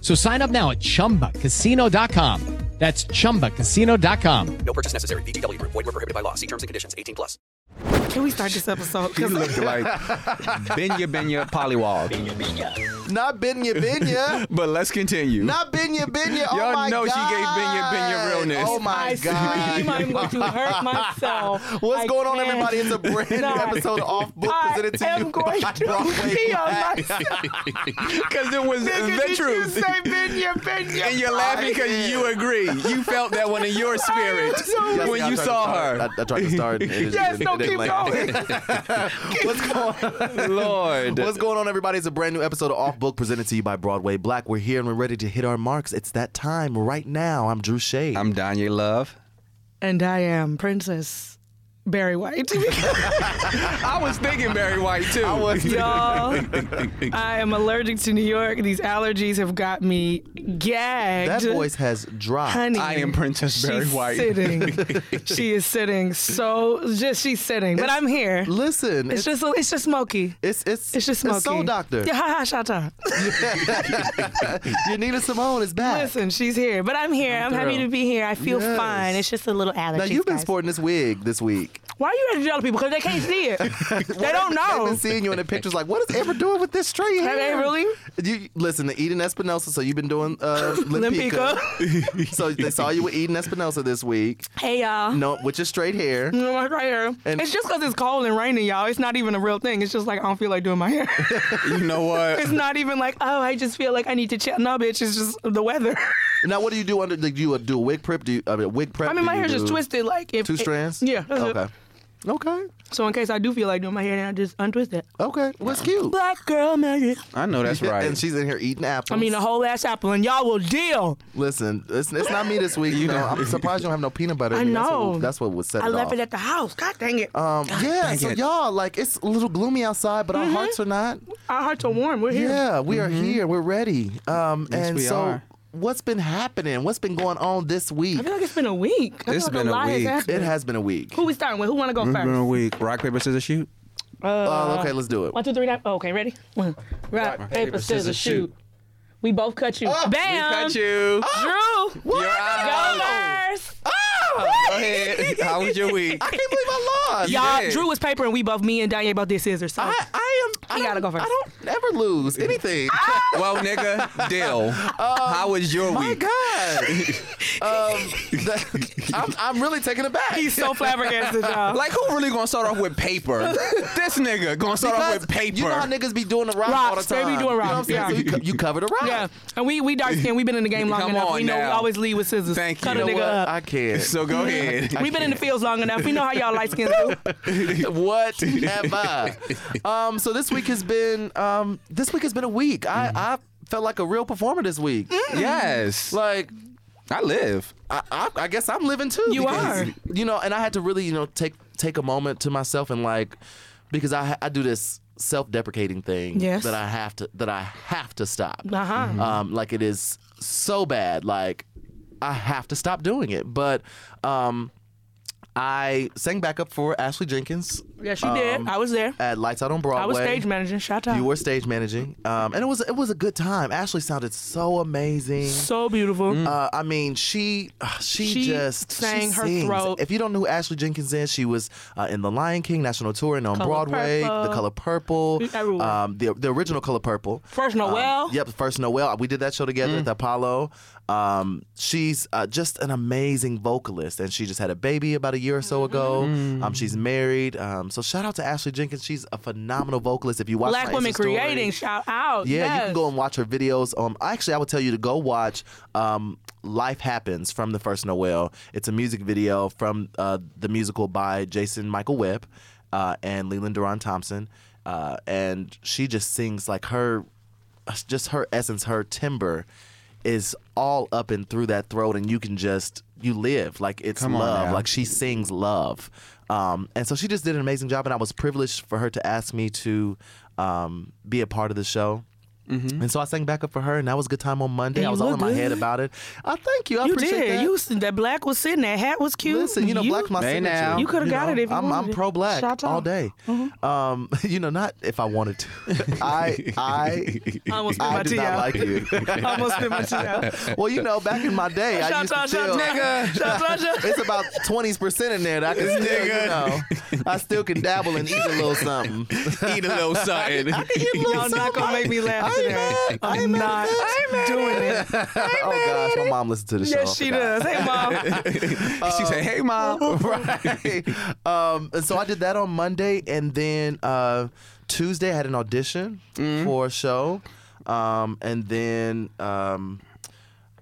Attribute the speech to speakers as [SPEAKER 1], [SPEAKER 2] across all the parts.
[SPEAKER 1] So sign up now at chumbacasino.com. That's chumbacasino.com.
[SPEAKER 2] No purchase necessary. VGW Group. Void were prohibited by law. See terms and conditions. 18 plus.
[SPEAKER 3] Can we start this episode?
[SPEAKER 4] He looked like Benya Benya Polywog.
[SPEAKER 5] Not Binya Binya.
[SPEAKER 4] But let's continue.
[SPEAKER 5] Not Binya Binya. Oh
[SPEAKER 4] Y'all
[SPEAKER 5] my
[SPEAKER 4] know she
[SPEAKER 5] God.
[SPEAKER 4] gave Binya Binya realness.
[SPEAKER 5] Oh my
[SPEAKER 3] I scream, I'm
[SPEAKER 5] God.
[SPEAKER 3] going to hurt myself.
[SPEAKER 5] What's
[SPEAKER 3] I
[SPEAKER 5] going on,
[SPEAKER 3] can't.
[SPEAKER 5] everybody? It's a brand new
[SPEAKER 3] No.
[SPEAKER 5] episode of Off Book
[SPEAKER 3] I
[SPEAKER 5] presented to
[SPEAKER 3] am
[SPEAKER 5] you
[SPEAKER 3] going
[SPEAKER 5] by
[SPEAKER 3] to
[SPEAKER 5] Broadway
[SPEAKER 3] pee on
[SPEAKER 5] Podcast.
[SPEAKER 4] Because it was the truth. and you're laughing because you agree. You felt that one in your spirit
[SPEAKER 5] Yes, I
[SPEAKER 4] when you
[SPEAKER 5] tried to
[SPEAKER 4] saw
[SPEAKER 5] start.
[SPEAKER 4] her.
[SPEAKER 5] I, I tried to start. and it just-
[SPEAKER 3] Yes,
[SPEAKER 5] it
[SPEAKER 3] no,
[SPEAKER 5] didn't
[SPEAKER 3] keep
[SPEAKER 5] land. What's going on?
[SPEAKER 4] Lord.
[SPEAKER 5] What's going on, everybody? It's a brand new episode of Off Book presented to you by Broadway Black. We're here and we're ready to hit our marks. It's that time right now. I'm Drew Shade.
[SPEAKER 4] I'm Danye Love.
[SPEAKER 3] And I am Princess Barry White.
[SPEAKER 4] I was thinking Barry White too. I
[SPEAKER 5] was too.
[SPEAKER 3] Y'all, I am allergic to New York. These allergies have got me
[SPEAKER 5] that
[SPEAKER 3] gagged.
[SPEAKER 5] voice has dropped.
[SPEAKER 3] Honey,
[SPEAKER 4] I am Princess Barry
[SPEAKER 3] she's
[SPEAKER 4] White.
[SPEAKER 3] sitting. she is sitting. So just she's sitting, but I'm here.
[SPEAKER 5] Listen,
[SPEAKER 3] It's just it's just smoky.
[SPEAKER 5] it's it's
[SPEAKER 3] It's just smoky.
[SPEAKER 5] it's Soul Doctor.
[SPEAKER 3] Yeah, ha ha, shut up.
[SPEAKER 5] Yanina Simone is back.
[SPEAKER 3] Listen, she's here, but I'm here. I'm, happy
[SPEAKER 4] thrilled.
[SPEAKER 3] to be here. I feel
[SPEAKER 5] Yes.
[SPEAKER 3] fine. It's just a little allergy.
[SPEAKER 5] now you've been sporting this wig this week.
[SPEAKER 3] Why are you ready to tell people? Because they can't see it. they don't
[SPEAKER 5] I've
[SPEAKER 3] know.
[SPEAKER 5] been seeing you in the pictures. Like, what is Amber doing with this straight hair?
[SPEAKER 3] Have they really?
[SPEAKER 5] You listen to Eden Espinosa. So you've been doing uh, Limpica.
[SPEAKER 3] Limpica.
[SPEAKER 5] so they saw you with Eden Espinosa this week.
[SPEAKER 3] Hey y'all.
[SPEAKER 5] No, with your straight hair.
[SPEAKER 3] No, my right hair.
[SPEAKER 5] Mm. And-
[SPEAKER 3] it's just because it's cold and raining, y'all. It's not even a real thing. It's just like I don't feel like doing my hair.
[SPEAKER 4] You know what?
[SPEAKER 3] it's not even like oh, I just feel like I need to chill. No, bitch, it's just the weather.
[SPEAKER 5] Now, what do you do under? Like, do you uh, do a wig prep? Do you I mean, a wig prep?
[SPEAKER 3] I mean,
[SPEAKER 5] Do
[SPEAKER 3] my
[SPEAKER 5] you
[SPEAKER 3] hair's just
[SPEAKER 5] do
[SPEAKER 3] twisted. Like if
[SPEAKER 5] Two
[SPEAKER 3] it-
[SPEAKER 5] strands.
[SPEAKER 3] yeah. that's it.
[SPEAKER 5] Okay. Okay.
[SPEAKER 3] So in case I do feel like doing my hair, then I just untwist it.
[SPEAKER 5] Okay. What's cute?
[SPEAKER 3] Black girl magic.
[SPEAKER 4] I know that's
[SPEAKER 5] Yeah,
[SPEAKER 4] right.
[SPEAKER 5] And she's in here eating apples.
[SPEAKER 3] I mean, a whole ass apple, and y'all will deal.
[SPEAKER 5] listen, it's, it's not me this week. You know, I'm surprised you don't have no peanut butter.
[SPEAKER 3] I
[SPEAKER 5] in you. That's
[SPEAKER 3] know.
[SPEAKER 5] what, that's what would set
[SPEAKER 3] I
[SPEAKER 5] it
[SPEAKER 3] left
[SPEAKER 5] off.
[SPEAKER 3] it at the house. God dang it.
[SPEAKER 4] Uh,
[SPEAKER 5] Um, yeah, so
[SPEAKER 4] it.
[SPEAKER 5] y'all, like, it's a little gloomy outside, but
[SPEAKER 3] Mm-hmm.
[SPEAKER 5] our hearts are not.
[SPEAKER 3] Our hearts are warm. We're here.
[SPEAKER 5] Yeah, we are here. We're ready. Um, and
[SPEAKER 4] Mm-hmm. we
[SPEAKER 5] so,
[SPEAKER 4] are.
[SPEAKER 5] what's been happening? What's been going on this week?
[SPEAKER 3] I feel like it's been a week. I feel
[SPEAKER 4] It's
[SPEAKER 3] like
[SPEAKER 4] been a
[SPEAKER 3] lot
[SPEAKER 4] week.
[SPEAKER 3] happened.
[SPEAKER 5] It has been a week.
[SPEAKER 3] Who we starting with? Who want to go
[SPEAKER 4] It's been a
[SPEAKER 3] first?
[SPEAKER 4] week. Rock, paper, scissors, shoot.
[SPEAKER 3] uh,
[SPEAKER 5] Oh, okay, let's do it.
[SPEAKER 3] One, two, three, nine. Oh, okay, ready? One. Rock, paper, scissors, shoot. We both cut you. Bam!
[SPEAKER 4] Got Oh, you. Ah!
[SPEAKER 3] Drew!
[SPEAKER 4] You're
[SPEAKER 3] Go
[SPEAKER 4] out.
[SPEAKER 3] first!
[SPEAKER 4] Go ahead. How was your week?
[SPEAKER 5] Ah! I can't believe I lost.
[SPEAKER 3] Y'all,
[SPEAKER 4] did.
[SPEAKER 3] Drew was paper and we both, me and Danye both did scissors. So
[SPEAKER 5] I, I am. I
[SPEAKER 3] He gotta
[SPEAKER 5] don't-
[SPEAKER 3] go first. Ah,
[SPEAKER 5] I don't ever lose anything.
[SPEAKER 4] Well, nigga, deal. How was your
[SPEAKER 5] My
[SPEAKER 4] week?
[SPEAKER 5] God. um, the, I'm, I'm really taking it back.
[SPEAKER 3] he's so flabbergasted, y'all.
[SPEAKER 4] Like, who really gonna start off with paper? this nigga gonna start off
[SPEAKER 5] Because
[SPEAKER 4] with paper.
[SPEAKER 5] You know how niggas be doing the rock all the
[SPEAKER 3] Rocks, they
[SPEAKER 5] time.
[SPEAKER 3] be
[SPEAKER 5] You
[SPEAKER 3] doing
[SPEAKER 5] know what I'm
[SPEAKER 3] rocks,
[SPEAKER 5] saying?
[SPEAKER 3] yeah.
[SPEAKER 5] So you, co- you cover the rock.
[SPEAKER 3] yeah, and we we dark skin. We've been in the game long
[SPEAKER 4] Come
[SPEAKER 3] enough.
[SPEAKER 4] on
[SPEAKER 3] We know we
[SPEAKER 4] now.
[SPEAKER 3] always lead with scissors.
[SPEAKER 4] Thank
[SPEAKER 3] Cut
[SPEAKER 4] you.
[SPEAKER 3] a
[SPEAKER 5] You
[SPEAKER 3] nigga
[SPEAKER 5] know what?
[SPEAKER 3] up.
[SPEAKER 5] Uh, I can't.
[SPEAKER 4] so go ahead.
[SPEAKER 3] We've been in the fields long enough. We know how y'all light skins do.
[SPEAKER 5] Whatever. um, so this week has been um, this week has been a week. I,
[SPEAKER 4] Mm-hmm.
[SPEAKER 5] I felt like a real performer this week.
[SPEAKER 3] Mm-hmm.
[SPEAKER 4] yes.
[SPEAKER 5] Like
[SPEAKER 4] I live.
[SPEAKER 5] I, I, I guess I'm living too.
[SPEAKER 3] You
[SPEAKER 5] because,
[SPEAKER 3] are.
[SPEAKER 5] You know, and I had to really you know take take a moment to myself and like because I I do this self-deprecating thing
[SPEAKER 3] Yes.
[SPEAKER 5] that I have to that I have to stop.
[SPEAKER 3] Uh-huh.
[SPEAKER 6] Mm-hmm.
[SPEAKER 5] Um, like it is so bad. Like I have to stop doing it. But um, I sang backup for Ashley Jenkins Yes, you did. I was there.
[SPEAKER 6] at Lights Out on Broadway.
[SPEAKER 5] I was stage managing. Shout out.
[SPEAKER 6] uh, You were stage managing, um, and it was it was a good time. Ashley sounded so amazing.
[SPEAKER 5] so beautiful.
[SPEAKER 6] Uh, I mean, she uh, she,
[SPEAKER 5] She
[SPEAKER 6] just
[SPEAKER 5] sang
[SPEAKER 6] she
[SPEAKER 5] her
[SPEAKER 6] sings.
[SPEAKER 5] throat.
[SPEAKER 6] If you don't know who Ashley Jenkins is, she was uh, in the Lion King national tour and on
[SPEAKER 5] Color
[SPEAKER 6] Broadway,
[SPEAKER 5] Purple.
[SPEAKER 6] The Color Purple,
[SPEAKER 5] Everywhere.
[SPEAKER 6] um, the the original Color Purple.
[SPEAKER 5] First Noel. Mm.
[SPEAKER 6] Um, yep, First Noel. We did that show together at the Apollo. Um, she's uh, just an amazing vocalist, and she just had a baby about a year or so ago.
[SPEAKER 5] Mm.
[SPEAKER 6] Um, she's married. Um, so shout out to Ashley Jenkins. She's a phenomenal vocalist. If you watch
[SPEAKER 5] Black
[SPEAKER 6] my
[SPEAKER 5] women
[SPEAKER 6] Insta story-
[SPEAKER 5] creating. Shout out.
[SPEAKER 6] yeah, you can
[SPEAKER 5] Yes.
[SPEAKER 6] go and watch her videos. Um, actually, I would tell you to go watch um, "Life Happens" from the first Noel. It's a music video from uh, the musical by Jason Michael Webb uh, and Leland Duran Thompson, uh, and she just sings like her, just her essence, her timbre is all up and through that throat, and you can just you live like it's love, like she sings love. Um, and so she just did an amazing job, and I was privileged for her to ask me to um, be a part of the show. And so I sang back up for her, and that was a good time on Monday.
[SPEAKER 5] And Mm-hmm. you
[SPEAKER 6] I was all
[SPEAKER 5] look
[SPEAKER 6] in my head
[SPEAKER 5] good.
[SPEAKER 6] about it. I thank you. I
[SPEAKER 5] You
[SPEAKER 6] appreciate
[SPEAKER 5] did.
[SPEAKER 6] that.
[SPEAKER 5] You s- that black was sitting. That hat was cute.
[SPEAKER 6] Listen, you know, black my
[SPEAKER 4] Hey,
[SPEAKER 6] signature.
[SPEAKER 4] now. You
[SPEAKER 5] coulda got it if you
[SPEAKER 6] I'm, I'm
[SPEAKER 5] wanted it.
[SPEAKER 6] pro black
[SPEAKER 5] Shout
[SPEAKER 6] all
[SPEAKER 5] out. Mm-hmm.
[SPEAKER 6] day. Um, you know, not if I wanted to. I I
[SPEAKER 5] I almost spit
[SPEAKER 6] I
[SPEAKER 5] my
[SPEAKER 6] do
[SPEAKER 5] tea
[SPEAKER 6] not
[SPEAKER 5] out.
[SPEAKER 6] like you.
[SPEAKER 5] I almost spit my tea out.
[SPEAKER 6] Well, you know, back in my day, I
[SPEAKER 5] Shout
[SPEAKER 6] used to
[SPEAKER 5] out, shout
[SPEAKER 6] feel-
[SPEAKER 5] out, shout out, shout out.
[SPEAKER 6] it's about twenty percent in there that I can still, you know, I still can dabble and eat a little something.
[SPEAKER 4] Eat a little something.
[SPEAKER 5] Y'all not gonna make me laugh today. I'm not doing it.
[SPEAKER 6] oh gosh, my mom listens to the show.
[SPEAKER 5] Yes,
[SPEAKER 6] I
[SPEAKER 5] she
[SPEAKER 6] forgot.
[SPEAKER 5] does. Hey, mom.
[SPEAKER 4] she said, "Hey, mom."
[SPEAKER 6] right. Um, and so I did that on Monday, and then uh, Tuesday I had an audition
[SPEAKER 4] Mm-hmm.
[SPEAKER 6] for a show, um, and then um,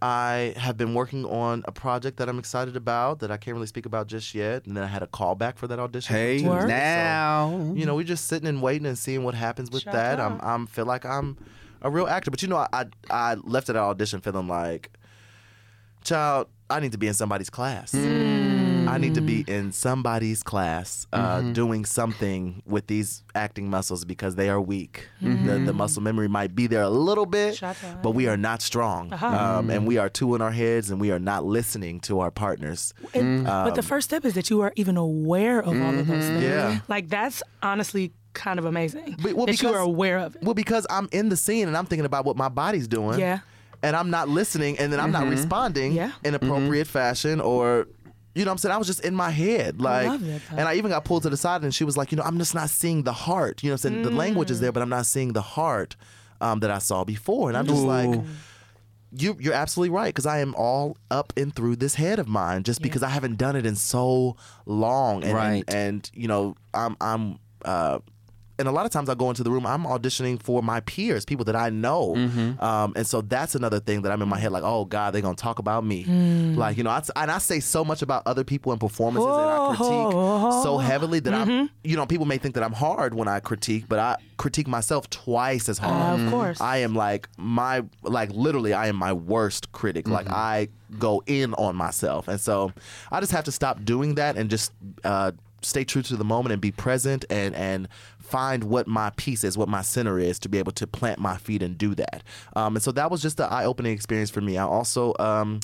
[SPEAKER 6] I have been working on a project that I'm excited about that I can't really speak about just yet. And then I had a callback for that audition. for
[SPEAKER 4] Hey,
[SPEAKER 6] Tuesday, so,
[SPEAKER 4] now.
[SPEAKER 6] you know, we're just sitting and waiting and seeing what happens with that. I'm, I'm feel like I'm a real actor, but you know, I, I I left at that audition feeling like, child, I need to be in somebody's class. I need to be in somebody's class, uh, doing something with these acting muscles because they are weak. The, the muscle memory might be there a little bit,
[SPEAKER 5] Shout out.
[SPEAKER 6] but we are not strong, um, and we are two in our heads, and we are not listening to our partners.
[SPEAKER 5] And-
[SPEAKER 4] Mm-hmm.
[SPEAKER 5] but
[SPEAKER 4] Um,
[SPEAKER 5] the first step is that you are even aware of all of those things.
[SPEAKER 6] Yeah.
[SPEAKER 5] Like that's honestly kind of amazing
[SPEAKER 6] Be- well,
[SPEAKER 5] that you
[SPEAKER 6] because-
[SPEAKER 5] are aware of it.
[SPEAKER 6] Well, because I'm in the scene and I'm thinking about what my body's doing.
[SPEAKER 5] Yeah.
[SPEAKER 6] And I'm not listening and then I'm not responding
[SPEAKER 5] Yeah.
[SPEAKER 6] in appropriate fashion or you know what I'm saying? I was just in my head. Like
[SPEAKER 5] love that, though.
[SPEAKER 6] and I even got pulled to the side and she was like, you know, I'm just not seeing the heart. You know what I'm saying? The language
[SPEAKER 5] Mm.
[SPEAKER 6] is there, but I'm not seeing the heart um, that I saw before. And I'm just like you, you're absolutely right because I am all up and through this head of mine just because I haven't done it in so long. And,
[SPEAKER 4] Right.
[SPEAKER 6] And, you know, I'm, I'm, uh, and a lot of times I go into the room, I'm auditioning for my peers, people that I know. Um, and so that's another thing that I'm in my head like, oh God, they're going to talk about me.
[SPEAKER 5] Mm.
[SPEAKER 6] Like, you know, I, and I say so much about other people and performances and I critique so heavily that
[SPEAKER 5] Mm-hmm.
[SPEAKER 6] I'm, you know, people may think that I'm hard when I critique, but I critique myself twice as hard.
[SPEAKER 5] Uh, of course.
[SPEAKER 6] I am like my like literally I am my worst critic. Like I go in on myself, and so I just have to stop doing that and just uh, stay true to the moment and be present and and find what my piece is, what my center is, to be able to plant my feet and do that. Um, and so that was just the eye opening experience for me. I also. Um,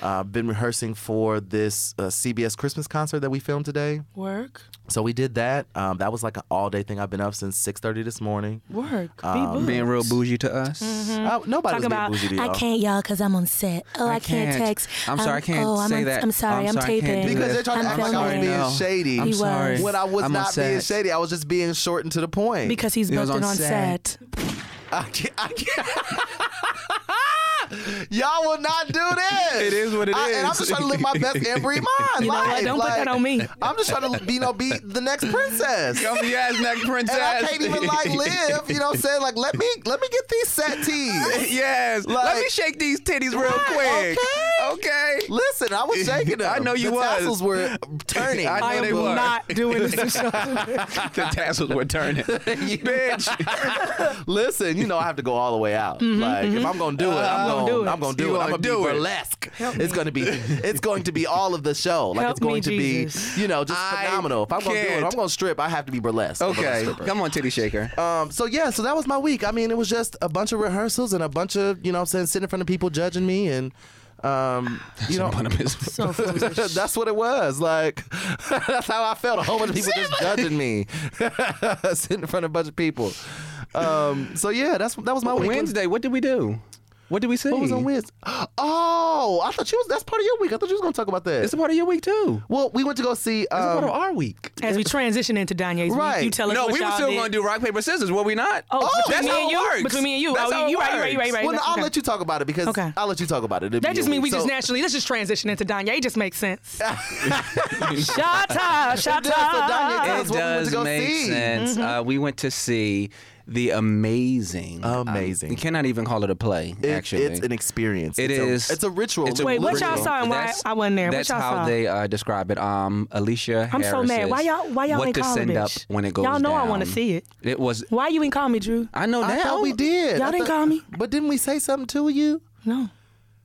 [SPEAKER 6] uh, been rehearsing for this uh, CBS Christmas concert that we filmed today.
[SPEAKER 5] Work,
[SPEAKER 6] So we did that. Um, that was like an all day thing. I've been up since 6.30 this morning.
[SPEAKER 5] work, be booked.
[SPEAKER 4] Um, Being real bougie to us.
[SPEAKER 7] Mm-hmm.
[SPEAKER 4] Oh,
[SPEAKER 6] Uh, nobody
[SPEAKER 5] Mm-hmm. Talk
[SPEAKER 6] was being
[SPEAKER 5] about,
[SPEAKER 6] bougie to y'all.
[SPEAKER 7] I can't, y'all, because I'm on set. Oh, I, can't,
[SPEAKER 4] can't.
[SPEAKER 7] text.
[SPEAKER 4] I'm sorry, I can't
[SPEAKER 7] oh, I'm
[SPEAKER 4] say
[SPEAKER 7] on,
[SPEAKER 4] that.
[SPEAKER 7] I'm sorry,
[SPEAKER 4] I'm
[SPEAKER 7] I'm,
[SPEAKER 4] sorry, I can't
[SPEAKER 7] taping.
[SPEAKER 4] do
[SPEAKER 6] Because
[SPEAKER 4] this.
[SPEAKER 6] they're trying
[SPEAKER 7] I'm
[SPEAKER 6] to act like I was
[SPEAKER 7] filming.
[SPEAKER 6] being
[SPEAKER 4] No.
[SPEAKER 6] shady.
[SPEAKER 4] I'm
[SPEAKER 7] He
[SPEAKER 4] sorry.
[SPEAKER 7] was.
[SPEAKER 6] When I was
[SPEAKER 4] I'm on
[SPEAKER 6] not being
[SPEAKER 4] set.
[SPEAKER 6] shady, I was just being short and to the point.
[SPEAKER 7] Because he's
[SPEAKER 4] He was
[SPEAKER 7] booked and
[SPEAKER 4] on
[SPEAKER 7] on
[SPEAKER 4] set.
[SPEAKER 7] set.
[SPEAKER 6] I can't, I can't- y'all will not do this.
[SPEAKER 4] It is what it
[SPEAKER 6] it is. And I'm
[SPEAKER 4] is.
[SPEAKER 6] just trying to live my best every mind.
[SPEAKER 5] You know what?
[SPEAKER 6] life.
[SPEAKER 5] Don't put
[SPEAKER 6] Like,
[SPEAKER 5] that on me.
[SPEAKER 6] I'm just trying to, you know, be the next princess.
[SPEAKER 4] Come be ass neck princess.
[SPEAKER 6] And I can't even like live, you know what I'm saying? Like let me let me get these set tees.
[SPEAKER 4] yes. Let
[SPEAKER 6] Like-
[SPEAKER 4] me shake these titties real
[SPEAKER 6] Right,
[SPEAKER 4] quick. Okay.
[SPEAKER 6] Listen, I was shaking them.
[SPEAKER 4] I know you
[SPEAKER 6] the
[SPEAKER 4] was.
[SPEAKER 6] tassels were turning.
[SPEAKER 4] I know
[SPEAKER 5] I
[SPEAKER 4] they
[SPEAKER 5] am
[SPEAKER 4] were.
[SPEAKER 5] not doing this to show.
[SPEAKER 4] the tassels were turning. Bitch.
[SPEAKER 6] Listen, you know I have to go all the way out. like if I'm gonna do it, I'm
[SPEAKER 5] gonna
[SPEAKER 6] gonna,
[SPEAKER 5] Mm-hmm, Uh, do it.
[SPEAKER 6] I'm gonna do
[SPEAKER 4] You
[SPEAKER 6] it. I'm
[SPEAKER 4] gonna
[SPEAKER 6] gonna
[SPEAKER 4] do
[SPEAKER 6] be
[SPEAKER 4] it.
[SPEAKER 6] burlesque. It's gonna be it's going to be all of the show. Like
[SPEAKER 5] Help
[SPEAKER 6] it's going
[SPEAKER 5] me,
[SPEAKER 6] to
[SPEAKER 5] Jesus.
[SPEAKER 6] be you know just
[SPEAKER 4] I
[SPEAKER 6] phenomenal. If I'm gonna do it,
[SPEAKER 4] can't.
[SPEAKER 6] I'm gonna strip. I have to be burlesque. a burlesque
[SPEAKER 4] Okay.
[SPEAKER 6] stripper.
[SPEAKER 4] Come on, titty shaker.
[SPEAKER 6] Um, so yeah, so that was my week. I mean, it was just a bunch of rehearsals and a bunch of you know what I'm saying sitting in front of people judging me and. Um, you know,
[SPEAKER 4] One of his-
[SPEAKER 5] So foolish.
[SPEAKER 6] that's what it was. Like that's how I felt. A whole bunch of people just judging me, sitting in front of a bunch of people. Um, so yeah, that's that was my week.
[SPEAKER 4] Wednesday, what did we do? What did we see?
[SPEAKER 6] What was on Wednesday? Oh, I thought you was. That's part of your week. I thought you was gonna talk about that.
[SPEAKER 4] It's a part of your week too.
[SPEAKER 6] well, we went to go see.
[SPEAKER 4] It's a part of
[SPEAKER 6] Um,
[SPEAKER 4] our week.
[SPEAKER 5] As we transition into Danye's
[SPEAKER 6] Right.
[SPEAKER 5] week, you tell us
[SPEAKER 4] No,
[SPEAKER 5] what
[SPEAKER 4] we were
[SPEAKER 5] y'all
[SPEAKER 4] still
[SPEAKER 5] did.
[SPEAKER 4] going to do rock paper scissors, were we not?
[SPEAKER 5] Oh,
[SPEAKER 4] that's
[SPEAKER 5] between me
[SPEAKER 4] how
[SPEAKER 5] and
[SPEAKER 4] it
[SPEAKER 5] you?
[SPEAKER 4] works.
[SPEAKER 5] Between me and you.
[SPEAKER 4] That's
[SPEAKER 5] Oh,
[SPEAKER 4] how it
[SPEAKER 5] you right, you right, you
[SPEAKER 4] works.
[SPEAKER 5] right,
[SPEAKER 6] well, no, I'll
[SPEAKER 5] Okay.
[SPEAKER 6] let you talk about it because
[SPEAKER 5] Okay.
[SPEAKER 6] I'll let you talk about it. It'll
[SPEAKER 5] That
[SPEAKER 6] be
[SPEAKER 5] just
[SPEAKER 6] your
[SPEAKER 5] means
[SPEAKER 6] week.
[SPEAKER 5] we just
[SPEAKER 6] So-
[SPEAKER 5] naturally. Let's just transition into Danye. It just makes sense. Shata,
[SPEAKER 6] It does, so Danya,
[SPEAKER 5] shata.
[SPEAKER 6] tell us
[SPEAKER 4] It
[SPEAKER 6] what we went
[SPEAKER 4] does
[SPEAKER 6] to go
[SPEAKER 4] make
[SPEAKER 6] see.
[SPEAKER 4] sense.
[SPEAKER 5] Mm-hmm.
[SPEAKER 4] Uh, we went to see the amazing,
[SPEAKER 6] Amazing.
[SPEAKER 4] Um, you cannot even call it a play.
[SPEAKER 6] It-
[SPEAKER 4] actually,
[SPEAKER 6] it's an experience.
[SPEAKER 4] It
[SPEAKER 6] it's
[SPEAKER 4] is-
[SPEAKER 6] A, it's a ritual.
[SPEAKER 4] it's a
[SPEAKER 5] Wait, what y'all
[SPEAKER 4] ritual.
[SPEAKER 5] saw and why
[SPEAKER 4] That's-
[SPEAKER 5] I wasn't there? What
[SPEAKER 4] That's
[SPEAKER 5] y'all
[SPEAKER 4] how
[SPEAKER 5] saw?
[SPEAKER 4] they uh, describe it. Um, Alicia.
[SPEAKER 5] I'm so
[SPEAKER 4] Harris
[SPEAKER 5] mad. Why
[SPEAKER 4] is
[SPEAKER 5] y'all? Why y'all
[SPEAKER 4] What
[SPEAKER 5] ain't
[SPEAKER 4] to
[SPEAKER 5] call
[SPEAKER 4] send
[SPEAKER 5] me,
[SPEAKER 4] up
[SPEAKER 5] bitch?
[SPEAKER 4] when it goes
[SPEAKER 5] Y'all know I
[SPEAKER 4] down.
[SPEAKER 5] want to see it.
[SPEAKER 4] It was.
[SPEAKER 5] Why you ain't call me, Drew?
[SPEAKER 4] I know
[SPEAKER 6] I
[SPEAKER 4] now.
[SPEAKER 6] thought we did.
[SPEAKER 5] Oh, Y'all
[SPEAKER 6] I
[SPEAKER 5] didn't
[SPEAKER 6] thought-
[SPEAKER 5] call me?
[SPEAKER 6] But didn't we say something to you?
[SPEAKER 5] No,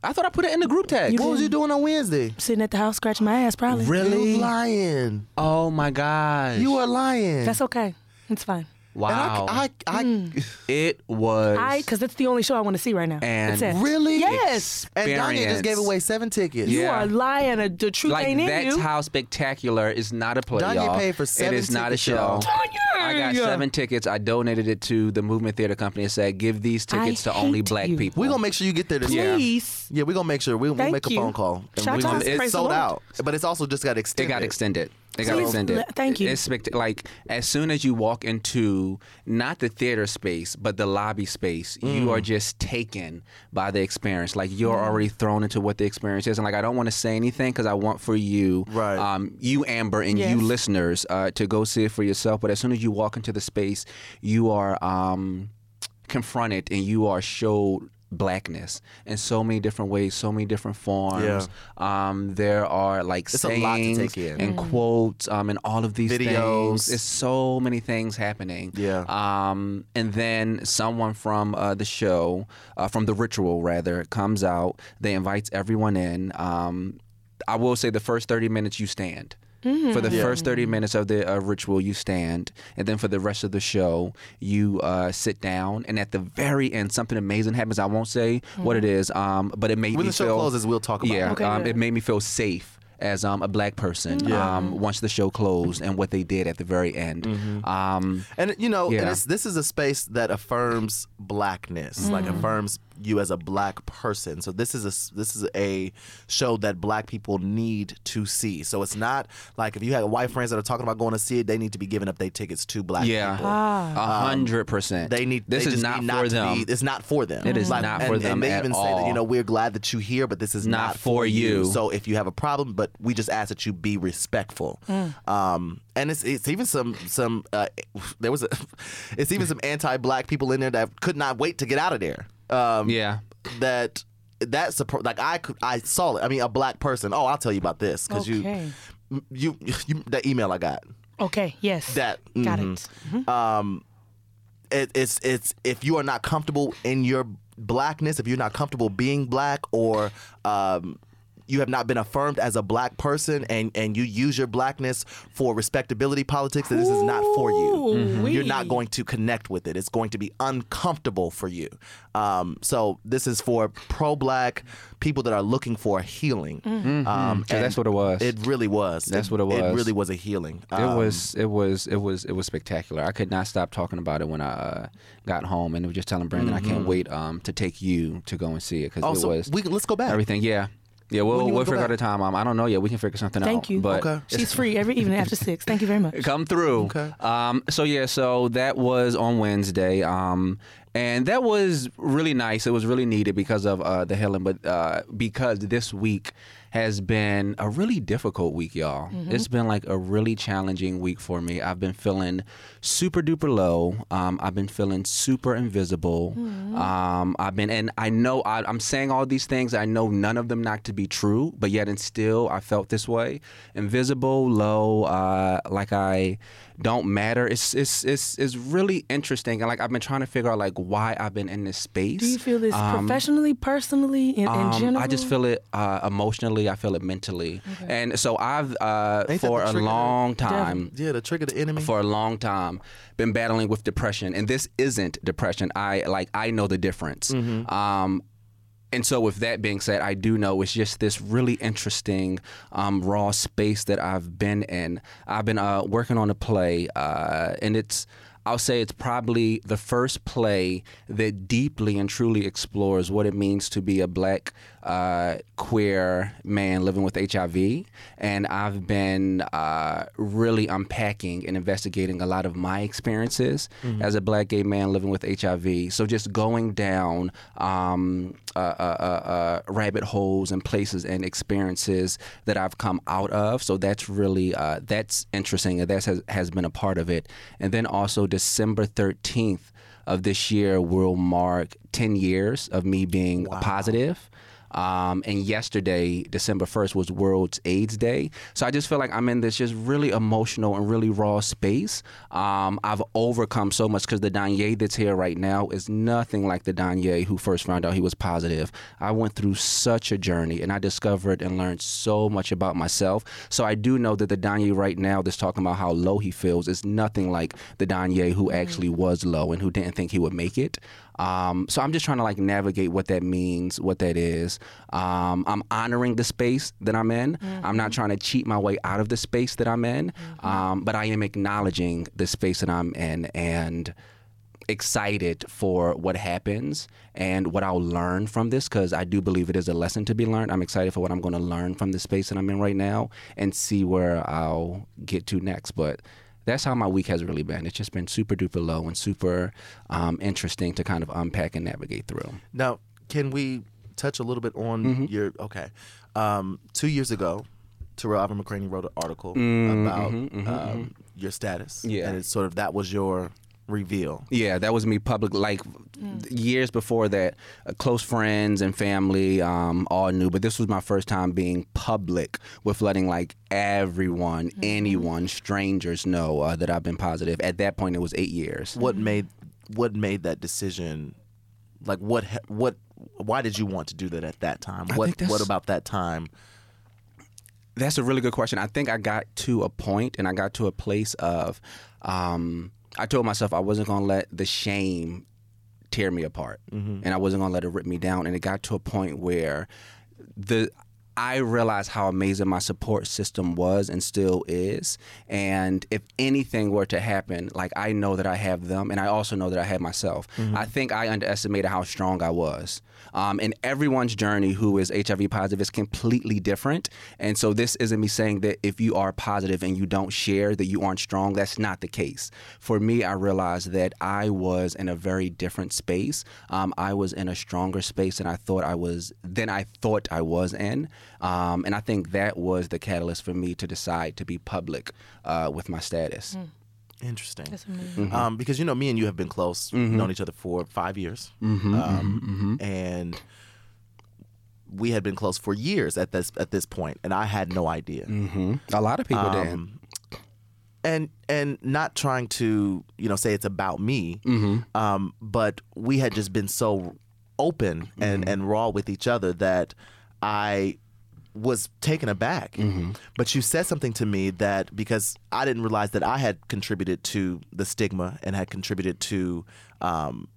[SPEAKER 4] I thought I put it in the group text.
[SPEAKER 6] What was you doing on Wednesday?
[SPEAKER 5] sitting at the house scratching my ass probably.
[SPEAKER 6] You
[SPEAKER 4] Really?
[SPEAKER 6] lying.
[SPEAKER 4] Oh my gosh.
[SPEAKER 6] You are lying.
[SPEAKER 5] That's okay. It's fine.
[SPEAKER 6] And
[SPEAKER 4] wow.
[SPEAKER 6] I, I, I
[SPEAKER 5] Mm.
[SPEAKER 4] it was.
[SPEAKER 5] I because that's the only show I want to see right now.
[SPEAKER 4] And
[SPEAKER 5] That's it.
[SPEAKER 6] really.
[SPEAKER 5] Yes.
[SPEAKER 6] And Danya
[SPEAKER 4] Experience.
[SPEAKER 6] just gave away seven tickets.
[SPEAKER 5] You
[SPEAKER 4] Yeah.
[SPEAKER 5] are lying. uh, The truth
[SPEAKER 4] like
[SPEAKER 5] ain't in
[SPEAKER 4] that's
[SPEAKER 5] you.
[SPEAKER 4] how spectacular. It's not a play,
[SPEAKER 6] Danya
[SPEAKER 4] y'all.
[SPEAKER 6] paid for seven
[SPEAKER 4] It is not a
[SPEAKER 6] tickets, y'all.
[SPEAKER 4] show.
[SPEAKER 5] Oh,
[SPEAKER 4] I got
[SPEAKER 5] Danya!
[SPEAKER 4] seven tickets. I donated it to the Movement Theater Company. It said, "Give these tickets
[SPEAKER 5] I
[SPEAKER 4] to only
[SPEAKER 5] hate
[SPEAKER 4] black
[SPEAKER 5] you.
[SPEAKER 4] people."
[SPEAKER 6] We're gonna make sure you get there this year.
[SPEAKER 5] Please.
[SPEAKER 6] Yeah, we're gonna make sure. We, we'll
[SPEAKER 5] Thank
[SPEAKER 6] make a
[SPEAKER 5] you.
[SPEAKER 6] phone call. And
[SPEAKER 5] Shout
[SPEAKER 6] we
[SPEAKER 5] out.
[SPEAKER 6] gonna- it's
[SPEAKER 5] Praise the
[SPEAKER 6] sold
[SPEAKER 5] Lord.
[SPEAKER 6] out, but it's also just got extended.
[SPEAKER 4] It got extended. It got
[SPEAKER 5] Please,
[SPEAKER 4] extended.
[SPEAKER 5] le- thank you.
[SPEAKER 4] It's spect- like as soon as you walk into not the theater space but the lobby space,
[SPEAKER 5] Mm.
[SPEAKER 4] you are just taken by the experience. Like you're already thrown into what the experience is. And like I don't want to say anything because I want for you,
[SPEAKER 6] Right.
[SPEAKER 4] um, you Amber and
[SPEAKER 5] Yes.
[SPEAKER 4] you listeners uh, to go see it for yourself. But as soon as you walk into the space, you are um, confronted and you are showed blackness in so many different ways, so many different forms.
[SPEAKER 6] Yeah.
[SPEAKER 4] Um, there are like
[SPEAKER 6] It's a lot to
[SPEAKER 4] sayings
[SPEAKER 6] take in.
[SPEAKER 4] and quotes um, and all of these
[SPEAKER 6] Videos.
[SPEAKER 4] things. It's so many things happening.
[SPEAKER 6] Yeah.
[SPEAKER 4] Um, and then someone from uh, the show, uh, from the ritual rather, comes out. They invites everyone in. Um, I will say the first thirty minutes you stand. For the first 30 minutes of the uh, ritual, you stand, and then for the rest of the show, you uh, sit down. And at the very end, something amazing happens. I won't say what it is, um, but it made
[SPEAKER 6] When
[SPEAKER 4] me
[SPEAKER 6] the show
[SPEAKER 4] feel-
[SPEAKER 6] closes, we'll talk about
[SPEAKER 4] yeah,
[SPEAKER 6] it.
[SPEAKER 5] Okay,
[SPEAKER 4] um,
[SPEAKER 5] good.
[SPEAKER 4] it made me feel safe as um, a black person um, once the show closed and what they did at the very end.
[SPEAKER 6] Mm-hmm.
[SPEAKER 4] Um,
[SPEAKER 6] And you know,
[SPEAKER 4] Yeah.
[SPEAKER 6] and it's, this is a space that affirms blackness,
[SPEAKER 5] Mm.
[SPEAKER 6] like affirms you as a black person. So this is a s- this is a show that black people need to see. So it's not like if you had white friends that are talking about going to see it, they need to be giving up their tickets to black
[SPEAKER 4] yeah,
[SPEAKER 6] people.
[SPEAKER 4] a hundred percent.
[SPEAKER 6] They need.
[SPEAKER 4] This
[SPEAKER 6] they
[SPEAKER 4] is
[SPEAKER 6] just
[SPEAKER 4] not
[SPEAKER 6] need
[SPEAKER 4] for
[SPEAKER 6] to
[SPEAKER 4] them.
[SPEAKER 6] Be, it's not for them.
[SPEAKER 4] It is not
[SPEAKER 6] and,
[SPEAKER 4] for them
[SPEAKER 6] And they
[SPEAKER 4] at
[SPEAKER 6] even say that you
[SPEAKER 4] all.
[SPEAKER 6] know we're glad that you here, but this is
[SPEAKER 4] Not
[SPEAKER 6] not,
[SPEAKER 4] for you.
[SPEAKER 6] So if you have a problem, but we just ask that you be respectful. Um, and it's it's even some some uh, there was a it's even some anti-black people in there that could not wait to get out of there. Um,
[SPEAKER 4] yeah,
[SPEAKER 6] that that support like I could I saw it. I mean, a black person. Oh, I'll tell you about this because
[SPEAKER 5] Okay.
[SPEAKER 6] you you you that email I got
[SPEAKER 5] Okay. Yes.
[SPEAKER 6] that
[SPEAKER 5] Got
[SPEAKER 6] mhm
[SPEAKER 4] mm-hmm.
[SPEAKER 5] it.
[SPEAKER 6] it, it's it's if you are not comfortable in your blackness, if you're not comfortable being black, or um, you have not been affirmed as a black person, and and you use your blackness for respectability politics, then this is not for you. Mm-hmm.
[SPEAKER 5] Ooh-wee.
[SPEAKER 6] You're not going to connect with it. It's going to be uncomfortable for you. Um, so this is for pro black people that are looking for healing. Um,
[SPEAKER 4] Mm-hmm. Yeah, that's what it was.
[SPEAKER 6] It really was.
[SPEAKER 4] That's
[SPEAKER 6] It-
[SPEAKER 4] what it
[SPEAKER 6] It
[SPEAKER 4] was.
[SPEAKER 6] really was a healing. Uh,
[SPEAKER 4] It was it was it was it was spectacular. I could not stop talking about it when I uh, got home, and was just telling Brandon, I can't wait um, to take you to go and see it because
[SPEAKER 6] Oh,
[SPEAKER 4] it
[SPEAKER 6] so
[SPEAKER 4] was
[SPEAKER 6] Mm-hmm. we can- let's go back.
[SPEAKER 4] everything. Yeah, yeah. We'll
[SPEAKER 6] you wanna
[SPEAKER 4] we'll
[SPEAKER 6] go
[SPEAKER 4] figure
[SPEAKER 6] back?
[SPEAKER 4] out a time. Um, I don't know yet. We can figure something out.
[SPEAKER 5] Thank you.
[SPEAKER 4] But
[SPEAKER 6] Okay.
[SPEAKER 5] She's free every evening after six. Thank you very much.
[SPEAKER 4] Come through.
[SPEAKER 6] Okay.
[SPEAKER 4] Um, so yeah, so that was on Wednesday. Um, and that was really nice. It was really needed because of uh, the Helen, but uh, because this week has been a really difficult week, y'all. It's been like a really challenging week for me. I've been feeling super duper low. Um, I've been feeling super invisible.
[SPEAKER 5] Mm-hmm.
[SPEAKER 4] Um, I've been, and I know I, I'm saying all these things. I know none of them not to be true, but yet and still, I felt this way: invisible, low, uh, like I don't matter. It's it's it's it's really interesting, and like I've been trying to figure out like why I've been in this space.
[SPEAKER 5] Do you feel this professionally, personally, in, in
[SPEAKER 4] Um,
[SPEAKER 5] general?
[SPEAKER 4] I just feel it uh, emotionally. I feel it mentally, and so I've uh,
[SPEAKER 6] Ain't that
[SPEAKER 4] for
[SPEAKER 6] the
[SPEAKER 4] a
[SPEAKER 6] trigger?
[SPEAKER 4] long time
[SPEAKER 6] yeah, the trick of the enemy.
[SPEAKER 4] for a long time been battling with depression and this isn't depression i like i know the difference um and so, with that being said, I do know it's just this really interesting um, raw space that I've been in. I've been uh, working on a play, uh, and it's I'll say it's probably the first play that deeply and truly explores what it means to be a black uh, queer man living with HIV. And I've been uh, really unpacking and investigating a lot of my experiences as a black gay man living with HIV. So just going down um, uh, uh, uh, uh, rabbit holes and places and experiences that I've come out of. So that's really uh, that's interesting, and that has, has been a part of it. And then also December thirteenth of this year will mark ten years of me being positive. Um, and yesterday, December 1st, was World's AIDS Day. So I just feel like I'm in this just really emotional and really raw space. Um, I've overcome so much because the Danye that's here right now is nothing like the Danye who first found out he was positive. I went through such a journey and I discovered and learned so much about myself. So I do know that the Danye right now that's talking about how low he feels is nothing like the Danye who actually was low and who didn't think he would make it. Um, so I'm just trying to like navigate what that means, what that is. Um, I'm honoring the space that I'm in. I'm not trying to cheat my way out of the space that I'm in, um, but I am acknowledging the space that I'm in and excited for what happens and what I'll learn from this because I do believe it is a lesson to be learned. I'm excited for what I'm going to learn from the space that I'm in right now and see where I'll get to next. But that's how my week has really been. It's just been super duper low and super um, interesting to kind of unpack and navigate through.
[SPEAKER 6] Now, can we touch a little bit on
[SPEAKER 4] Mm-hmm.
[SPEAKER 6] your okay? Um, two years ago, Terrell Alvin McCraney wrote an article
[SPEAKER 4] Mm-hmm,
[SPEAKER 6] about um, your status,
[SPEAKER 4] Yeah.
[SPEAKER 6] and it's sort of that was your reveal.
[SPEAKER 4] Yeah, that was me public. Like years before that, uh, close friends and family um, all knew, but this was my first time being public with letting like everyone, anyone, strangers know uh, that I've been positive. At that point, it was eight years.
[SPEAKER 6] What made what made that decision? Like what ha- what why did you want to do that at that time?
[SPEAKER 4] think
[SPEAKER 6] What
[SPEAKER 4] that's-
[SPEAKER 6] what about that time?
[SPEAKER 4] That's a really good question. I think I got to a point and I got to a place of um, I told myself I wasn't going to let the shame tear me apart and I wasn't going to let it rip me down and it got to a point where the I realized how amazing my support system was and still is and if anything were to happen like I know that I have them and I also know that I have myself. I think I underestimated how strong I was. Um, and everyone's journey who is HIV positive is completely different. And so this isn't me saying that if you are positive and you don't share that you aren't strong. That's not the case. For me, I realized that I was in a very different space. Um, I was in a stronger space than I thought I was than I thought I was in. Um, and I think that was the catalyst for me to decide to be public uh, with my status.
[SPEAKER 6] Interesting. Um, because you know, me and you have been close, known each other for five years, um, and we had been close for years at this at this point, and I had no idea.
[SPEAKER 4] Mm-hmm. A lot of people did.
[SPEAKER 6] And and not trying to you know say it's about me, um, but we had just been so open and and raw with each other that I was taken aback. But you said something to me that because I didn't realize that I had contributed to the stigma and had contributed to um,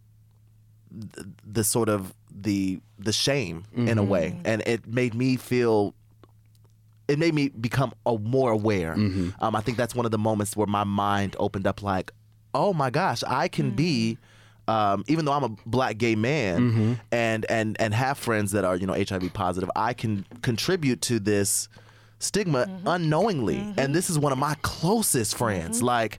[SPEAKER 6] th- the sort of the the shame in a way, and it made me feel. It made me become a, more aware. Um, I think that's one of the moments where my mind opened up. Like, oh my gosh, I can be. Um, even though I'm a black gay man and and and have friends that are you know HIV positive, I can contribute to this stigma unknowingly. And this is one of my closest friends. Like,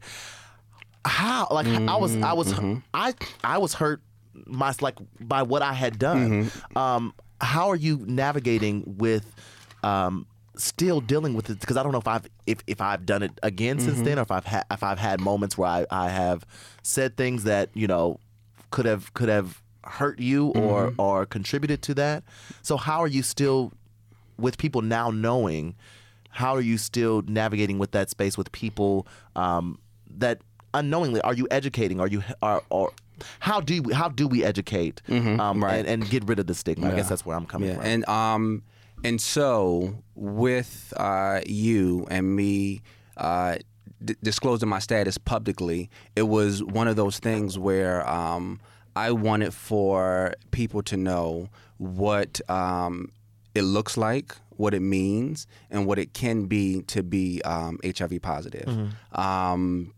[SPEAKER 6] how like I was I was I I was hurt my like by what I had done. Um, how are you navigating with um, still dealing with it? Because I don't know if I've if, if I've done it again since then, or if I've ha- if I've had moments where I, I have said things that you know could have could have hurt you or or contributed to that. So how are you still with people now knowing how are you still navigating with that space with people um, that unknowingly are you educating are you are, are how do you, how do we educate um, and, and get rid of the stigma i guess that's where i'm coming
[SPEAKER 4] Mm-hmm. Yeah,
[SPEAKER 6] from
[SPEAKER 4] and um, and so with uh, you and me uh, d- disclosing my status publicly, it was one of those things where um, I wanted for people to know what um, it looks like, what it means, and what it can be to be um, HIV positive. Um,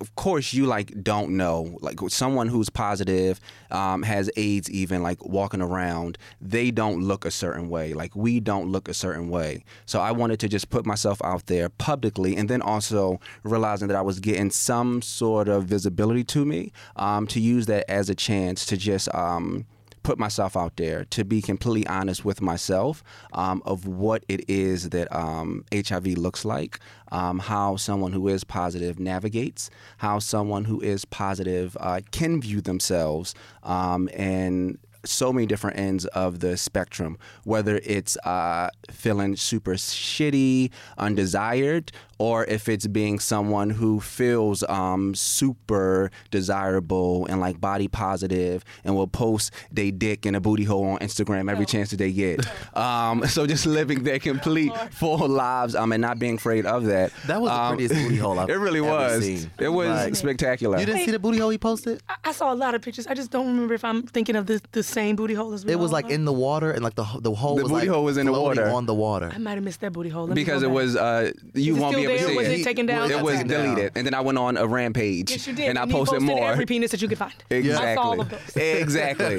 [SPEAKER 4] of course you like don't know like someone who's positive um, has aids even like walking around they don't look a certain way like we don't look a certain way so i wanted to just put myself out there publicly and then also realizing that i was getting some sort of visibility to me um, to use that as a chance to just um, put myself out there to be completely honest with myself um, of what it is that um, HIV looks like, um, how someone who is positive navigates, how someone who is positive uh, can view themselves, um, and so many different ends of the spectrum, whether it's uh, feeling super shitty, undesired, or if it's being someone who feels um, super desirable and like body positive and will post they dick and a booty hole on Instagram every chance that they get. Um, so just living their complete full lives um, and not being afraid of that.
[SPEAKER 6] That was the
[SPEAKER 4] Um,
[SPEAKER 6] prettiest booty hole I've
[SPEAKER 4] It really
[SPEAKER 6] ever
[SPEAKER 4] was.
[SPEAKER 6] seen.
[SPEAKER 4] It was
[SPEAKER 6] Like,
[SPEAKER 4] spectacular.
[SPEAKER 6] You didn't see the booty hole he posted?
[SPEAKER 5] I, I saw a lot of pictures. I just don't remember if I'm thinking of the, the same booty hole as we
[SPEAKER 6] It was
[SPEAKER 5] all
[SPEAKER 6] like
[SPEAKER 5] are.
[SPEAKER 6] in the water, and like the the hole
[SPEAKER 4] The
[SPEAKER 6] was
[SPEAKER 4] booty
[SPEAKER 6] like
[SPEAKER 4] hole was in the
[SPEAKER 6] floating
[SPEAKER 4] water.
[SPEAKER 6] on the water.
[SPEAKER 5] I might have missed that booty hole. Let me
[SPEAKER 4] because
[SPEAKER 5] go
[SPEAKER 4] it
[SPEAKER 5] back.
[SPEAKER 4] was uh, you
[SPEAKER 5] Is it
[SPEAKER 4] won't be
[SPEAKER 5] still
[SPEAKER 4] able to
[SPEAKER 5] there?
[SPEAKER 4] see
[SPEAKER 5] Was it
[SPEAKER 4] it.
[SPEAKER 5] taken down?
[SPEAKER 4] It was
[SPEAKER 6] Taken down.
[SPEAKER 4] deleted, and then I went on a rampage.
[SPEAKER 5] Yes, you did.
[SPEAKER 4] And I
[SPEAKER 5] you
[SPEAKER 4] posted, more.
[SPEAKER 5] every penis that you could find.
[SPEAKER 4] Exactly.
[SPEAKER 5] I saw all of those.
[SPEAKER 4] Exactly.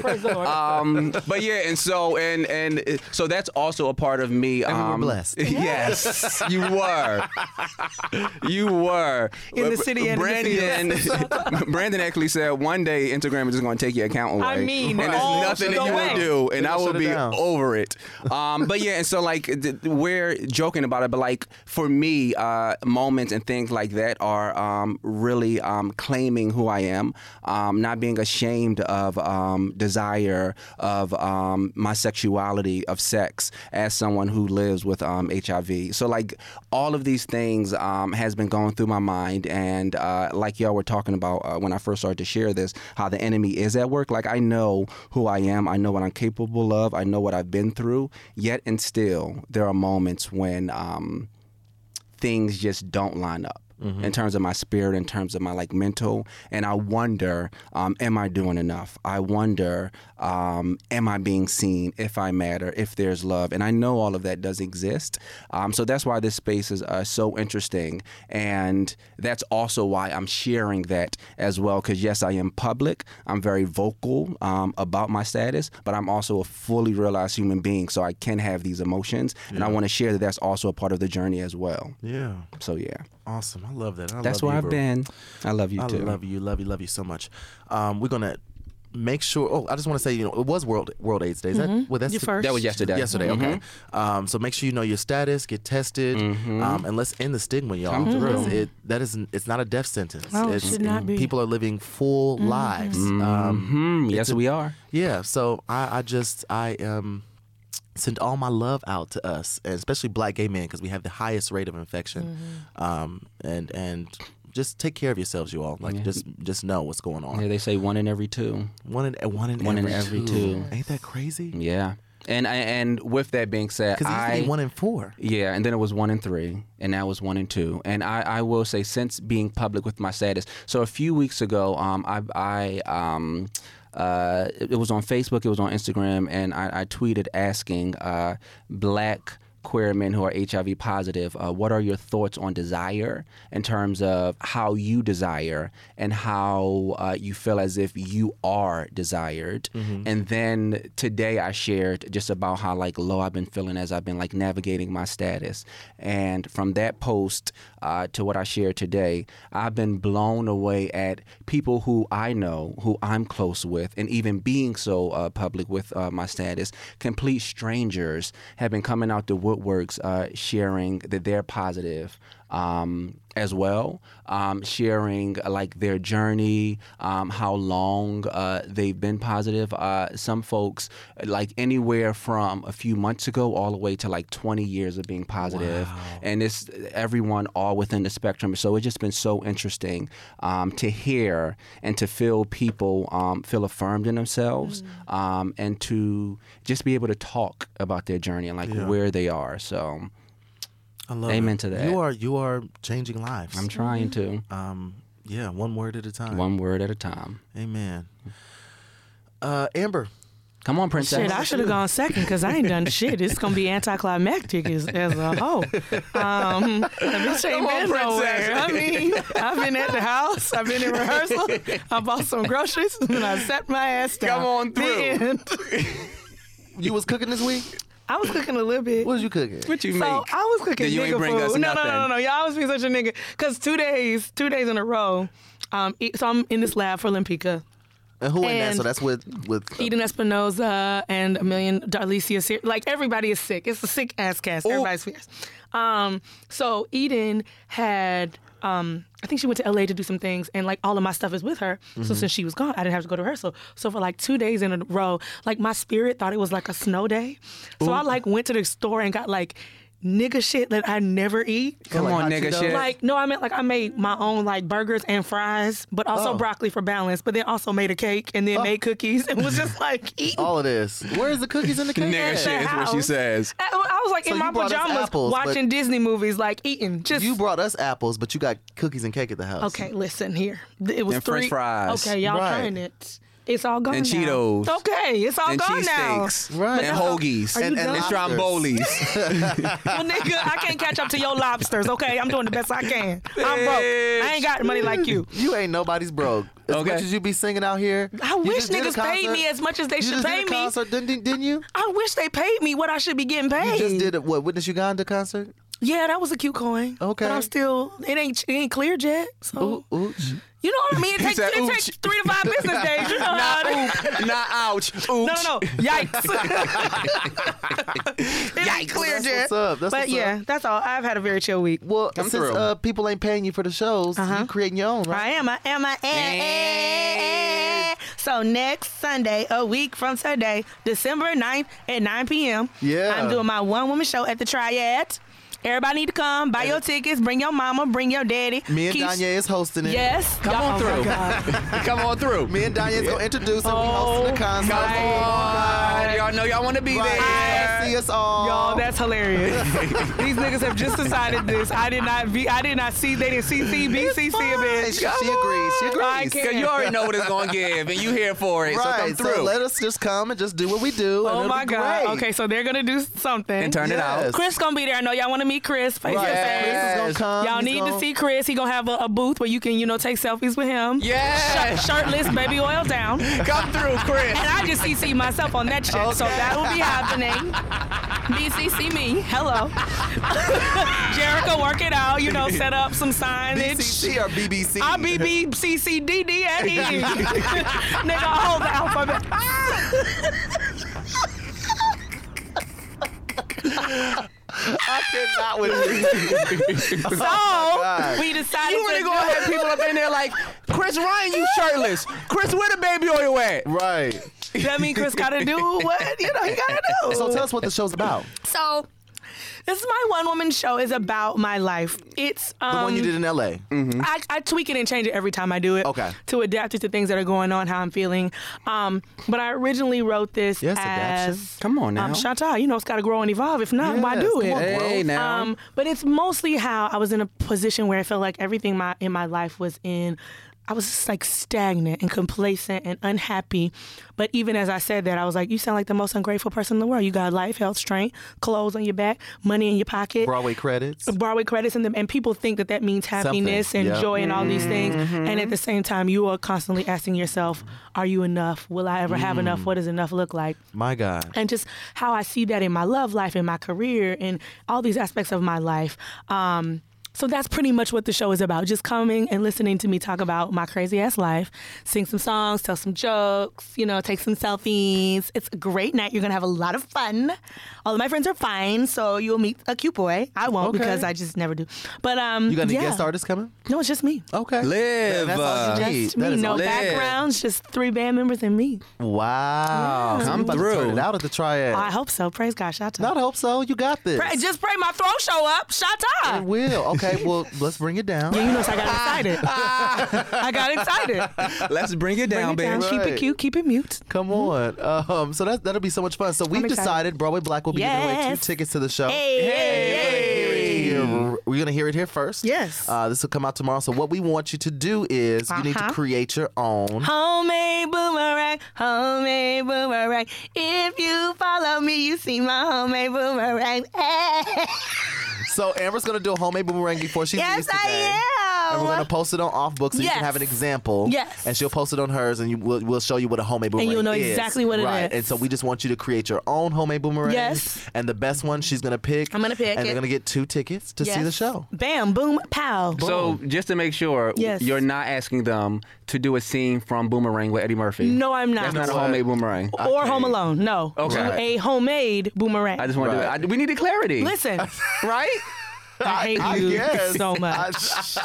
[SPEAKER 5] Praise the Lord.
[SPEAKER 4] Um, but yeah, and so and and uh, so that's also a part of me.
[SPEAKER 6] we were
[SPEAKER 4] um,
[SPEAKER 6] blessed.
[SPEAKER 4] Yes, you were. You were
[SPEAKER 5] In the city and in the
[SPEAKER 4] Brandon. Brandon actually said one day Instagram is just going to take your account away.
[SPEAKER 5] I mean,
[SPEAKER 4] and
[SPEAKER 5] all
[SPEAKER 4] it's nothing
[SPEAKER 5] the
[SPEAKER 4] that you
[SPEAKER 5] way.
[SPEAKER 4] will do, and I
[SPEAKER 6] gonna
[SPEAKER 4] will
[SPEAKER 6] shut it
[SPEAKER 4] be
[SPEAKER 6] down.
[SPEAKER 4] over it. Um, but yeah, and so like th- we're joking about it, but like for me, uh, moments and things like that are um, really um, claiming who I am, um, not being ashamed of um, desire of um, my sexuality of sex as someone who lives with um, HIV. So like all of these things um, has been going through my mind, and uh, like y'all were talking about uh, when I first started to share this, how the enemy is at work. Like I know who I am, I know what I'm capable of, I know what I've been through. Yet and still, there are moments when um, things just don't line up. In terms of my spirit, in terms of my like mental, and I wonder, um, am I doing enough? I wonder, um, am I being seen? If I matter? If there's love? And I know all of that does exist. Um, so that's why this space is uh, so interesting, and that's also why I'm sharing that as well. Because yes, I am public. I'm very vocal um, about my status, but I'm also a fully realized human being, so I can have these emotions, and I want to share that that's also a part of the journey as well.
[SPEAKER 6] Yeah,
[SPEAKER 4] So yeah,
[SPEAKER 6] awesome. I love that. I
[SPEAKER 4] that's
[SPEAKER 6] love
[SPEAKER 4] where
[SPEAKER 6] you,
[SPEAKER 4] I've
[SPEAKER 6] bro.
[SPEAKER 4] been. I love you
[SPEAKER 6] I
[SPEAKER 4] too.
[SPEAKER 6] love you, love you, love you so much. Um, we're gonna make sure. Oh, I just want to say, you know, it was World World AIDS Day. Is that well,
[SPEAKER 5] Mm-hmm.
[SPEAKER 6] that's
[SPEAKER 5] Your first.
[SPEAKER 4] That was yesterday. Mm-hmm.
[SPEAKER 6] Yesterday, okay. Um, so make sure you know your status, get tested,
[SPEAKER 4] Mm-hmm.
[SPEAKER 6] um, and let's end the stigma, y'all. Because it that is it's not a death sentence.
[SPEAKER 5] No, it
[SPEAKER 6] it's,
[SPEAKER 5] should not be. Mm-hmm.
[SPEAKER 6] People are living full lives. Um,
[SPEAKER 4] Hmm, yes, we are.
[SPEAKER 6] yeah. So I, I just I um send all my love out to us, and especially Black gay men, because we have the highest rate of infection. Um, and and just take care of yourselves, you all. Like just just know what's going on.
[SPEAKER 4] Yeah, they say one in every two.
[SPEAKER 6] One in one in
[SPEAKER 4] One in
[SPEAKER 6] every,
[SPEAKER 4] every two.
[SPEAKER 6] Ain't that crazy?
[SPEAKER 4] Yeah, and and with that being said,
[SPEAKER 6] Because it used
[SPEAKER 4] I
[SPEAKER 6] to be one in four.
[SPEAKER 4] Yeah, and then it was one in three, and now it's one in two. And I, I will say, since being public with my status, so a few weeks ago, um, I, I um, uh, it it was on Facebook, it was on Instagram, and I, I tweeted asking uh, black queer men who are HIV positive, uh, what are your thoughts on desire in terms of how you desire and how uh, you feel as if you are desired? And then today I shared just about how like low I've been feeling as I've been like navigating my status. And from that post uh, to what I shared today, I've been blown away at people who I know, who I'm close with, and even being so uh, public with uh, my status, complete strangers have been coming out the woodworks uh, sharing that they're positive um, as well, um, sharing uh, like their journey, um, how long uh, they've been positive. Uh, some folks, like anywhere from a few months ago all the way to like 20 years of being positive. And it's everyone all within the spectrum. So it's just been so interesting um, to hear and to feel people um, feel affirmed in themselves um, and to just be able to talk about their journey and like where they are. So
[SPEAKER 6] I love
[SPEAKER 4] Amen
[SPEAKER 6] it.
[SPEAKER 4] to that.
[SPEAKER 6] You are you are changing lives.
[SPEAKER 4] I'm trying to.
[SPEAKER 6] um, yeah, one word at a time.
[SPEAKER 4] One word at a time.
[SPEAKER 6] Amen. Uh, Amber.
[SPEAKER 4] Come on, princess.
[SPEAKER 3] Shit, I should have gone second because I ain't done shit. It's gonna be anticlimactic as, as a whole. Um, the bitch ain't been nowhere. I mean, I've been at the house. I've been in rehearsal. I bought some groceries and I sat my ass down.
[SPEAKER 4] Come on
[SPEAKER 3] The
[SPEAKER 4] through.
[SPEAKER 3] end.
[SPEAKER 6] You was cooking this week?
[SPEAKER 3] I was cooking a little bit.
[SPEAKER 6] What was you cooking?
[SPEAKER 4] what you
[SPEAKER 3] So
[SPEAKER 4] make?
[SPEAKER 3] I was cooking
[SPEAKER 4] Then you
[SPEAKER 3] nigga
[SPEAKER 4] ain't bring
[SPEAKER 3] food.
[SPEAKER 4] us
[SPEAKER 3] no,
[SPEAKER 4] nothing.
[SPEAKER 3] no, no, no. Y'all was being such a nigga. Cause two days, two days in a row. Um, e- so I'm in this lab for Olympica.
[SPEAKER 6] And who in that?
[SPEAKER 3] And-
[SPEAKER 6] So that's with with uh,
[SPEAKER 3] Eden Espinoza and a million Darlicia. Sir- Like everybody is sick. It's a sick ass cast. Everybody's fierce. Um, so Eden had. Um, I think she went to LA to do some things, and like all of my stuff is with her. So since she was gone, I didn't have to go to rehearsal. So for like two days in a row, like my spirit thought it was like a snow day. So I like went to the store and got like nigga shit that I never eat.
[SPEAKER 4] Come
[SPEAKER 6] like
[SPEAKER 4] on,
[SPEAKER 6] hot
[SPEAKER 4] nigga.
[SPEAKER 6] Cheetos?
[SPEAKER 4] Shit.
[SPEAKER 3] Like no, I meant like I made my own like burgers and fries, but
[SPEAKER 4] Oh.
[SPEAKER 3] also broccoli for balance. But then also made a cake and then made cookies and was just like eating.
[SPEAKER 6] all of this. Where's the cookies in the cake?
[SPEAKER 4] nigga
[SPEAKER 3] at
[SPEAKER 4] shit
[SPEAKER 3] the
[SPEAKER 4] is what she
[SPEAKER 3] house.
[SPEAKER 4] says.
[SPEAKER 3] I- I was like
[SPEAKER 6] So
[SPEAKER 3] in
[SPEAKER 6] you
[SPEAKER 3] my
[SPEAKER 6] brought us
[SPEAKER 3] pajamas
[SPEAKER 6] apples, but-
[SPEAKER 3] watching Disney movies, like eating. Just
[SPEAKER 6] You brought us apples, but you got cookies and cake at the house.
[SPEAKER 3] okay. Listen here, Th- it was
[SPEAKER 4] And
[SPEAKER 3] three
[SPEAKER 4] french fries.
[SPEAKER 3] Okay, y'all
[SPEAKER 6] Right.
[SPEAKER 3] trying it. It's all gone
[SPEAKER 4] And
[SPEAKER 3] now.
[SPEAKER 4] Cheetos.
[SPEAKER 3] Okay, it's all
[SPEAKER 4] and
[SPEAKER 3] gone now.
[SPEAKER 4] cheesesteaks.
[SPEAKER 6] Right.
[SPEAKER 4] And hoagies.
[SPEAKER 3] Are you
[SPEAKER 4] And, and, and
[SPEAKER 6] done?
[SPEAKER 4] strombolis.
[SPEAKER 3] Well, nigga, I can't catch up to your lobsters. Okay, I'm doing the best I can. I'm broke. I ain't got money like you.
[SPEAKER 6] You ain't nobody's broke. As
[SPEAKER 4] Okay.
[SPEAKER 6] much as you be singing out here.
[SPEAKER 3] I
[SPEAKER 6] you
[SPEAKER 3] wish
[SPEAKER 6] just did a
[SPEAKER 3] niggas paid
[SPEAKER 6] concert.
[SPEAKER 3] me as much as they
[SPEAKER 6] you
[SPEAKER 3] should
[SPEAKER 6] just
[SPEAKER 3] pay
[SPEAKER 6] did a
[SPEAKER 3] me.
[SPEAKER 6] concert, didn't, didn't- didn't you?
[SPEAKER 3] I wish they paid me what I should be getting paid.
[SPEAKER 6] You just did a, what Witness Uganda concert?
[SPEAKER 3] Yeah, that was a cute coin.
[SPEAKER 6] Okay.
[SPEAKER 3] But I'm still, it ain't, it ain't cleared yet. So.
[SPEAKER 6] Ooch.
[SPEAKER 3] You know what I mean? It takes,
[SPEAKER 4] said,
[SPEAKER 3] it
[SPEAKER 4] "Ooh,
[SPEAKER 3] takes
[SPEAKER 4] she-
[SPEAKER 3] three to five business days. You know how it is.
[SPEAKER 4] Nah, ouch. Oops. No,
[SPEAKER 3] No, no, no. Yikes. Yikes. Clear,
[SPEAKER 6] That's what's up. That's
[SPEAKER 3] But
[SPEAKER 6] what's
[SPEAKER 3] yeah,
[SPEAKER 6] up.
[SPEAKER 3] that's all. I've had a very chill week.
[SPEAKER 6] Well, since
[SPEAKER 4] through.
[SPEAKER 6] uh, people ain't paying you for the shows,
[SPEAKER 3] Uh-huh.
[SPEAKER 6] you creating your own, right?
[SPEAKER 3] I am. I am. eh, I am. eh, So next Sunday, a week from today, December 9th at 9 p.m.
[SPEAKER 6] Yeah.
[SPEAKER 3] I'm doing my one woman show at the Triad. Everybody need to come. Buy your tickets. Bring your mama. Bring your daddy.
[SPEAKER 6] Me and
[SPEAKER 3] Keith-
[SPEAKER 6] Danya is hosting it.
[SPEAKER 3] Yes. Oh Come
[SPEAKER 4] on through. Come on through.
[SPEAKER 6] Me and Danya is gonna introduce it. we
[SPEAKER 3] Oh
[SPEAKER 6] hosting the concert.
[SPEAKER 4] Come on. Y'all know y'all want to be
[SPEAKER 6] Right.
[SPEAKER 4] there.
[SPEAKER 6] See us all.
[SPEAKER 3] Y'all, that's hilarious. These niggas have just decided this. I did not. Be, I did not see. They didn't see C B C C a
[SPEAKER 6] Hey,
[SPEAKER 3] bitch.
[SPEAKER 6] she, she agrees. She agrees.
[SPEAKER 3] I can't.
[SPEAKER 4] Cause you already know what it's gonna give, and you here for it.
[SPEAKER 6] Right.
[SPEAKER 4] So come through.
[SPEAKER 6] let us just come and just do what we do. and
[SPEAKER 3] Oh
[SPEAKER 6] it'll
[SPEAKER 3] my
[SPEAKER 6] be
[SPEAKER 3] god.
[SPEAKER 6] great.
[SPEAKER 3] Okay, so they're gonna do something.
[SPEAKER 4] and turn it
[SPEAKER 6] Yes.
[SPEAKER 4] out.
[SPEAKER 3] Chris gonna be there. I know y'all want to meet Chris face
[SPEAKER 6] Right.
[SPEAKER 3] to face.
[SPEAKER 6] Chris is gonna come.
[SPEAKER 3] Y'all
[SPEAKER 6] He's
[SPEAKER 3] need
[SPEAKER 6] gonna-
[SPEAKER 3] to see Chris. He gonna have a, a booth where you can, you know, take selfies with him.
[SPEAKER 4] Yeah.
[SPEAKER 3] Shirt- shirtless, baby oil down. And
[SPEAKER 4] Come through, Chris.
[SPEAKER 3] I just CC myself on that shit, so that will be happening. BCC me. Hello. Jericho, work it out. You know, set up some signage.
[SPEAKER 6] BCC or BBC?
[SPEAKER 3] I B B C C D D and E. Nigga, all the alphabet.
[SPEAKER 6] Oh, I cannot with you.
[SPEAKER 3] So
[SPEAKER 6] God.
[SPEAKER 3] we decided
[SPEAKER 4] You really
[SPEAKER 3] to
[SPEAKER 4] gonna
[SPEAKER 3] do-
[SPEAKER 4] have people up in there like, Chris Ryan, you shirtless. Chris, where the baby oil at?
[SPEAKER 6] Right.
[SPEAKER 3] That mean Chris gotta do what you know he gotta do.
[SPEAKER 6] So tell us what the show's about.
[SPEAKER 3] So this is my one woman show is about my life. It's um,
[SPEAKER 6] The one you did in LA.
[SPEAKER 4] Mm-hmm.
[SPEAKER 3] I, I tweak it and change it every time I do it.
[SPEAKER 6] Mm-hmm. Okay.
[SPEAKER 3] To adapt it to things that are going on, how I'm feeling. Um, but I originally wrote this
[SPEAKER 6] Yes, adaption.
[SPEAKER 3] as
[SPEAKER 4] Come on now.
[SPEAKER 3] um, Chantal. You know it's gotta grow and evolve. If not, why
[SPEAKER 6] Yes,
[SPEAKER 3] do
[SPEAKER 6] come
[SPEAKER 3] it?
[SPEAKER 6] on, bro.
[SPEAKER 4] Hey now.
[SPEAKER 3] Um, but it's mostly how I was in a position where I felt like everything my in my life was in. I was just like stagnant and complacent and unhappy. But even as I said that, I was like, "You sound like the most ungrateful person in the world. You got life, health, strength, clothes on your back, money in your pocket,
[SPEAKER 6] Broadway credits.
[SPEAKER 3] Broadway credits, and, the, and people think that that means happiness
[SPEAKER 6] Something,
[SPEAKER 3] and
[SPEAKER 6] yeah.
[SPEAKER 3] joy and all these things. And at the same time, you are constantly asking yourself, "Are you enough? Will I ever have enough? What does enough look like?"
[SPEAKER 6] My God.
[SPEAKER 3] and just how I see that in my love life, in my career, and all these aspects of my life. Um, so that's pretty much what the show is about. Just coming and listening to me talk about my crazy ass life, sing some songs, tell some jokes, you know, take some selfies. It's a great night. You're going to have a lot of fun. All of my friends are fine, so you'll meet a cute boy. I won't
[SPEAKER 6] Okay.
[SPEAKER 3] because I just never do. But um
[SPEAKER 6] You got any
[SPEAKER 3] yeah.
[SPEAKER 6] guest artists coming?
[SPEAKER 3] No, it's just me.
[SPEAKER 6] Okay.
[SPEAKER 4] Live.
[SPEAKER 6] That's all you
[SPEAKER 4] uh,
[SPEAKER 6] need.
[SPEAKER 3] Just
[SPEAKER 6] That
[SPEAKER 3] me,
[SPEAKER 6] is
[SPEAKER 3] no
[SPEAKER 6] all-
[SPEAKER 4] lit.
[SPEAKER 3] backgrounds, just three band members and me.
[SPEAKER 6] Wow.
[SPEAKER 4] I'm
[SPEAKER 6] I'm
[SPEAKER 4] through.
[SPEAKER 6] Turn it out at the triad.
[SPEAKER 3] I hope so. Praise God. Shout out.
[SPEAKER 6] Not hope so. You got this.
[SPEAKER 3] Pray, just pray my throat show up. Shut
[SPEAKER 6] I
[SPEAKER 3] up.
[SPEAKER 6] will. Okay. Well, let's bring it down.
[SPEAKER 3] Yeah, you know, so I
[SPEAKER 6] Ah.
[SPEAKER 3] got excited. I got excited.
[SPEAKER 4] Let's bring it
[SPEAKER 3] Bring
[SPEAKER 4] down,
[SPEAKER 3] it
[SPEAKER 4] baby.
[SPEAKER 3] down. Keep
[SPEAKER 6] Right.
[SPEAKER 3] it cute. Keep it mute.
[SPEAKER 6] Come on. Um, so that that'll be so much fun. So we've
[SPEAKER 3] Mm-hmm. excited.
[SPEAKER 6] decided Broadway Black will be giving away two
[SPEAKER 3] Yes.
[SPEAKER 6] tickets to the show.
[SPEAKER 3] Hey, hey,
[SPEAKER 6] You're gonna hear it hear we're gonna hear it here first.
[SPEAKER 3] Yes.
[SPEAKER 6] Uh, this will come out tomorrow. So what we want you to do is you need to
[SPEAKER 3] Uh-huh.
[SPEAKER 6] create your own.
[SPEAKER 3] Homemade boomerang, homemade boomerang. If you follow me, you see my homemade boomerang.
[SPEAKER 6] So Amber's gonna do a homemade boomerang before she
[SPEAKER 3] Yes,
[SPEAKER 6] leaves today.
[SPEAKER 3] I am.
[SPEAKER 6] And we're gonna post it on Off Book so you
[SPEAKER 3] Yes.
[SPEAKER 6] can have an example.
[SPEAKER 3] Yes.
[SPEAKER 6] And she'll post it on hers, and you will we'll show you what a homemade boomerang
[SPEAKER 3] you'll
[SPEAKER 6] is.
[SPEAKER 3] know exactly what it
[SPEAKER 6] it is.
[SPEAKER 3] is.
[SPEAKER 6] right. And so we just want you to create your own homemade boomerang.
[SPEAKER 3] Yes.
[SPEAKER 6] And the best one she's gonna pick.
[SPEAKER 3] I'm gonna pick
[SPEAKER 6] And
[SPEAKER 3] it.
[SPEAKER 6] they're gonna get two tickets to see the
[SPEAKER 3] Yes.
[SPEAKER 6] show.
[SPEAKER 3] Bam, boom, pow.
[SPEAKER 4] So just to make sure,
[SPEAKER 3] Yes.
[SPEAKER 4] you're not asking them to do a scene from Boomerang with Eddie Murphy.
[SPEAKER 3] No, I'm not.
[SPEAKER 4] That's not a homemade boomerang.
[SPEAKER 3] or Home Alone. No.
[SPEAKER 4] Okay.
[SPEAKER 3] Do A homemade boomerang.
[SPEAKER 4] I just want
[SPEAKER 6] Right.
[SPEAKER 4] to. I, we needed clarity.
[SPEAKER 3] Listen,
[SPEAKER 4] right?
[SPEAKER 3] I hate
[SPEAKER 6] I
[SPEAKER 3] you
[SPEAKER 6] guess.
[SPEAKER 3] so much.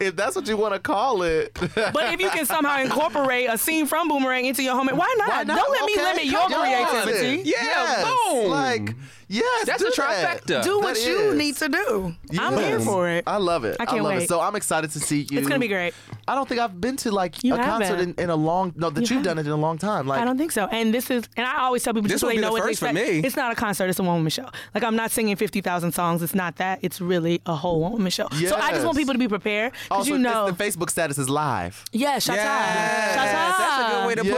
[SPEAKER 6] if that's what you want to call it,
[SPEAKER 3] But if you can somehow incorporate a scene from Boomerang into your homemade, why not?
[SPEAKER 6] why not?
[SPEAKER 3] Don't let me
[SPEAKER 6] Okay,
[SPEAKER 3] limit your
[SPEAKER 6] come on.
[SPEAKER 3] creativity.
[SPEAKER 4] Yeah,
[SPEAKER 6] Yes.
[SPEAKER 4] boom.
[SPEAKER 6] Like, yes,
[SPEAKER 4] That's
[SPEAKER 6] do
[SPEAKER 4] a
[SPEAKER 6] that.
[SPEAKER 4] trifecta.
[SPEAKER 3] Do what
[SPEAKER 6] That
[SPEAKER 3] you
[SPEAKER 6] is.
[SPEAKER 3] need to do. I'm
[SPEAKER 6] Yes.
[SPEAKER 3] here for it.
[SPEAKER 6] I love it.
[SPEAKER 3] I can't
[SPEAKER 6] love
[SPEAKER 3] wait.
[SPEAKER 6] it. So I'm excited to see you.
[SPEAKER 3] It's gonna be great.
[SPEAKER 6] I don't think I've been to like
[SPEAKER 3] You
[SPEAKER 6] a concert in,
[SPEAKER 3] haven't.
[SPEAKER 6] in a long no that
[SPEAKER 3] You
[SPEAKER 6] you have done it in a long time. Like
[SPEAKER 3] I don't think so. And this is, and I always tell people
[SPEAKER 4] This
[SPEAKER 3] just so
[SPEAKER 4] would
[SPEAKER 3] they
[SPEAKER 4] be
[SPEAKER 3] know
[SPEAKER 4] the
[SPEAKER 3] what to
[SPEAKER 4] first for
[SPEAKER 3] expect.
[SPEAKER 4] me.
[SPEAKER 3] It's not a concert; it's a one woman show. Like I'm not singing fifty thousand songs. It's not that. It's really a whole one woman show. So I just want
[SPEAKER 6] Yes.
[SPEAKER 3] people to be prepared because
[SPEAKER 6] also
[SPEAKER 3] you
[SPEAKER 6] it's-
[SPEAKER 3] know.
[SPEAKER 6] the Facebook status is live.
[SPEAKER 3] yeah, shut
[SPEAKER 4] Yes. That's a good way to
[SPEAKER 6] Yes.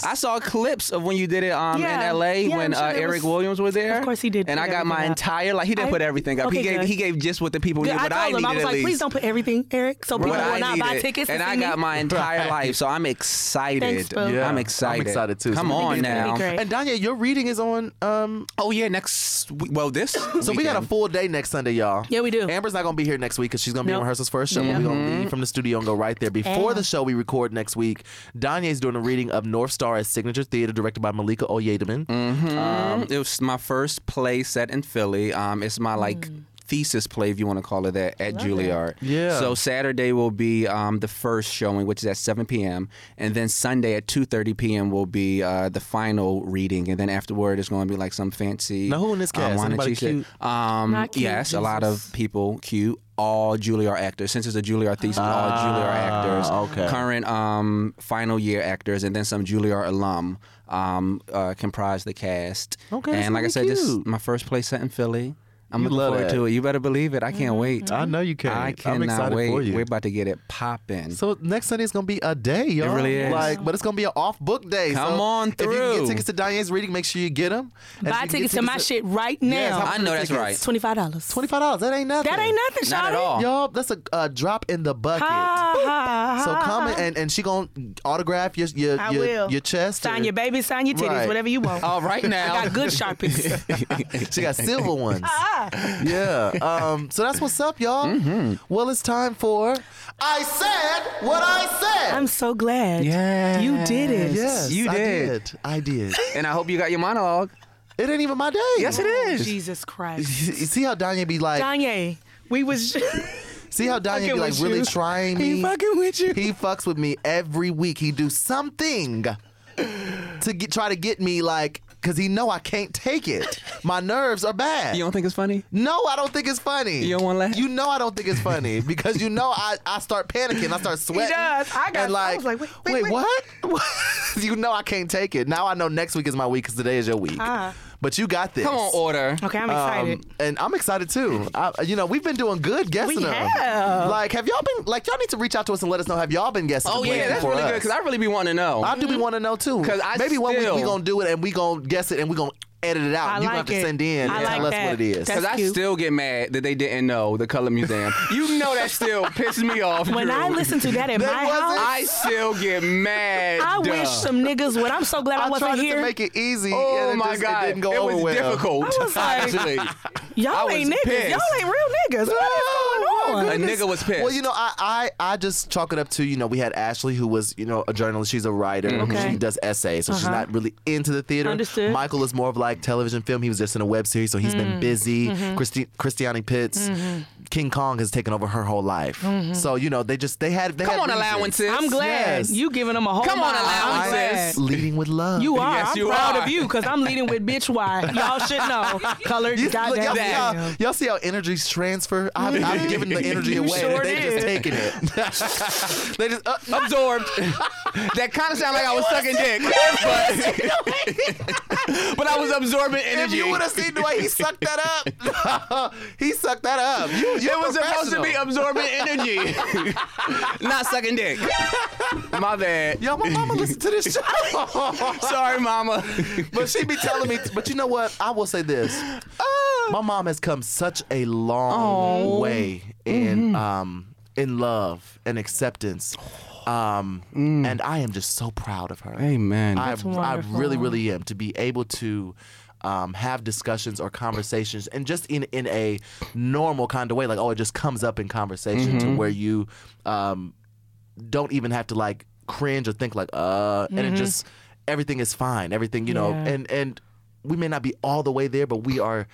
[SPEAKER 4] put it. I saw clips of when you did it um,
[SPEAKER 3] Yeah.
[SPEAKER 4] in LA
[SPEAKER 3] Yeah, I'm
[SPEAKER 4] when
[SPEAKER 3] sure
[SPEAKER 4] uh,
[SPEAKER 3] there
[SPEAKER 4] Eric
[SPEAKER 3] was-
[SPEAKER 4] Williams was there.
[SPEAKER 3] Of course he did
[SPEAKER 4] And
[SPEAKER 3] put
[SPEAKER 4] I got my
[SPEAKER 3] everything up.
[SPEAKER 4] entire like he didn't
[SPEAKER 3] I-
[SPEAKER 4] put everything up. he
[SPEAKER 3] Okay,
[SPEAKER 4] gave
[SPEAKER 3] good.
[SPEAKER 4] he gave just what the people needed,
[SPEAKER 3] I
[SPEAKER 4] what I,
[SPEAKER 3] told him
[SPEAKER 4] needed
[SPEAKER 3] I was
[SPEAKER 4] at
[SPEAKER 3] like,
[SPEAKER 4] least.
[SPEAKER 3] please don't put everything, Eric, so people
[SPEAKER 4] What I
[SPEAKER 3] will not buy
[SPEAKER 4] needed.
[SPEAKER 3] tickets.
[SPEAKER 4] and
[SPEAKER 3] to
[SPEAKER 4] I
[SPEAKER 3] see
[SPEAKER 4] got
[SPEAKER 3] me.
[SPEAKER 4] my entire life, so I'm excited.
[SPEAKER 3] Thanks, boo. Yeah.
[SPEAKER 4] I'm
[SPEAKER 6] I'm
[SPEAKER 4] excited.
[SPEAKER 6] excited too.
[SPEAKER 4] Come
[SPEAKER 6] It's gonna
[SPEAKER 4] on
[SPEAKER 6] be
[SPEAKER 3] great. It's
[SPEAKER 4] now.
[SPEAKER 3] gonna be great.
[SPEAKER 6] And Danya, your reading is on. um
[SPEAKER 4] Oh yeah, next week. Well, this.
[SPEAKER 6] So we got a full day next Sunday, y'all.
[SPEAKER 3] Yeah, we do.
[SPEAKER 6] Amber's not gonna be here next week because she's gonna be
[SPEAKER 3] Nope.
[SPEAKER 6] in rehearsals for a show. But We're
[SPEAKER 4] Mm-hmm.
[SPEAKER 6] gonna leave from the studio and go right there before the show. We record next week. Danya's doing a reading of North Star at Signature Theater, directed by Malika Oyedeman.
[SPEAKER 4] Um, it was my first play set in Philly. Um, it's my like.
[SPEAKER 3] Hmm.
[SPEAKER 4] Thesis play, if you want to call it that, at Juilliard.
[SPEAKER 6] Yeah.
[SPEAKER 4] So Saturday will be um, the first showing, which is at 7 p.m., and then Sunday at 2:30 p.m. will be uh, the final reading, and then afterward it's going to be like some fancy.
[SPEAKER 6] Now, who in this cast?
[SPEAKER 4] wine and
[SPEAKER 6] Anybody
[SPEAKER 4] cheese shit.
[SPEAKER 6] cute?
[SPEAKER 4] Um,
[SPEAKER 3] Not cute,
[SPEAKER 4] yes, a lot of
[SPEAKER 3] Jesus.
[SPEAKER 4] people cute. All Juilliard actors, since it's a Juilliard thesis, all Juilliard
[SPEAKER 6] Ah.
[SPEAKER 4] actors,
[SPEAKER 6] okay.
[SPEAKER 4] current um, final year actors, and then some Juilliard alum um, uh, comprise the cast.
[SPEAKER 6] Okay, that's
[SPEAKER 4] and like I
[SPEAKER 6] really
[SPEAKER 4] said, this is
[SPEAKER 6] cute.
[SPEAKER 4] my first play set in Philly. I'm
[SPEAKER 6] You
[SPEAKER 4] looking
[SPEAKER 6] love
[SPEAKER 4] forward
[SPEAKER 6] that.
[SPEAKER 4] to it. You better believe it. I can't wait.
[SPEAKER 6] I know you can.
[SPEAKER 4] I
[SPEAKER 6] I'm
[SPEAKER 4] cannot
[SPEAKER 6] excited
[SPEAKER 4] wait.
[SPEAKER 6] for you.
[SPEAKER 4] We're about to get it popping.
[SPEAKER 6] So next Sunday is gonna be a day, y'all.
[SPEAKER 4] really is.
[SPEAKER 6] Like, but it's gonna be an off book day.
[SPEAKER 4] Come
[SPEAKER 6] so
[SPEAKER 4] on
[SPEAKER 6] If you can
[SPEAKER 4] through.
[SPEAKER 6] get tickets to Diane's reading, make sure you get them.
[SPEAKER 3] buy tickets to my shit right now.
[SPEAKER 4] I know that's right. Oh.
[SPEAKER 3] Twenty five dollars.
[SPEAKER 6] Twenty five dollars. That ain't nothing.
[SPEAKER 3] That ain't nothing,
[SPEAKER 4] Not at
[SPEAKER 3] shawty. Ah,
[SPEAKER 4] all.
[SPEAKER 6] Y'all, that's a uh, drop in the bucket.
[SPEAKER 3] Ha, ha,
[SPEAKER 6] So
[SPEAKER 3] ha,
[SPEAKER 6] come
[SPEAKER 3] ha.
[SPEAKER 6] and, and she gonna autograph your your
[SPEAKER 3] I
[SPEAKER 6] your,
[SPEAKER 3] will.
[SPEAKER 6] your chest.
[SPEAKER 3] sign
[SPEAKER 6] or-
[SPEAKER 3] your baby, sign your titties,
[SPEAKER 6] Right.
[SPEAKER 3] whatever you want.
[SPEAKER 4] All right now.
[SPEAKER 3] I got good sharpies.
[SPEAKER 6] She got silver ones.
[SPEAKER 3] Ah,
[SPEAKER 6] yeah. Um, so that's what's up, y'all.
[SPEAKER 4] Mm-hmm.
[SPEAKER 6] Well, it's time for I said what I said.
[SPEAKER 3] I'm so glad.
[SPEAKER 4] Yes.
[SPEAKER 3] You did it.
[SPEAKER 6] yes,
[SPEAKER 4] You
[SPEAKER 6] I
[SPEAKER 4] did.
[SPEAKER 6] did. I did.
[SPEAKER 4] and I hope you got your monologue.
[SPEAKER 6] It ain't even my day.
[SPEAKER 4] Yes, it is.
[SPEAKER 3] Jesus Christ.
[SPEAKER 6] You see how Danya be like,
[SPEAKER 3] Kanye, we was.
[SPEAKER 6] see how Danya be
[SPEAKER 3] fucking
[SPEAKER 6] like
[SPEAKER 3] with
[SPEAKER 6] really
[SPEAKER 3] you.
[SPEAKER 6] trying me.
[SPEAKER 4] He fucking with you.
[SPEAKER 6] He fucks with me every week. He do something to get, try to get me like, cause he know I can't take it. My nerves are bad.
[SPEAKER 4] You don't think it's funny?
[SPEAKER 6] no, I don't think it's funny.
[SPEAKER 4] You don't wanna laugh?
[SPEAKER 6] You know I don't think it's funny because you know I, I start panicking. I start sweating.
[SPEAKER 3] does. I got-
[SPEAKER 6] and
[SPEAKER 3] I
[SPEAKER 6] like,
[SPEAKER 3] was like, wait, wait, wait.
[SPEAKER 6] what? you know I can't take it. Now I know next week is my week because today is your week.
[SPEAKER 3] Uh-huh.
[SPEAKER 6] But you got this.
[SPEAKER 4] Come on, order.
[SPEAKER 3] okay, I'm
[SPEAKER 6] Um,
[SPEAKER 3] excited.
[SPEAKER 6] and I'm excited too. I, you know, we've been doing good guessing
[SPEAKER 3] We
[SPEAKER 6] them.
[SPEAKER 3] have.
[SPEAKER 6] Like, have y'all been? Like, y'all need to reach out to us and let us know. Have y'all been guessing?
[SPEAKER 4] Oh
[SPEAKER 6] the
[SPEAKER 4] yeah,
[SPEAKER 6] plan
[SPEAKER 4] that's
[SPEAKER 6] for
[SPEAKER 4] really
[SPEAKER 6] us?
[SPEAKER 4] good because I really be wanting to know.
[SPEAKER 6] I
[SPEAKER 3] Mm-hmm.
[SPEAKER 6] do. We want to know too.
[SPEAKER 4] 'Cause I
[SPEAKER 6] maybe one week
[SPEAKER 4] still-
[SPEAKER 6] we gonna do it and we gonna guess it and we gonna edit it out.
[SPEAKER 3] I
[SPEAKER 6] and you gonna have
[SPEAKER 3] like
[SPEAKER 6] to
[SPEAKER 3] it.
[SPEAKER 6] send in
[SPEAKER 3] I
[SPEAKER 6] and
[SPEAKER 3] like
[SPEAKER 6] tell us
[SPEAKER 3] that.
[SPEAKER 6] what it is.
[SPEAKER 3] That's-
[SPEAKER 4] Because I
[SPEAKER 3] cute.
[SPEAKER 4] still get mad that they didn't know the color museum. you know that still pisses me off.
[SPEAKER 3] When
[SPEAKER 4] Drew.
[SPEAKER 3] I listen to that at
[SPEAKER 6] That
[SPEAKER 3] my
[SPEAKER 6] wasn't-
[SPEAKER 3] house,
[SPEAKER 4] I still get mad.
[SPEAKER 3] I
[SPEAKER 4] duh.
[SPEAKER 3] wish some niggas would. I'm so glad I,
[SPEAKER 6] I
[SPEAKER 3] wasn't
[SPEAKER 6] tried
[SPEAKER 3] here.
[SPEAKER 6] to make it easy.
[SPEAKER 4] Oh
[SPEAKER 6] and it
[SPEAKER 4] my
[SPEAKER 6] just,
[SPEAKER 4] god,
[SPEAKER 6] it didn't go
[SPEAKER 4] it
[SPEAKER 6] over
[SPEAKER 4] was
[SPEAKER 6] well.
[SPEAKER 4] difficult.
[SPEAKER 3] I was like-
[SPEAKER 4] actually.
[SPEAKER 3] Y'all
[SPEAKER 4] I
[SPEAKER 3] ain't
[SPEAKER 4] was
[SPEAKER 3] niggas.
[SPEAKER 4] pissed. Oh,
[SPEAKER 3] Y'all ain't real niggas. What is going on?
[SPEAKER 4] A nigga was pissed.
[SPEAKER 6] Well, you know, I, I I just chalk it up to you know we had Ashley who was you know a journalist. She's a writer.
[SPEAKER 4] Mm-hmm.
[SPEAKER 3] Okay.
[SPEAKER 6] She does essays, so she's
[SPEAKER 3] Uh-huh.
[SPEAKER 6] not really into the theater.
[SPEAKER 3] Understood.
[SPEAKER 6] Michael is more of like television film. He was just in a web series, so he's
[SPEAKER 4] Mm-hmm.
[SPEAKER 6] been busy. Christi- Christiane Pitts, King Kong has taken over her whole life. So you know they just they had they
[SPEAKER 4] Mm-hmm. Come
[SPEAKER 6] had
[SPEAKER 4] on,
[SPEAKER 6] reasons.
[SPEAKER 4] allowances.
[SPEAKER 3] I'm glad
[SPEAKER 6] Yes.
[SPEAKER 3] you giving them a whole.
[SPEAKER 4] Come on,
[SPEAKER 3] lot. I'm
[SPEAKER 4] allowances.
[SPEAKER 3] glad.
[SPEAKER 6] Leading with love.
[SPEAKER 3] You are.
[SPEAKER 4] Yes,
[SPEAKER 3] I'm
[SPEAKER 4] you
[SPEAKER 3] proud
[SPEAKER 4] are.
[SPEAKER 3] of you because I'm leading with bitch why. Y'all should know. Colored
[SPEAKER 6] You- look,
[SPEAKER 3] goddamn.
[SPEAKER 6] y'all, see how,
[SPEAKER 3] damn.
[SPEAKER 6] y'all see how energy transfer? I've, I've given the energy
[SPEAKER 3] You
[SPEAKER 6] away.
[SPEAKER 3] sure
[SPEAKER 6] they
[SPEAKER 3] did.
[SPEAKER 6] just taking it. they just uh,
[SPEAKER 4] absorbed. that kind of sounded like I was sucking dick, but but I was absorbing
[SPEAKER 6] If
[SPEAKER 4] energy.
[SPEAKER 6] you would have seen the way he sucked that up, he sucked that up. You, you
[SPEAKER 4] it was supposed to be absorbing energy, not sucking dick. My bad.
[SPEAKER 6] Yo, my mama listen to this show.
[SPEAKER 4] Sorry, mama.
[SPEAKER 6] but she be telling me. But you know what? I will say this.
[SPEAKER 4] Oh.
[SPEAKER 6] My mom has come such a long way in
[SPEAKER 4] Mm-hmm.
[SPEAKER 6] um in love and acceptance. Um,
[SPEAKER 4] Mm.
[SPEAKER 6] and I am just so proud of her.
[SPEAKER 4] Amen.
[SPEAKER 6] I, I really, really am to be able to um, have discussions or conversations, and just in in a normal kind of way, like oh, it just comes up in conversation to where you um, don't even have to like cringe or think like uh, and it just everything is fine, everything you know, and and we may not be all the way there, but we are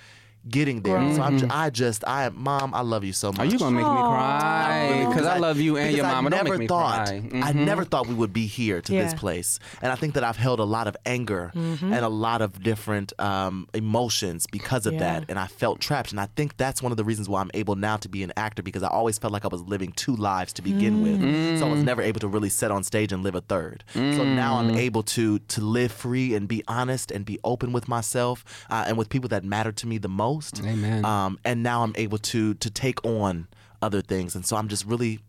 [SPEAKER 6] getting there. So I'm, ju- I just, I mom, I love you so much.
[SPEAKER 4] Are you gonna make me cry? Because I love you and
[SPEAKER 6] because
[SPEAKER 4] your
[SPEAKER 6] I
[SPEAKER 4] mama. Don't
[SPEAKER 6] never
[SPEAKER 4] make me
[SPEAKER 6] thought,
[SPEAKER 4] cry. Mm-hmm.
[SPEAKER 6] I never thought we would be here to this
[SPEAKER 5] Yeah.
[SPEAKER 6] place, and I think that I've held a lot of anger and a lot of different um, emotions because of that, and I felt trapped. And I think that's one of the reasons why I'm able now to be an actor because I always felt like I was living two lives to begin with, so I was never able to really set on stage and live a third. So now
[SPEAKER 4] Mm.
[SPEAKER 6] I'm able to to live free and be honest and be open with myself uh, and with people that matter to me the most. Amen. Um, and now I'm able to to take on other things, and so I'm just really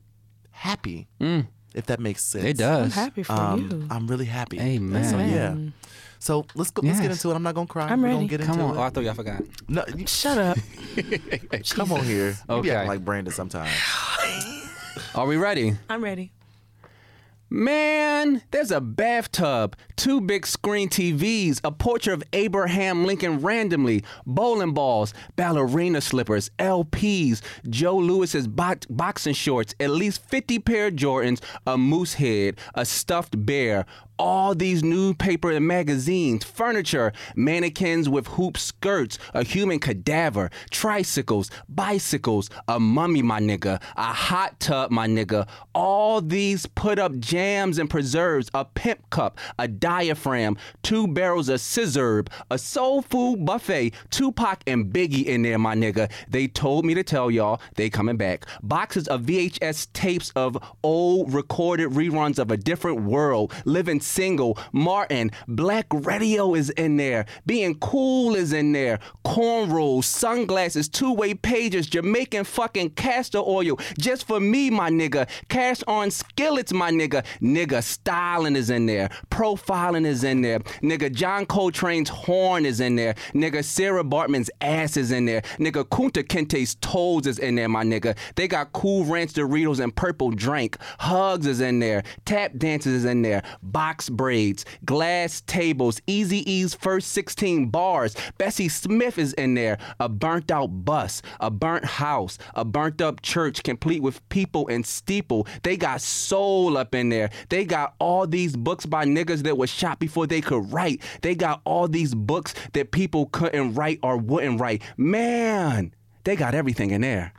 [SPEAKER 6] happy. If that makes sense.
[SPEAKER 4] Mm. It does.
[SPEAKER 3] Happy for you.
[SPEAKER 6] Um, I'm really happy.
[SPEAKER 4] Amen.
[SPEAKER 6] So, yeah. So let's go. Let's get
[SPEAKER 4] Yes.
[SPEAKER 6] into it. I'm not gonna cry.
[SPEAKER 5] I'm
[SPEAKER 6] We're
[SPEAKER 5] ready.
[SPEAKER 6] Gonna get
[SPEAKER 4] Come
[SPEAKER 6] into
[SPEAKER 4] on. Oh, I thought y'all forgot.
[SPEAKER 6] It. No, you,
[SPEAKER 5] Shut up.
[SPEAKER 6] come on here. You
[SPEAKER 4] Okay.
[SPEAKER 6] be acting like Brandon sometimes.
[SPEAKER 4] Are we ready?
[SPEAKER 3] I'm ready.
[SPEAKER 4] Man, there's a bathtub, two big screen TVs, a portrait of Abraham Lincoln randomly, bowling balls, ballerina slippers, LPs, Joe Lewis's box- boxing shorts, at least 50 pair of Jordans, a moose head, a stuffed bear, all these newspaper and magazines, furniture, mannequins with hoop skirts, a human cadaver, tricycles, bicycles, a mummy, my nigga, a hot tub, my nigga, all these put up jams and preserves, a pimp cup, a diaphragm, two barrels of scissor, a soul food buffet, Tupac and Biggie in there, my nigga. They told me to tell y'all they coming back. Boxes of VHS tapes of old recorded reruns of a different world, living single, Martin, Black Radio is in there, being cool is in there, cornrows, sunglasses, two-way pages, Jamaican fucking castor oil, just for me, my nigga. Cash on skillets, my nigga. Nigga, styling is in there, profiling is in there, nigga. John Coltrane's horn is in there, nigga. Sarah Bartman's ass is in there, nigga. Kunta Kente's toes is in there, my nigga. They got cool ranch Doritos and purple drink. Hugs is in there, tap dances is in there, box braids, glass tables, Easy E's first 16 bars. Bessie Smith is in there, a burnt out bus, a burnt house, a burnt up church complete with people and steeple. They got soul up in there. They got all these books by niggas that was shot before they could write. They got all these books that people couldn't write or wouldn't write. Man, they got everything in there.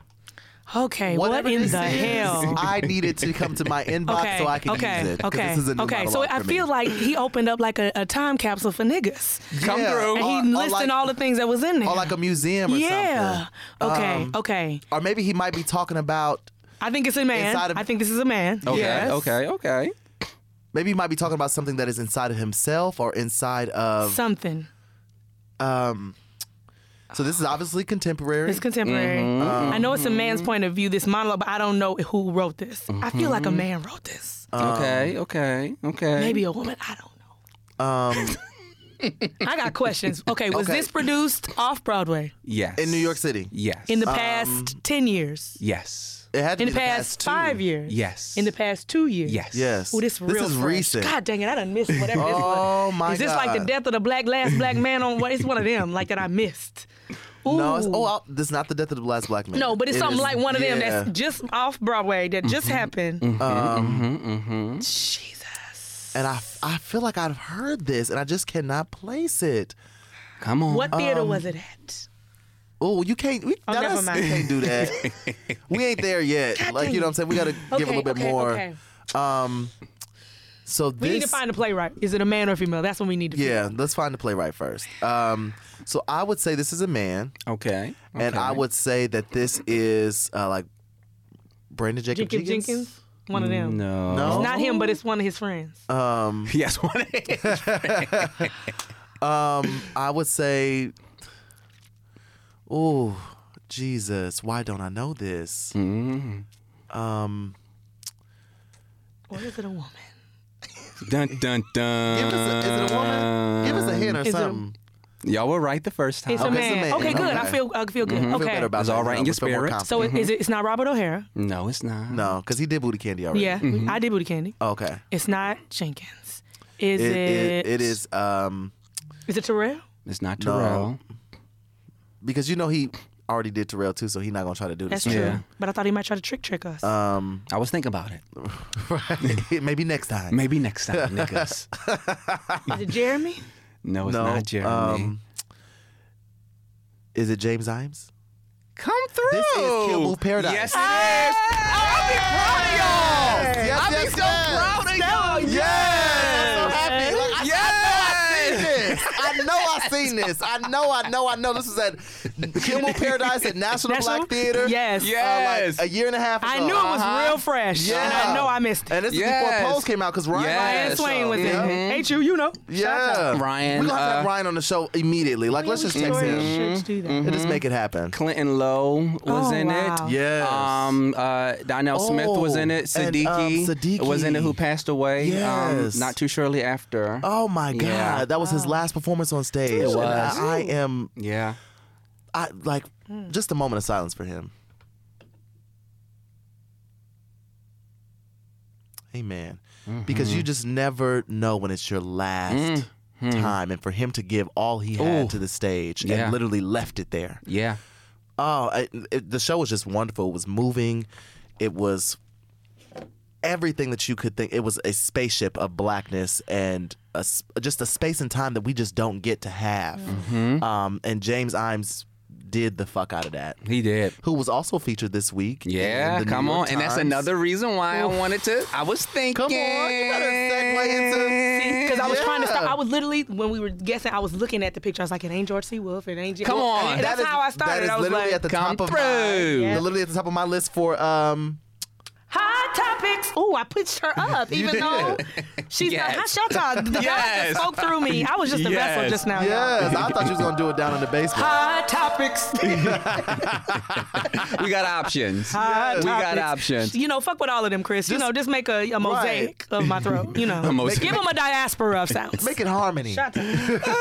[SPEAKER 3] Okay, what
[SPEAKER 6] Whatever
[SPEAKER 3] in
[SPEAKER 6] this
[SPEAKER 3] the
[SPEAKER 6] is,
[SPEAKER 3] hell?
[SPEAKER 6] I needed to come to my inbox
[SPEAKER 3] Okay.
[SPEAKER 6] so I can
[SPEAKER 3] okay.
[SPEAKER 6] use it. 'cause
[SPEAKER 3] Okay.
[SPEAKER 6] This is a new
[SPEAKER 3] okay. So
[SPEAKER 6] monologue
[SPEAKER 3] I
[SPEAKER 6] for me.
[SPEAKER 3] feel like he opened up like a, a time capsule for niggas.
[SPEAKER 6] Come Yeah. through.
[SPEAKER 3] And he
[SPEAKER 6] Or- or
[SPEAKER 3] listing
[SPEAKER 6] like-
[SPEAKER 3] all the things that was in there.
[SPEAKER 6] or like a museum or
[SPEAKER 3] yeah.
[SPEAKER 6] something.
[SPEAKER 3] Okay.
[SPEAKER 6] Um,
[SPEAKER 3] okay.
[SPEAKER 6] Or maybe he might be talking about.
[SPEAKER 3] I think it's a man.
[SPEAKER 6] inside of-
[SPEAKER 3] I think this is a man.
[SPEAKER 4] Okay,
[SPEAKER 3] Yes.
[SPEAKER 4] okay, okay.
[SPEAKER 6] Maybe he might be talking about something that is inside of himself or inside of.
[SPEAKER 3] Something.
[SPEAKER 6] Um, so
[SPEAKER 3] Ah.
[SPEAKER 6] this is obviously contemporary.
[SPEAKER 3] It's contemporary.
[SPEAKER 6] Mm-hmm.
[SPEAKER 3] I know it's a man's point of view, this monologue, but I don't know who wrote this. I feel like a
[SPEAKER 6] Mm-hmm.
[SPEAKER 3] man wrote this.
[SPEAKER 4] Um, okay, okay, okay.
[SPEAKER 3] Maybe a woman. I don't know. I got questions. Okay, was
[SPEAKER 6] um, Okay.
[SPEAKER 3] this produced off Broadway
[SPEAKER 4] Yes.
[SPEAKER 6] in New York City.
[SPEAKER 4] Yes.
[SPEAKER 3] in the
[SPEAKER 6] Um,
[SPEAKER 3] past 10 years?
[SPEAKER 4] yes.
[SPEAKER 6] It had to
[SPEAKER 3] In
[SPEAKER 6] be
[SPEAKER 3] the past,
[SPEAKER 6] two.
[SPEAKER 3] five years?
[SPEAKER 4] Yes.
[SPEAKER 3] In the past two years?
[SPEAKER 4] Yes.
[SPEAKER 6] Yes.
[SPEAKER 3] Oh, this, real
[SPEAKER 6] is
[SPEAKER 3] fresh.
[SPEAKER 6] recent.
[SPEAKER 3] God dang it, I done missed whatever this was.
[SPEAKER 6] Oh, my
[SPEAKER 3] Is this like the
[SPEAKER 6] God.
[SPEAKER 3] death of the black last black man on what? It's one of them, like that I missed. Ooh.
[SPEAKER 6] No, it's, oh, I'll- this is not the death of the last black man.
[SPEAKER 3] No, but it's
[SPEAKER 6] It
[SPEAKER 3] something
[SPEAKER 6] is-
[SPEAKER 3] like one of them that's
[SPEAKER 6] yeah. Mm-hmm.
[SPEAKER 3] just off Broadway that just happened. Jesus.
[SPEAKER 6] And I, I feel like I've heard this, and I just cannot place it.
[SPEAKER 4] Come on.
[SPEAKER 3] What theater
[SPEAKER 6] Um,
[SPEAKER 3] was it at?
[SPEAKER 6] Oh, you can't. We, now
[SPEAKER 3] never
[SPEAKER 6] that's-
[SPEAKER 3] mind.
[SPEAKER 6] You can't do that. we ain't there yet. like you know what I'm saying. We got to give a little bit
[SPEAKER 3] okay,
[SPEAKER 6] more.
[SPEAKER 3] Okay.
[SPEAKER 6] Um, so
[SPEAKER 3] We
[SPEAKER 6] this,
[SPEAKER 3] need to find a playwright. Is it a man or female? That's what we need to figure
[SPEAKER 6] yeah, let's find the playwright first. Um, so I would say this is a man,
[SPEAKER 4] Okay.
[SPEAKER 6] and I would say that this is uh, like Brandon Jacob,
[SPEAKER 3] Jacob Jenkins? One of them.
[SPEAKER 4] Mm, No.
[SPEAKER 6] No,
[SPEAKER 3] It's not him, but
[SPEAKER 6] Oh.
[SPEAKER 3] it's one of his friends.
[SPEAKER 6] Uh,
[SPEAKER 4] Yes, one.
[SPEAKER 6] I would say, oh Jesus, why don't I know this?
[SPEAKER 3] or is it a woman?
[SPEAKER 4] dun dun dun.
[SPEAKER 6] Give us a, is it a woman? Give us a hint or
[SPEAKER 3] it a-
[SPEAKER 6] something.
[SPEAKER 4] Y'all were right the first time.
[SPEAKER 3] It's a
[SPEAKER 6] Okay, it's a
[SPEAKER 3] man.
[SPEAKER 6] man.
[SPEAKER 3] Okay, good. I
[SPEAKER 6] Okay. Mm-hmm.
[SPEAKER 3] feel I feel good.
[SPEAKER 6] I
[SPEAKER 3] Okay.
[SPEAKER 6] feel better about Mm-hmm.
[SPEAKER 4] It's
[SPEAKER 6] that
[SPEAKER 4] all right
[SPEAKER 6] now.
[SPEAKER 4] in your
[SPEAKER 6] I feel more
[SPEAKER 4] spirit.
[SPEAKER 6] confident.
[SPEAKER 3] so it- is it? It's not Robert O'Hara.
[SPEAKER 4] No, it's not.
[SPEAKER 6] no, because he did booty candy already.
[SPEAKER 3] Yeah, I did booty candy.
[SPEAKER 6] Okay.
[SPEAKER 3] It's not Jenkins. Is
[SPEAKER 6] It,
[SPEAKER 3] it?
[SPEAKER 6] it, it is um
[SPEAKER 3] Is it Terrell?
[SPEAKER 4] It's not Terrell.
[SPEAKER 6] because you know he already did Terrell too, so he's not gonna try to do
[SPEAKER 3] That's
[SPEAKER 6] this.
[SPEAKER 3] true.
[SPEAKER 4] Yeah.
[SPEAKER 3] But I thought he might try to trick trick us.
[SPEAKER 6] Uh,
[SPEAKER 4] I was thinking about it.
[SPEAKER 6] Maybe next time.
[SPEAKER 4] Maybe next time, niggas.
[SPEAKER 3] is it Jeremy?
[SPEAKER 4] No, it's
[SPEAKER 6] No,
[SPEAKER 4] not Jeremy.
[SPEAKER 6] um, Is it James Imes?
[SPEAKER 4] Come through.
[SPEAKER 6] This is Kill Move Paradise.
[SPEAKER 4] Yes, it is. Oh,
[SPEAKER 6] Yes,
[SPEAKER 4] I be
[SPEAKER 6] yes, yes.
[SPEAKER 4] proud of y'all. I be so proud of y'all.
[SPEAKER 3] Ah!
[SPEAKER 6] I'm so
[SPEAKER 4] Yes.
[SPEAKER 6] happy. Like, I,
[SPEAKER 4] Yes.
[SPEAKER 6] I know I seen this. I know I seen this. I know, I know, I know. This was at Kimmel Paradise at National,
[SPEAKER 3] National?
[SPEAKER 6] Black Theater.
[SPEAKER 3] Yes.
[SPEAKER 6] uh, like,
[SPEAKER 4] Yes.
[SPEAKER 6] a year and a half ago.
[SPEAKER 3] I knew it was
[SPEAKER 6] Uh-huh.
[SPEAKER 3] real fresh.
[SPEAKER 6] Yeah.
[SPEAKER 3] And I know I missed it.
[SPEAKER 6] And this is
[SPEAKER 4] Yes.
[SPEAKER 6] before Pose came out because Ryan,
[SPEAKER 4] Yes.
[SPEAKER 6] Ryan
[SPEAKER 3] And Swain was in
[SPEAKER 6] Yeah.
[SPEAKER 3] it. Ain't you? You know.
[SPEAKER 6] Yeah.
[SPEAKER 4] Ryan,
[SPEAKER 6] We're going to have
[SPEAKER 4] uh,
[SPEAKER 6] Ryan on the show immediately. Like, let's just text him. Mm-hmm.
[SPEAKER 3] Should do that.
[SPEAKER 6] And just make it happen.
[SPEAKER 4] Clinton Lowe
[SPEAKER 3] Oh,
[SPEAKER 4] was in
[SPEAKER 3] wow.
[SPEAKER 4] it.
[SPEAKER 6] Yes.
[SPEAKER 4] Um, uh, Donnell Smith was in it.
[SPEAKER 6] Oh, and,
[SPEAKER 4] Siddiqui,
[SPEAKER 6] um, Siddiqui.
[SPEAKER 4] was in it, who passed away
[SPEAKER 6] Yes.
[SPEAKER 4] um, not too shortly after.
[SPEAKER 6] Oh my God,
[SPEAKER 4] Yeah.
[SPEAKER 6] that was his last performance on stage. It
[SPEAKER 4] was.
[SPEAKER 6] I, I am,
[SPEAKER 4] Yeah.
[SPEAKER 6] I like, just a moment of silence for him. Amen. Because you
[SPEAKER 4] Mm-hmm.
[SPEAKER 6] just never know when it's your last time, and for him to give all he had
[SPEAKER 4] Ooh.
[SPEAKER 6] to the stage
[SPEAKER 4] Yeah.
[SPEAKER 6] and literally left it there.
[SPEAKER 4] Yeah.
[SPEAKER 6] Oh, I, it, the show was just wonderful. It was moving. It was everything that you could think. It was a spaceship of blackness and a s just a space and time that we just don't get to have.
[SPEAKER 4] Mm-hmm.
[SPEAKER 6] Um, and James Imes did the fuck out of that.
[SPEAKER 4] He did.
[SPEAKER 6] Who was also featured this week? in
[SPEAKER 4] Yeah,
[SPEAKER 6] the New
[SPEAKER 4] come on.
[SPEAKER 6] York
[SPEAKER 4] And that's
[SPEAKER 6] Times.
[SPEAKER 4] another reason why I wanted to. I was thinking.
[SPEAKER 6] Come on, you better segue into.
[SPEAKER 3] Because I was trying to stop.
[SPEAKER 6] Yeah.
[SPEAKER 3] I was literally when we were guessing. I was looking at the picture. I was like, "It ain't George C. Wolf. It ain't." Jim.
[SPEAKER 4] Come on.
[SPEAKER 3] And that's
[SPEAKER 6] That is-
[SPEAKER 3] how I started.
[SPEAKER 6] That is
[SPEAKER 3] I was
[SPEAKER 6] literally
[SPEAKER 3] like,
[SPEAKER 6] at the
[SPEAKER 4] "Come
[SPEAKER 6] top of
[SPEAKER 4] through."
[SPEAKER 6] my
[SPEAKER 4] Yeah.
[SPEAKER 6] literally at the top of my list for um
[SPEAKER 3] "Hot topics." Oh, I pitched her up, even
[SPEAKER 6] did.
[SPEAKER 3] though she's
[SPEAKER 4] Yes.
[SPEAKER 3] not. Hot shot talk. The God
[SPEAKER 4] Yes.
[SPEAKER 3] just spoke through me. I was just a vessel
[SPEAKER 4] Yes.
[SPEAKER 3] just now. y'all.
[SPEAKER 6] yes I thought you was gonna do it down in the basement.
[SPEAKER 3] Hot topics.
[SPEAKER 4] We got options.
[SPEAKER 3] Hot
[SPEAKER 4] We got
[SPEAKER 3] topics.
[SPEAKER 4] options.
[SPEAKER 3] You know, fuck with all of them, Chris. you know, just make a, a mosaic of my throat. You know,
[SPEAKER 4] mosaic.
[SPEAKER 3] give them a diaspora of sounds.
[SPEAKER 6] Make it harmony.
[SPEAKER 3] Hot topics.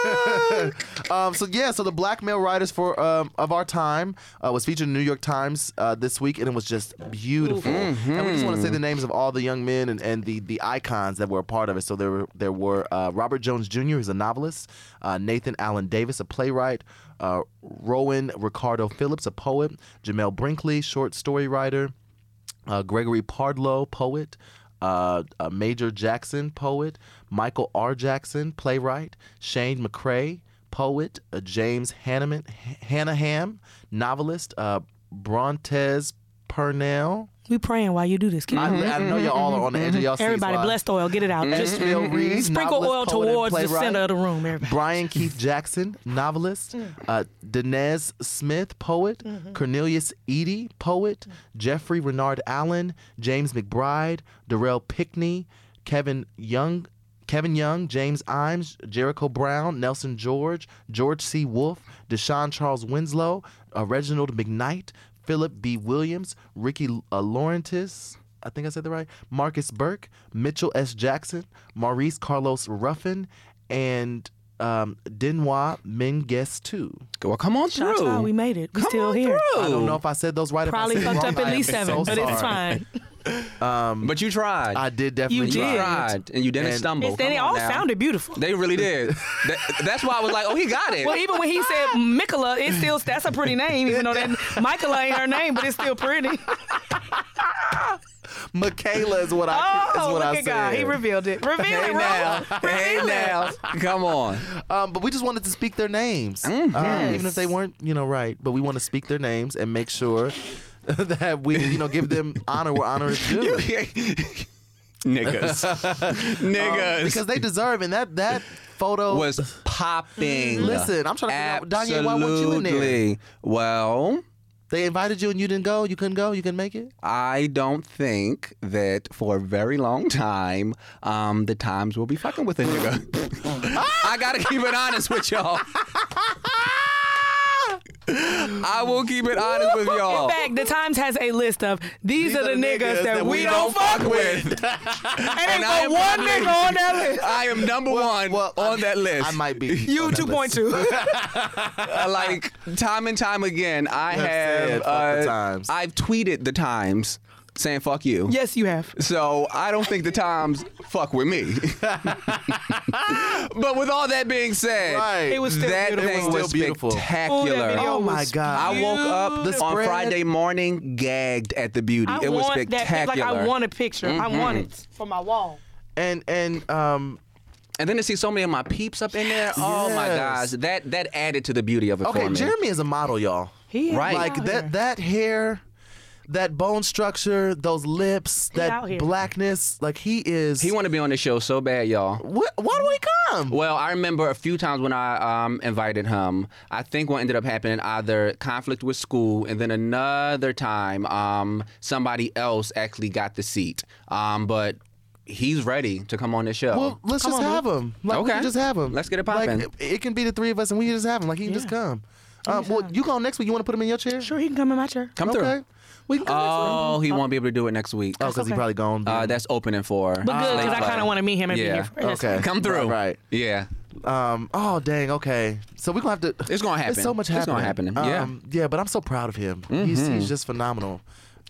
[SPEAKER 6] Um, so yeah, so the black male writers for um, of our time uh, was featured in the New York Times uh, this week, and it was just beautiful. And we just want to say the names of all the young men and, and the the icons that were a part of it. So there were there were uh, Robert Jones Jr. who's a novelist, uh, Nathan Allen Davis, a playwright, uh, Rowan Ricardo Phillips, a poet, Jamel Brinkley, short story writer uh, Gregory Pardlow, poet, uh, uh, Major Jackson, poet, Michael R. Jackson, playwright, Shane McCrae, poet, uh, James Hanneman, Hanahan, novelist, uh, Brontez Purnell.
[SPEAKER 3] We praying while you do this. Keep
[SPEAKER 6] I- I, know y'all all are on the edge of y'all seats.
[SPEAKER 3] mm-hmm, Everybody,
[SPEAKER 6] while-
[SPEAKER 3] blessed oil, get it
[SPEAKER 4] Mm-hmm.
[SPEAKER 3] out. Just
[SPEAKER 6] Ishmael Reed,
[SPEAKER 3] sprinkle oil
[SPEAKER 6] novelist, Mm-hmm. poet, and
[SPEAKER 3] towards the
[SPEAKER 6] playwright.
[SPEAKER 3] center of the room. Everybody.
[SPEAKER 6] Brian Keith Jackson, novelist, uh, Denez Smith, poet, Cornelius Eady, poet, Jeffrey Renard Allen, James McBride, Darrell Pickney, Kevin Young. Kevin Young, James Imes, Jericho Brown, Nelson George, George C. Wolfe, Deshaun Charles Winslow, uh, Reginald McKnight, Philip B. Williams, Ricky uh, Laurentis, I think I said that right, Marcus Burke, Mitchell S. Jackson, Maurice Carlos Ruffin, and um, Denwa Menges too.
[SPEAKER 4] Well, come on
[SPEAKER 3] Shots
[SPEAKER 4] through.
[SPEAKER 3] fired, we made it. We
[SPEAKER 4] Come
[SPEAKER 3] still
[SPEAKER 4] on
[SPEAKER 3] here.
[SPEAKER 4] through.
[SPEAKER 6] I don't know if I said those right.
[SPEAKER 3] Probably
[SPEAKER 6] if I said it
[SPEAKER 3] fucked
[SPEAKER 6] wrong,
[SPEAKER 3] up at
[SPEAKER 6] I
[SPEAKER 3] least
[SPEAKER 6] am
[SPEAKER 3] seven,
[SPEAKER 6] so
[SPEAKER 3] but it's
[SPEAKER 6] sorry.
[SPEAKER 3] fine.
[SPEAKER 4] But you tried.
[SPEAKER 6] Um, I did definitely.
[SPEAKER 3] You did.
[SPEAKER 6] try.
[SPEAKER 4] tried, and you didn't
[SPEAKER 6] And-
[SPEAKER 4] stumble.
[SPEAKER 3] It's- they
[SPEAKER 4] Come on
[SPEAKER 3] all
[SPEAKER 4] now.
[SPEAKER 3] sounded beautiful.
[SPEAKER 4] They really did. That- that's why I was like, oh, he got it.
[SPEAKER 3] well, even when he said Mikola, it's still that's a pretty name, even though that Michaela ain't her name, but it's still pretty.
[SPEAKER 6] Michaela is what I is
[SPEAKER 3] Oh,
[SPEAKER 6] what
[SPEAKER 3] look
[SPEAKER 6] I
[SPEAKER 3] at God,
[SPEAKER 6] said.
[SPEAKER 3] he revealed it. Reveal
[SPEAKER 4] hey
[SPEAKER 3] it,
[SPEAKER 4] now,
[SPEAKER 3] now.
[SPEAKER 4] hey now, come on.
[SPEAKER 6] Um, but we just wanted to speak their names, um, even if they weren't, you know, right. But we want to speak their names and make sure that we, you know, give them honor where honor is due.
[SPEAKER 4] Niggas,
[SPEAKER 3] Um,
[SPEAKER 4] niggas,
[SPEAKER 6] Um, because they deserve. And that that photo
[SPEAKER 4] was popping.
[SPEAKER 3] Mm-hmm.
[SPEAKER 6] Listen, I'm trying to figure out, Danya, why weren't you in there?
[SPEAKER 4] Absolutely. Well,
[SPEAKER 6] They invited you and you didn't go. You couldn't go. You couldn't make it.
[SPEAKER 4] I don't think that for a very long time, um, the times will be fucking with a nigga. I gotta keep it honest with y'all. I will keep it honest with
[SPEAKER 3] In
[SPEAKER 4] y'all.
[SPEAKER 3] fact, the Times has a list of these, are the niggas, that, we don't fuck with.
[SPEAKER 4] and
[SPEAKER 3] ain't
[SPEAKER 4] I
[SPEAKER 3] but
[SPEAKER 4] am
[SPEAKER 3] one
[SPEAKER 4] number-
[SPEAKER 3] nigga on that list.
[SPEAKER 4] I am number one
[SPEAKER 6] well,
[SPEAKER 4] on
[SPEAKER 6] I-
[SPEAKER 4] that list.
[SPEAKER 6] I might be.
[SPEAKER 3] You
[SPEAKER 6] on that
[SPEAKER 3] two point two.
[SPEAKER 4] Uh, like time and time again, I
[SPEAKER 6] have
[SPEAKER 4] have.
[SPEAKER 6] said, "Fuck
[SPEAKER 4] uh,
[SPEAKER 6] the Times."
[SPEAKER 4] I've tweeted the times saying "fuck you."
[SPEAKER 3] yes, you have.
[SPEAKER 4] So I don't think the times fuck with me. but with all that being said,
[SPEAKER 6] Right.
[SPEAKER 3] It was still
[SPEAKER 4] that
[SPEAKER 3] beautiful.
[SPEAKER 4] thing
[SPEAKER 6] It was
[SPEAKER 4] was,
[SPEAKER 6] still beautiful.
[SPEAKER 3] Ooh, that
[SPEAKER 4] spectacular.
[SPEAKER 3] video
[SPEAKER 6] Oh my
[SPEAKER 3] was
[SPEAKER 6] God.
[SPEAKER 4] I woke up
[SPEAKER 6] The
[SPEAKER 4] on
[SPEAKER 6] spread.
[SPEAKER 4] Friday morning gagged at the beauty.
[SPEAKER 3] I
[SPEAKER 4] it was
[SPEAKER 3] want that pic-
[SPEAKER 4] spectacular.
[SPEAKER 3] Like I want a picture.
[SPEAKER 6] Mm-hmm.
[SPEAKER 3] I want it for my wall.
[SPEAKER 6] And and um.
[SPEAKER 4] and then to see so many of my peeps up in there, oh my gosh,
[SPEAKER 6] Yes.
[SPEAKER 4] that that added to the beauty of it
[SPEAKER 6] Okay,
[SPEAKER 4] for me.
[SPEAKER 6] Jeremy is a model, y'all.
[SPEAKER 3] He is
[SPEAKER 4] Right.
[SPEAKER 6] like
[SPEAKER 3] out
[SPEAKER 6] that
[SPEAKER 3] here.
[SPEAKER 6] that hair, that bone structure, those lips,
[SPEAKER 3] out
[SPEAKER 6] that
[SPEAKER 3] here.
[SPEAKER 6] blackness. Like he is.
[SPEAKER 4] he want to be on the show so bad, y'all.
[SPEAKER 6] What, why do he come?
[SPEAKER 4] Well, I remember a few times when I um, invited him. I think what ended up happening either conflict with school, and then another time um, somebody else actually got the seat. Um, but he's ready to come on this show.
[SPEAKER 6] Well, let's just have him. Like, we
[SPEAKER 4] Okay.
[SPEAKER 6] can just have him.
[SPEAKER 4] Let's get it
[SPEAKER 6] Like,
[SPEAKER 4] poppin'.
[SPEAKER 6] it, it can be the three of us, and we can just have him. Like he can just come. Um, well, you go next week. You want to put him in your chair?
[SPEAKER 3] Sure, he can come in my chair.
[SPEAKER 4] come
[SPEAKER 6] Okay.
[SPEAKER 4] through.
[SPEAKER 6] We can go
[SPEAKER 4] Oh, he won't be able to do it next week.
[SPEAKER 6] next week. because he
[SPEAKER 3] okay.
[SPEAKER 6] probably gone.
[SPEAKER 4] Uh, that's opening for.
[SPEAKER 3] But good, because I kind of want to meet him and
[SPEAKER 4] Yeah.
[SPEAKER 3] be here. For his-
[SPEAKER 6] Ah, Okay.
[SPEAKER 4] Come through.
[SPEAKER 6] Right,
[SPEAKER 4] Yeah.
[SPEAKER 6] right. Um. Oh dang. Okay. So we're gonna have to.
[SPEAKER 4] It's gonna
[SPEAKER 6] There's
[SPEAKER 4] happen.
[SPEAKER 6] so much
[SPEAKER 4] It's
[SPEAKER 6] happening.
[SPEAKER 4] gonna happen, yeah.
[SPEAKER 6] Um, yeah. But I'm so proud of him. He's, he's just phenomenal.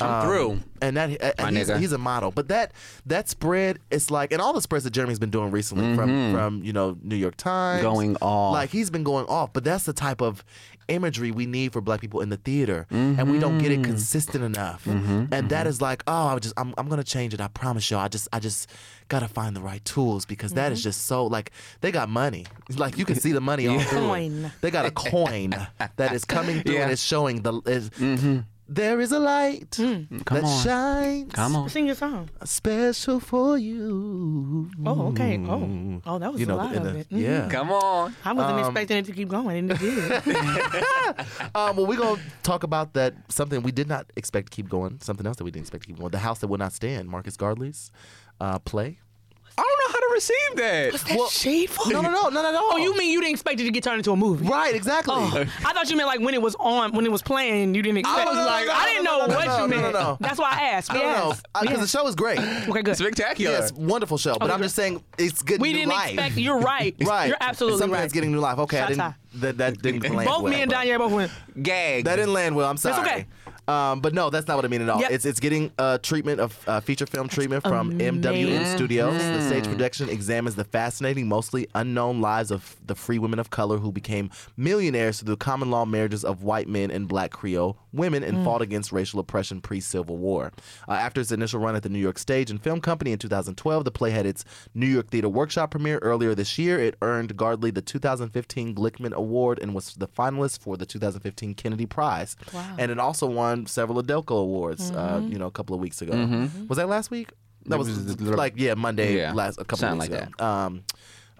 [SPEAKER 6] Uh,
[SPEAKER 4] Come through.
[SPEAKER 6] and that
[SPEAKER 4] My
[SPEAKER 6] and he's,
[SPEAKER 4] nigga.
[SPEAKER 6] he's a model. But that that spread it's like and all the spreads that Jeremy's been doing recently from from you know New York Times
[SPEAKER 4] Mm-hmm. Going off.
[SPEAKER 6] like he's been going off. But that's the type of imagery we need for Black people in the theater, and we don't get
[SPEAKER 3] Mm-hmm.
[SPEAKER 6] it consistent enough. And that is like oh I just I'm I'm gonna change it. I promise y'all. I just I just gotta find the right tools because that
[SPEAKER 3] Mm-hmm.
[SPEAKER 6] is just so like they got money. Like you can see the money on through. it.
[SPEAKER 3] Coin.
[SPEAKER 6] They got a coin that is coming through
[SPEAKER 4] Yeah.
[SPEAKER 6] and it's showing the. Is,
[SPEAKER 3] Mm-hmm.
[SPEAKER 6] there is a light
[SPEAKER 3] Mm.
[SPEAKER 6] that shines
[SPEAKER 4] Come on.
[SPEAKER 3] Sing your song.
[SPEAKER 6] special for you.
[SPEAKER 3] Oh, okay. Oh, oh, that was
[SPEAKER 6] Mm. You
[SPEAKER 3] a
[SPEAKER 6] know,
[SPEAKER 3] lot
[SPEAKER 6] in
[SPEAKER 3] of
[SPEAKER 6] the-
[SPEAKER 3] it. Mhm.
[SPEAKER 6] yeah.
[SPEAKER 4] Come on.
[SPEAKER 3] I wasn't expecting it to keep going, and it did.
[SPEAKER 6] Um, well, we're going to talk about that something we did not expect to keep going, something else that we didn't expect to keep going. The House That Would Not Stand, Marcus Gardley's uh, play.
[SPEAKER 4] I don't know how to receive that.
[SPEAKER 3] That's shameful.
[SPEAKER 6] No, no, no, not at all.
[SPEAKER 3] Oh, you mean you didn't expect it to get turned into a movie?
[SPEAKER 6] Right, exactly.
[SPEAKER 3] Oh, I thought you meant like when it was on, when it was playing, you didn't expect.
[SPEAKER 6] was
[SPEAKER 3] it.
[SPEAKER 6] like,
[SPEAKER 3] I didn't
[SPEAKER 6] no,
[SPEAKER 3] know
[SPEAKER 6] no, no,
[SPEAKER 3] what
[SPEAKER 6] no,
[SPEAKER 3] you
[SPEAKER 6] no, no,
[SPEAKER 3] meant.
[SPEAKER 6] no.
[SPEAKER 3] That's why I asked.
[SPEAKER 6] I don't know.
[SPEAKER 3] Yes.
[SPEAKER 6] Because the
[SPEAKER 3] Yes.
[SPEAKER 6] show is great.
[SPEAKER 3] Okay, good.
[SPEAKER 4] Spectacular.
[SPEAKER 6] Yes, wonderful show. But
[SPEAKER 3] Okay,
[SPEAKER 6] I'm
[SPEAKER 3] good.
[SPEAKER 6] just saying it's good
[SPEAKER 3] We
[SPEAKER 6] new
[SPEAKER 3] didn't
[SPEAKER 6] life.
[SPEAKER 3] expect. You're right.
[SPEAKER 6] Right.
[SPEAKER 3] You're absolutely
[SPEAKER 6] Something
[SPEAKER 3] right.
[SPEAKER 6] that's getting new life. Okay, I
[SPEAKER 3] Shots
[SPEAKER 6] didn't. That, that didn't land
[SPEAKER 3] both
[SPEAKER 6] well,
[SPEAKER 3] me and
[SPEAKER 6] but-
[SPEAKER 3] Danye both went.
[SPEAKER 4] Gag.
[SPEAKER 6] That didn't land well. I'm sorry.
[SPEAKER 3] okay.
[SPEAKER 6] Um, but no, that's not what I mean at all.
[SPEAKER 3] Yep.
[SPEAKER 6] It's it's getting uh, treatment of uh, feature film treatment from MWM Studios. The stage production examines the fascinating, mostly unknown lives of the free women of color who became millionaires through the common law marriages of white men and black Creole women and fought against racial oppression pre Civil War. Uh, after its initial run at the New York Stage and Film Company in 2012, the play had its New York Theater Workshop premiere earlier this year. It earned Gardley the 2015 Glickman Award and was the finalist for the 2015 Kennedy Prize. And it also won several Adelco Awards, uh, you know, a couple of weeks ago. Was that last week? That was, like yeah, Monday
[SPEAKER 4] Yeah,
[SPEAKER 6] last a couple of
[SPEAKER 4] something
[SPEAKER 6] weeks
[SPEAKER 4] like
[SPEAKER 6] ago. Um,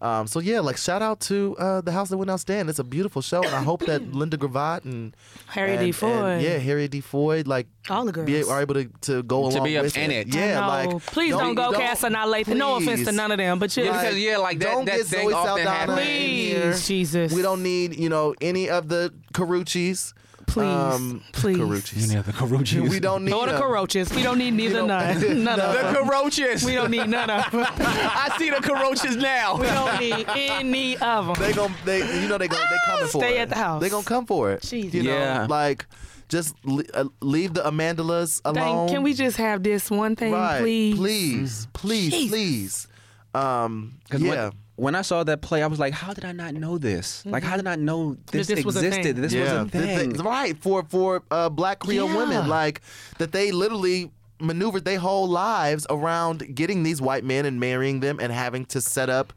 [SPEAKER 6] um, so yeah, like shout out to uh, the House That Went Out Stand. It's a beautiful show, and I hope that Linda Gravatt and
[SPEAKER 3] Harriet
[SPEAKER 6] and-
[SPEAKER 3] D.
[SPEAKER 6] and,
[SPEAKER 3] Floyd.
[SPEAKER 6] yeah, Harriet D. Floyd, like
[SPEAKER 3] All the
[SPEAKER 6] be,
[SPEAKER 3] girls.
[SPEAKER 6] are able to, to go
[SPEAKER 4] To
[SPEAKER 6] along
[SPEAKER 4] be up
[SPEAKER 6] with
[SPEAKER 4] in it.
[SPEAKER 6] Yeah,
[SPEAKER 3] I know.
[SPEAKER 6] like
[SPEAKER 3] please don't, go cast and not Lathan. No offense to
[SPEAKER 6] please.
[SPEAKER 3] none of them, but you.
[SPEAKER 4] Right. Because, yeah, like, that-
[SPEAKER 6] don't
[SPEAKER 4] that
[SPEAKER 6] get
[SPEAKER 4] thing
[SPEAKER 6] Zoe
[SPEAKER 4] often
[SPEAKER 6] Saldana
[SPEAKER 4] happens.
[SPEAKER 6] in
[SPEAKER 3] Please,
[SPEAKER 6] here.
[SPEAKER 3] Jesus.
[SPEAKER 6] We don't need you know any of the Caruchis.
[SPEAKER 3] Please,
[SPEAKER 6] um,
[SPEAKER 3] please.
[SPEAKER 6] Caruchis. Any of the Caruchis. We don't need
[SPEAKER 3] Or the
[SPEAKER 6] them.
[SPEAKER 3] Caroaches. We don't need neither
[SPEAKER 6] uh, don't-
[SPEAKER 3] none. None of
[SPEAKER 6] The
[SPEAKER 3] them.
[SPEAKER 4] Caroaches.
[SPEAKER 3] We don't need none of them.
[SPEAKER 4] I see the Caroaches now.
[SPEAKER 3] We don't need any of them.
[SPEAKER 6] They gon' they you know they gon' they coming for it.
[SPEAKER 3] Stay at the house.
[SPEAKER 6] They gonna come for it.
[SPEAKER 3] Jesus.
[SPEAKER 6] You know,
[SPEAKER 4] Yeah.
[SPEAKER 6] like just le- uh, leave the Amandalas alone.
[SPEAKER 3] Dang, can we just have this one thing,
[SPEAKER 6] right.
[SPEAKER 3] please?
[SPEAKER 6] please, please, please. Um,
[SPEAKER 4] Mm. 'Cause when-
[SPEAKER 6] yeah.
[SPEAKER 4] When I saw that play, I was like, "How did I not know this? Like, how did I know this,
[SPEAKER 3] Mm-hmm. this was a
[SPEAKER 4] existed?
[SPEAKER 3] thing.
[SPEAKER 4] This
[SPEAKER 6] yeah,
[SPEAKER 4] was a
[SPEAKER 6] the
[SPEAKER 4] thing."
[SPEAKER 6] thing- right for for uh, black Creole
[SPEAKER 4] Yeah.
[SPEAKER 6] women, like that they literally maneuvered their whole lives around getting these white men and marrying them and having to set up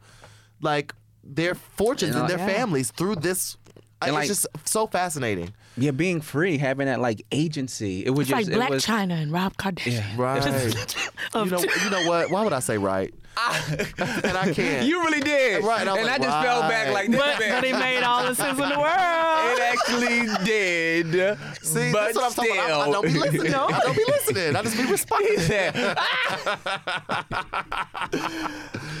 [SPEAKER 6] like their fortunes and their families through this.
[SPEAKER 4] And,
[SPEAKER 6] it's
[SPEAKER 4] like-
[SPEAKER 6] just so fascinating,
[SPEAKER 4] Yeah, being free, having that like agency, it was
[SPEAKER 3] It's like
[SPEAKER 4] just it
[SPEAKER 3] Black
[SPEAKER 4] was,
[SPEAKER 3] China and Rob Kardashian.
[SPEAKER 6] right? you know, you know what? Why would I say right? and I can't.
[SPEAKER 4] You really did.
[SPEAKER 6] Right, and
[SPEAKER 4] And,
[SPEAKER 6] I was
[SPEAKER 4] I
[SPEAKER 6] like,
[SPEAKER 4] just fell back
[SPEAKER 6] why?
[SPEAKER 4] like this.
[SPEAKER 3] But,
[SPEAKER 4] man.
[SPEAKER 3] but it made all the sense in the world.
[SPEAKER 4] It actually did.
[SPEAKER 6] See,
[SPEAKER 4] but
[SPEAKER 6] that's what I'm
[SPEAKER 4] still.
[SPEAKER 6] talking about. I, I don't be listening. I don't be listening. I just be responding.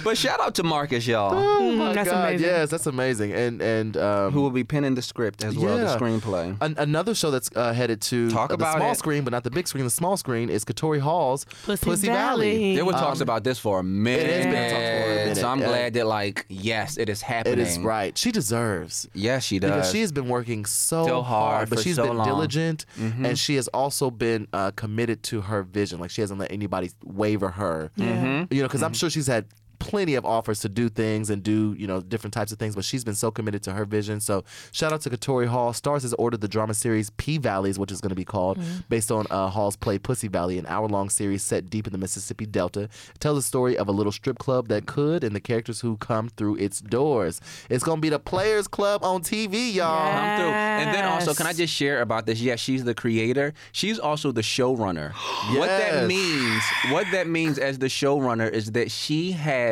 [SPEAKER 4] but shout out to Marcus, y'all,
[SPEAKER 6] Oh my
[SPEAKER 3] that's
[SPEAKER 6] God,
[SPEAKER 3] amazing.
[SPEAKER 6] Yes, that's amazing. And and um,
[SPEAKER 4] who will be penning the script as well, the screenplay.
[SPEAKER 6] An- another show that's uh, headed to
[SPEAKER 4] Talk
[SPEAKER 6] uh,
[SPEAKER 4] about
[SPEAKER 6] the small
[SPEAKER 4] it.
[SPEAKER 6] screen, but not the big screen. The small screen is Katori Hall's Pussy, Valley.
[SPEAKER 4] There were talks
[SPEAKER 3] um,
[SPEAKER 4] about this for a minute.
[SPEAKER 6] has been talked for a minute,
[SPEAKER 4] So I'm
[SPEAKER 6] yeah.
[SPEAKER 4] glad that, like, yes, it is happening.
[SPEAKER 6] It is right. She deserves.
[SPEAKER 4] Yes, she
[SPEAKER 6] Because
[SPEAKER 4] does.
[SPEAKER 6] she has been working so,
[SPEAKER 4] So hard
[SPEAKER 6] but
[SPEAKER 4] for
[SPEAKER 6] she's
[SPEAKER 4] so
[SPEAKER 6] been
[SPEAKER 4] long.
[SPEAKER 6] diligent,
[SPEAKER 4] Mm-hmm.
[SPEAKER 6] and she has also been uh, committed to her vision. Like she hasn't let anybody waver her. You know, because
[SPEAKER 4] Mm-hmm.
[SPEAKER 6] I'm sure she's had plenty of offers to do things and do you know different types of things, but she's been so committed to her vision. So shout out to Katori Hall. Stars has ordered the drama series P Valleys, which is going to be called based on uh, Hall's play Pussy Valley, an hour-long series set deep in the Mississippi Delta. It tells the story of a little strip club that could and the characters who come through its doors. It's going to be the Players Club on TV, y'all.
[SPEAKER 4] Come through. And then also, can I
[SPEAKER 3] Yes.
[SPEAKER 4] just share about this? Yeah, she's the creator. She's also the showrunner. What that
[SPEAKER 6] Yes.
[SPEAKER 4] means, what that means as the showrunner is that she has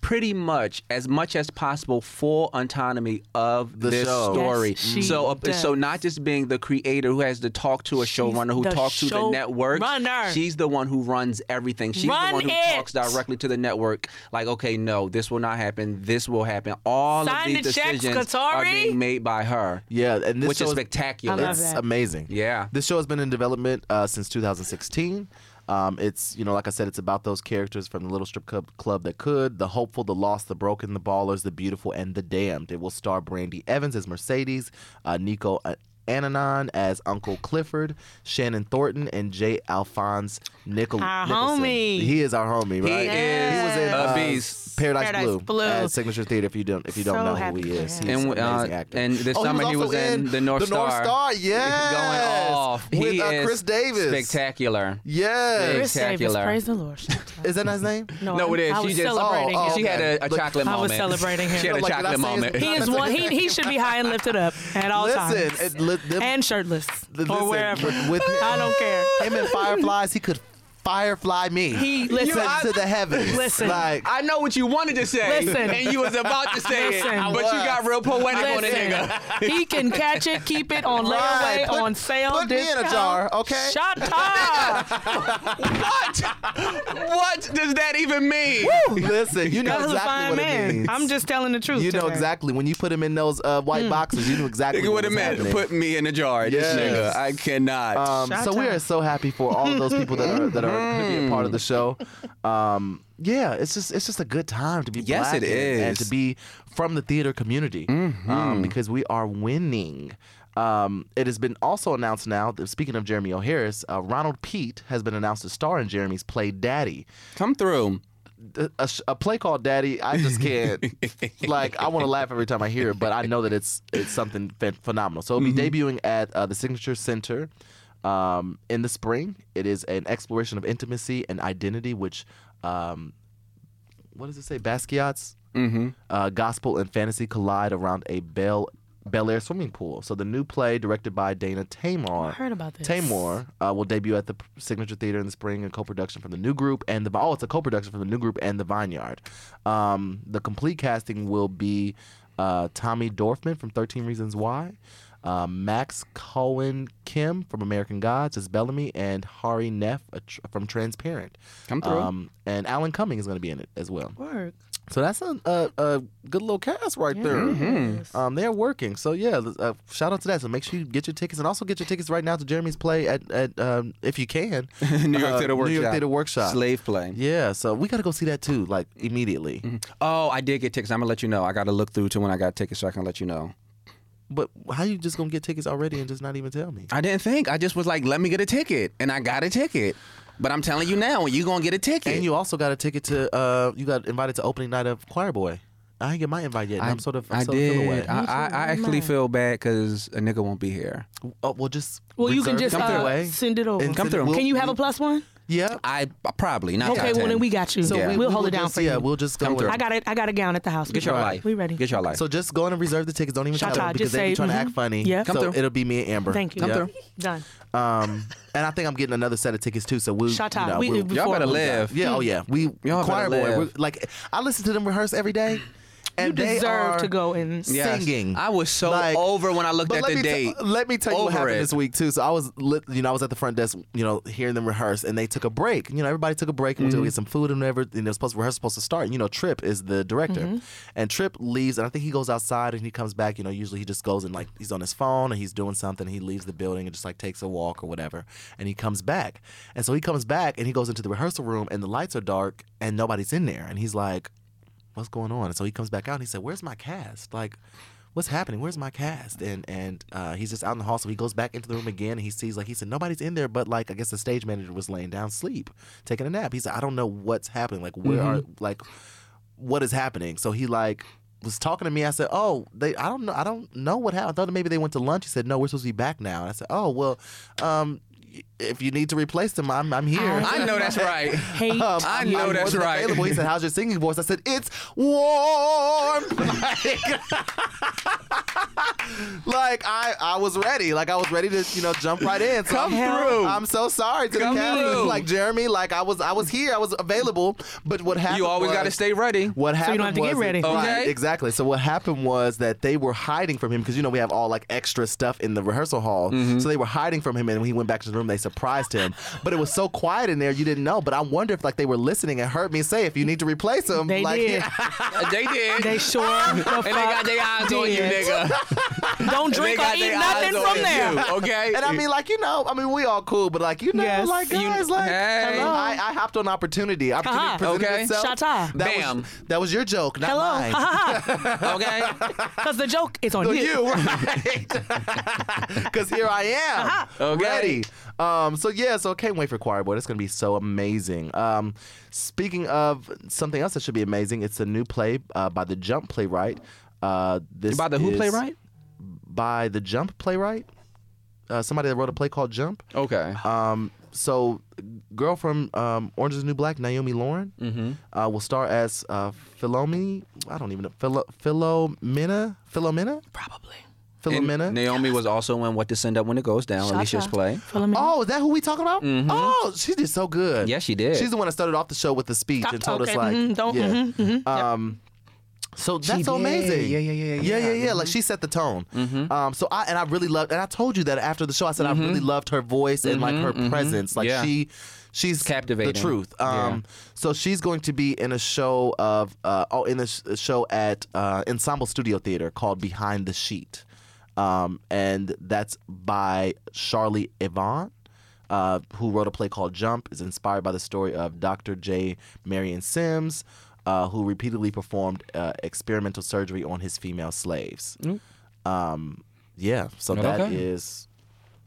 [SPEAKER 4] pretty much as much as possible full autonomy of
[SPEAKER 6] The
[SPEAKER 4] this
[SPEAKER 6] show.
[SPEAKER 4] story.
[SPEAKER 3] Yes, she
[SPEAKER 4] so,
[SPEAKER 6] uh,
[SPEAKER 4] so
[SPEAKER 3] does.
[SPEAKER 4] not just being the creator who has to talk to a showrunner who
[SPEAKER 3] the
[SPEAKER 4] talks to the network.
[SPEAKER 3] showrunner.
[SPEAKER 4] She's the one who runs everything. She's
[SPEAKER 3] Run
[SPEAKER 4] the one who
[SPEAKER 3] it.
[SPEAKER 4] talks directly to the network. Like, okay, no, this will not happen. This will happen. All
[SPEAKER 3] Sign
[SPEAKER 4] of
[SPEAKER 3] the
[SPEAKER 4] these
[SPEAKER 3] checks,
[SPEAKER 4] decisions are
[SPEAKER 3] Katori.
[SPEAKER 4] being made by her.
[SPEAKER 6] Yeah, and this
[SPEAKER 4] which
[SPEAKER 6] show
[SPEAKER 4] is
[SPEAKER 6] is-
[SPEAKER 4] spectacular.
[SPEAKER 3] I love
[SPEAKER 6] it's
[SPEAKER 3] that.
[SPEAKER 6] amazing.
[SPEAKER 4] Yeah.
[SPEAKER 6] this show has been in development uh, since 2016. Um, it's you know, like I said, it's about those characters from the little strip club, club that could, the hopeful, the lost, the broken, the ballers, the beautiful, and the damned. It will star Brandy Evans as Mercedes, uh, Nico uh, Ananon as Uncle Clifford, Shannon Thornton, and Jay Alphonse Nichol-
[SPEAKER 3] Our
[SPEAKER 6] Nicholson.
[SPEAKER 3] homie.
[SPEAKER 6] He is our homie, right?
[SPEAKER 4] is
[SPEAKER 6] He was in
[SPEAKER 4] a
[SPEAKER 6] uh,
[SPEAKER 4] beast.
[SPEAKER 6] Paradise,
[SPEAKER 3] Paradise
[SPEAKER 6] Blue,
[SPEAKER 3] Blue.
[SPEAKER 6] at Signature Theater. If you don't, if you don't
[SPEAKER 3] So
[SPEAKER 6] know
[SPEAKER 3] happy
[SPEAKER 6] who he
[SPEAKER 3] for
[SPEAKER 6] is,
[SPEAKER 3] him.
[SPEAKER 6] he's
[SPEAKER 4] And,
[SPEAKER 6] an
[SPEAKER 4] uh,
[SPEAKER 6] amazing actor.
[SPEAKER 4] and this summer he
[SPEAKER 6] Oh, also
[SPEAKER 4] was in The North
[SPEAKER 6] the North
[SPEAKER 4] Star.
[SPEAKER 6] Star. Yes,
[SPEAKER 4] Going off.
[SPEAKER 6] with
[SPEAKER 4] he
[SPEAKER 6] uh,
[SPEAKER 4] is
[SPEAKER 6] Chris Davis.
[SPEAKER 4] Spectacular.
[SPEAKER 6] Yes,
[SPEAKER 3] Chris Davis,
[SPEAKER 4] Spectacular.
[SPEAKER 3] praise the Lord. Shut up.
[SPEAKER 6] is that not his name?
[SPEAKER 4] No, it is.
[SPEAKER 3] I was
[SPEAKER 4] she just
[SPEAKER 3] celebrating
[SPEAKER 6] Oh,
[SPEAKER 3] him.
[SPEAKER 6] oh,
[SPEAKER 4] she had a, a
[SPEAKER 6] Look,
[SPEAKER 4] chocolate
[SPEAKER 3] I
[SPEAKER 4] moment.
[SPEAKER 3] was celebrating him.
[SPEAKER 4] She had a
[SPEAKER 6] Like, did I
[SPEAKER 4] chocolate
[SPEAKER 6] say
[SPEAKER 4] moment.
[SPEAKER 6] his-
[SPEAKER 3] He is one. He, he should be high and lifted up at all
[SPEAKER 6] Listen,
[SPEAKER 3] times.
[SPEAKER 6] it- li- them-
[SPEAKER 3] and shirtless
[SPEAKER 6] Th-
[SPEAKER 3] or
[SPEAKER 6] listen,
[SPEAKER 3] wherever.
[SPEAKER 6] with- with-
[SPEAKER 3] I don't care.
[SPEAKER 6] Him and Fireflies, he could firefly me.
[SPEAKER 3] He- listen.
[SPEAKER 6] to, to the heavens.
[SPEAKER 3] Listen.
[SPEAKER 6] like
[SPEAKER 4] I know what you wanted to say,
[SPEAKER 3] Listen.
[SPEAKER 4] and you was about to say
[SPEAKER 3] Listen. I
[SPEAKER 4] it, but you got real poetic on it,
[SPEAKER 3] Listen,
[SPEAKER 4] nigga.
[SPEAKER 3] he can catch it, keep it on
[SPEAKER 6] Right,
[SPEAKER 3] layaway,
[SPEAKER 6] put-
[SPEAKER 3] on sale.
[SPEAKER 6] put me in a
[SPEAKER 3] discount.
[SPEAKER 6] jar, okay?
[SPEAKER 3] Shut up!
[SPEAKER 4] What? What does that even mean?
[SPEAKER 6] listen, you know
[SPEAKER 3] That's
[SPEAKER 6] exactly
[SPEAKER 3] a fine
[SPEAKER 6] what it
[SPEAKER 3] man.
[SPEAKER 6] means.
[SPEAKER 3] I'm just telling the truth.
[SPEAKER 6] you know
[SPEAKER 3] today.
[SPEAKER 6] exactly when you put him in those uh,
[SPEAKER 3] Hmm.
[SPEAKER 6] white boxes. You knew exactly
[SPEAKER 4] Nigga
[SPEAKER 6] what
[SPEAKER 4] would have
[SPEAKER 6] was
[SPEAKER 4] meant
[SPEAKER 6] happening.
[SPEAKER 4] put me in a jar.
[SPEAKER 6] Yes.
[SPEAKER 4] This nigga, I cannot.
[SPEAKER 6] Um,
[SPEAKER 3] Shout
[SPEAKER 6] so we
[SPEAKER 3] out.
[SPEAKER 6] are so happy for all of those people that are that are going to be a part of the show. Um, yeah, it's just it's just a good time to be
[SPEAKER 4] Yes,
[SPEAKER 6] black
[SPEAKER 4] it
[SPEAKER 6] and- and
[SPEAKER 4] is. Mm-hmm.
[SPEAKER 6] to be from the theater community um, because we are winning. Um, it has been also announced now. That, speaking of Jeremy O'Harris, uh, Ronald Pete has been announced to star in Jeremy's play Daddy,
[SPEAKER 4] Come through.
[SPEAKER 6] a, a sh- a play called Daddy. I just can't. like I want to laugh every time I hear it, but I know that it's it's something phen phenomenal. So it'll be debuting at uh, the Signature Center um, in the spring. It is an exploration of intimacy and identity, which um, what does it say? Basquiat's uh, gospel and fantasy collide around a Bel Bel Air swimming pool. So the new play, directed by Dana Tamor,
[SPEAKER 3] heard about this.
[SPEAKER 6] Tamor uh, will debut at the P- Signature Theater in the spring, a co-production from the New Group and the oh, it's a co-production from the New Group and the Vineyard. Um, the complete casting will be uh, Tommy Dorfman from Thirteen Reasons Why. Uh, Max Cohen Kim from American Gods as Bellamy and Hari Neff uh, tr- from Transparent.
[SPEAKER 4] Come through.
[SPEAKER 6] Um, and Alan Cumming is going to be in it as well.
[SPEAKER 3] Work.
[SPEAKER 6] So that's a, a, a good little cast right there.
[SPEAKER 4] Mm-hmm.
[SPEAKER 6] Um, they're working. So yeah, th- uh, shout out to that. So make sure you get your tickets and also get your tickets right now to Jeremy's play at, at um, if you can,
[SPEAKER 4] New York
[SPEAKER 6] uh,
[SPEAKER 4] Theater Workshop.
[SPEAKER 6] New York Theater Workshop.
[SPEAKER 4] Slave play.
[SPEAKER 6] Yeah. So we got to go see that too, like
[SPEAKER 4] Mm-hmm.
[SPEAKER 6] immediately.
[SPEAKER 4] Oh, I did get tickets. I'm gonna let you know. I gotta look through to when I got tickets so I can let you know.
[SPEAKER 6] But how you just gonna get tickets already and just not even tell me?
[SPEAKER 4] I didn't think. I just was like, let me get a ticket, and I got a ticket. But I'm telling you now, you gonna get a ticket.
[SPEAKER 6] And you also got a ticket to uh, you got invited to opening night of Choir Boy. I didn't get my invite yet. and I'm sort of I'm
[SPEAKER 4] I
[SPEAKER 6] sort Of feeling
[SPEAKER 4] did.
[SPEAKER 6] away.
[SPEAKER 4] I, I, I actually feel bad because a nigga won't be here.
[SPEAKER 6] oh, well, just
[SPEAKER 3] Well, you can
[SPEAKER 6] reserve
[SPEAKER 3] just
[SPEAKER 6] it.
[SPEAKER 3] uh, send it over.
[SPEAKER 6] And
[SPEAKER 4] Come
[SPEAKER 6] send it-
[SPEAKER 4] through.
[SPEAKER 6] we'll-
[SPEAKER 3] Can you have a plus one?
[SPEAKER 6] Yeah.
[SPEAKER 4] I probably not. top
[SPEAKER 3] Okay, well
[SPEAKER 4] 10.
[SPEAKER 3] then we got you.
[SPEAKER 4] So
[SPEAKER 3] we'll,
[SPEAKER 4] we-
[SPEAKER 3] hold it down
[SPEAKER 6] just,
[SPEAKER 3] for
[SPEAKER 6] yeah,
[SPEAKER 3] you.
[SPEAKER 6] we'll just
[SPEAKER 4] Come
[SPEAKER 6] go.
[SPEAKER 4] through.
[SPEAKER 6] With,
[SPEAKER 3] I got it. I got it down at the house.
[SPEAKER 4] Get your
[SPEAKER 3] ready.
[SPEAKER 4] life.
[SPEAKER 3] We ready.
[SPEAKER 4] Get your life.
[SPEAKER 6] so just go in and reserve the tickets. Don't even
[SPEAKER 3] Shot
[SPEAKER 6] try
[SPEAKER 3] shot,
[SPEAKER 6] because
[SPEAKER 3] just
[SPEAKER 6] they be
[SPEAKER 3] say,
[SPEAKER 6] trying to
[SPEAKER 3] mhm.
[SPEAKER 6] act funny.
[SPEAKER 3] Yeah. Come
[SPEAKER 6] so
[SPEAKER 4] through.
[SPEAKER 6] it'll be me and Amber.
[SPEAKER 3] Thank you.
[SPEAKER 6] Yeah.
[SPEAKER 3] Done.
[SPEAKER 6] Um, and I think I'm getting another set of tickets too. So we'll.
[SPEAKER 3] Shot
[SPEAKER 6] you
[SPEAKER 3] shot.
[SPEAKER 6] know,
[SPEAKER 3] We-
[SPEAKER 6] we'll-
[SPEAKER 4] Y'all
[SPEAKER 3] before-
[SPEAKER 4] better live.
[SPEAKER 6] Yeah, oh yeah. We
[SPEAKER 4] Y'all
[SPEAKER 6] choir
[SPEAKER 4] better
[SPEAKER 6] boy.
[SPEAKER 4] live.
[SPEAKER 6] We're, like I listen to them rehearse every day, and
[SPEAKER 3] You
[SPEAKER 6] they
[SPEAKER 3] deserve
[SPEAKER 6] are
[SPEAKER 3] to go and
[SPEAKER 4] Yes.
[SPEAKER 6] singing.
[SPEAKER 4] I was so over when I looked
[SPEAKER 6] but
[SPEAKER 4] at
[SPEAKER 6] let
[SPEAKER 4] the
[SPEAKER 6] me
[SPEAKER 4] date.
[SPEAKER 6] T- let me tell you
[SPEAKER 4] Over
[SPEAKER 6] what happened
[SPEAKER 4] it.
[SPEAKER 6] this week too. So I was, lit, you know, I was at the front desk, you know, hearing them rehearse, and they took a break. You know, everybody took a break and went to
[SPEAKER 4] Mm-hmm.
[SPEAKER 6] go get some food and whatever. And they're supposed to rehearse, supposed to start. You know, Trip is the director,
[SPEAKER 4] Mm-hmm.
[SPEAKER 6] and Trip leaves, and I think he goes outside and he comes back. You know, usually he just goes and like he's on his phone and he's doing something. He leaves the building and just like takes a walk or whatever, and he comes back. And so he comes back and he goes into the rehearsal room, and the lights are dark and nobody's in there, and he's like what's going on? And so he comes back out and he said, Where's my cast? Like, what's happening? Where's my cast? And and uh, he's just out in the hall. So he goes back into the room again and he sees like he said, Nobody's in there, but like I guess the stage manager was laying down sleep, taking a nap. He said, I don't know what's happening. Like where are like what is happening? So he like was talking to me. I said, "Oh, they. I don't know. I don't know what happened. I thought maybe they went to lunch." He said, "No, we're supposed to be back now." And I said, "Oh, well, um, y- if you need to replace them, I'm I'm here."
[SPEAKER 4] I know that's right.
[SPEAKER 3] Hate.
[SPEAKER 6] Um,
[SPEAKER 4] I
[SPEAKER 6] I'm
[SPEAKER 4] know
[SPEAKER 6] more
[SPEAKER 4] that's
[SPEAKER 6] than
[SPEAKER 4] right.
[SPEAKER 6] available. He said, "How's your singing voice?" I said, "It's warm." Like, like, I, I was ready. Like I was ready to, you know, jump right in. So
[SPEAKER 4] Come
[SPEAKER 6] I'm,
[SPEAKER 4] through.
[SPEAKER 6] I'm so sorry to
[SPEAKER 4] Come
[SPEAKER 6] the cast.
[SPEAKER 4] through.
[SPEAKER 6] Like Jeremy, like I was, I was here. I was available. But what happened?
[SPEAKER 4] You always
[SPEAKER 6] was-
[SPEAKER 4] got to stay ready.
[SPEAKER 6] What
[SPEAKER 3] you
[SPEAKER 6] happened
[SPEAKER 3] don't have to
[SPEAKER 6] was
[SPEAKER 3] get ready.
[SPEAKER 6] That, right,
[SPEAKER 4] Okay.
[SPEAKER 6] exactly. So what happened was that they were hiding from him because you know we have all like extra stuff in the rehearsal hall.
[SPEAKER 4] Mm-hmm.
[SPEAKER 6] So they were hiding from him, and when he went back to the room, they surprised him. but it was so quiet in there, you didn't know. But I wonder if like they were listening and heard me say, "If you need to replace him,
[SPEAKER 3] They
[SPEAKER 6] like,
[SPEAKER 3] did.
[SPEAKER 4] Uh, they did.
[SPEAKER 3] They sure. the fuck
[SPEAKER 4] and they got their eyes on you,
[SPEAKER 3] did.
[SPEAKER 4] nigga.
[SPEAKER 3] Don't
[SPEAKER 4] they
[SPEAKER 3] drink or
[SPEAKER 4] got
[SPEAKER 3] eat
[SPEAKER 4] their
[SPEAKER 3] nothing
[SPEAKER 4] eyes on
[SPEAKER 3] from
[SPEAKER 4] you,
[SPEAKER 3] there.
[SPEAKER 4] okay?
[SPEAKER 6] And I mean, like you know, I mean, we all cool, but like you know,
[SPEAKER 3] Yes.
[SPEAKER 6] like
[SPEAKER 3] You-
[SPEAKER 6] guys, like
[SPEAKER 4] Hey.
[SPEAKER 6] hello. I, I hopped on opportunity. Opportunity
[SPEAKER 3] Ha-ha.
[SPEAKER 6] presented
[SPEAKER 4] Okay.
[SPEAKER 6] itself.
[SPEAKER 3] Shata.
[SPEAKER 6] That
[SPEAKER 4] Bam.
[SPEAKER 6] Was, that was your joke, not
[SPEAKER 3] Hello.
[SPEAKER 6] mine.
[SPEAKER 4] okay.
[SPEAKER 3] Because the joke is on
[SPEAKER 6] So
[SPEAKER 3] you.
[SPEAKER 6] you, right? Because here I am,
[SPEAKER 4] Uh-huh. Okay.
[SPEAKER 6] ready. Um, so yeah, so I can't wait for Choir Boy. That's gonna be so amazing. Um, speaking of something else that should be amazing, it's a new play uh, by the Jump playwright. Uh, this
[SPEAKER 4] By the who
[SPEAKER 6] is-
[SPEAKER 4] playwright?
[SPEAKER 6] By the Jump playwright. Uh, somebody that wrote a play called Jump.
[SPEAKER 4] Okay.
[SPEAKER 6] Um, so, girl from um, Orange is the New Black, Naomi Lauren,
[SPEAKER 4] Mm-hmm.
[SPEAKER 6] uh, will star as uh, Philomene. I don't even know. Philo- Philomena? Philomena?
[SPEAKER 3] Probably.
[SPEAKER 4] And
[SPEAKER 6] Philomena?
[SPEAKER 4] Naomi was also in What to Send Up When It Goes Down, Alicia's play.
[SPEAKER 3] Follow me.
[SPEAKER 6] Oh, is that who we talking about? Oh, she did so good.
[SPEAKER 4] Yeah, she did.
[SPEAKER 6] She's the one that started off the show with the speech
[SPEAKER 3] Stop
[SPEAKER 6] and told us
[SPEAKER 3] talking.
[SPEAKER 6] like,
[SPEAKER 3] Mhm, don't-
[SPEAKER 6] yeah.
[SPEAKER 3] mhm,
[SPEAKER 6] Um, so that's so
[SPEAKER 4] did.
[SPEAKER 6] amazing.
[SPEAKER 4] Yeah, yeah, yeah,
[SPEAKER 6] yeah,
[SPEAKER 4] yeah. Mm-hmm.
[SPEAKER 6] yeah, yeah. Like she set the tone. Um, so I and I really loved, and I told you that after the show, I said I really loved her voice and like her presence. Like
[SPEAKER 4] Yeah.
[SPEAKER 6] she, she's
[SPEAKER 4] Captivating.
[SPEAKER 6] The truth. Um, so she's going to be in a show of uh, oh, in a sh- a show at uh, Ensemble Studio Theater called Behind the Sheet, um, and that's by Charlie Yvonne uh, who wrote a play called Jump, is inspired by the story of Dr. J. Marion Sims, uh, who repeatedly performed uh, experimental surgery on his female slaves. Um, yeah, so that is
[SPEAKER 4] Okay.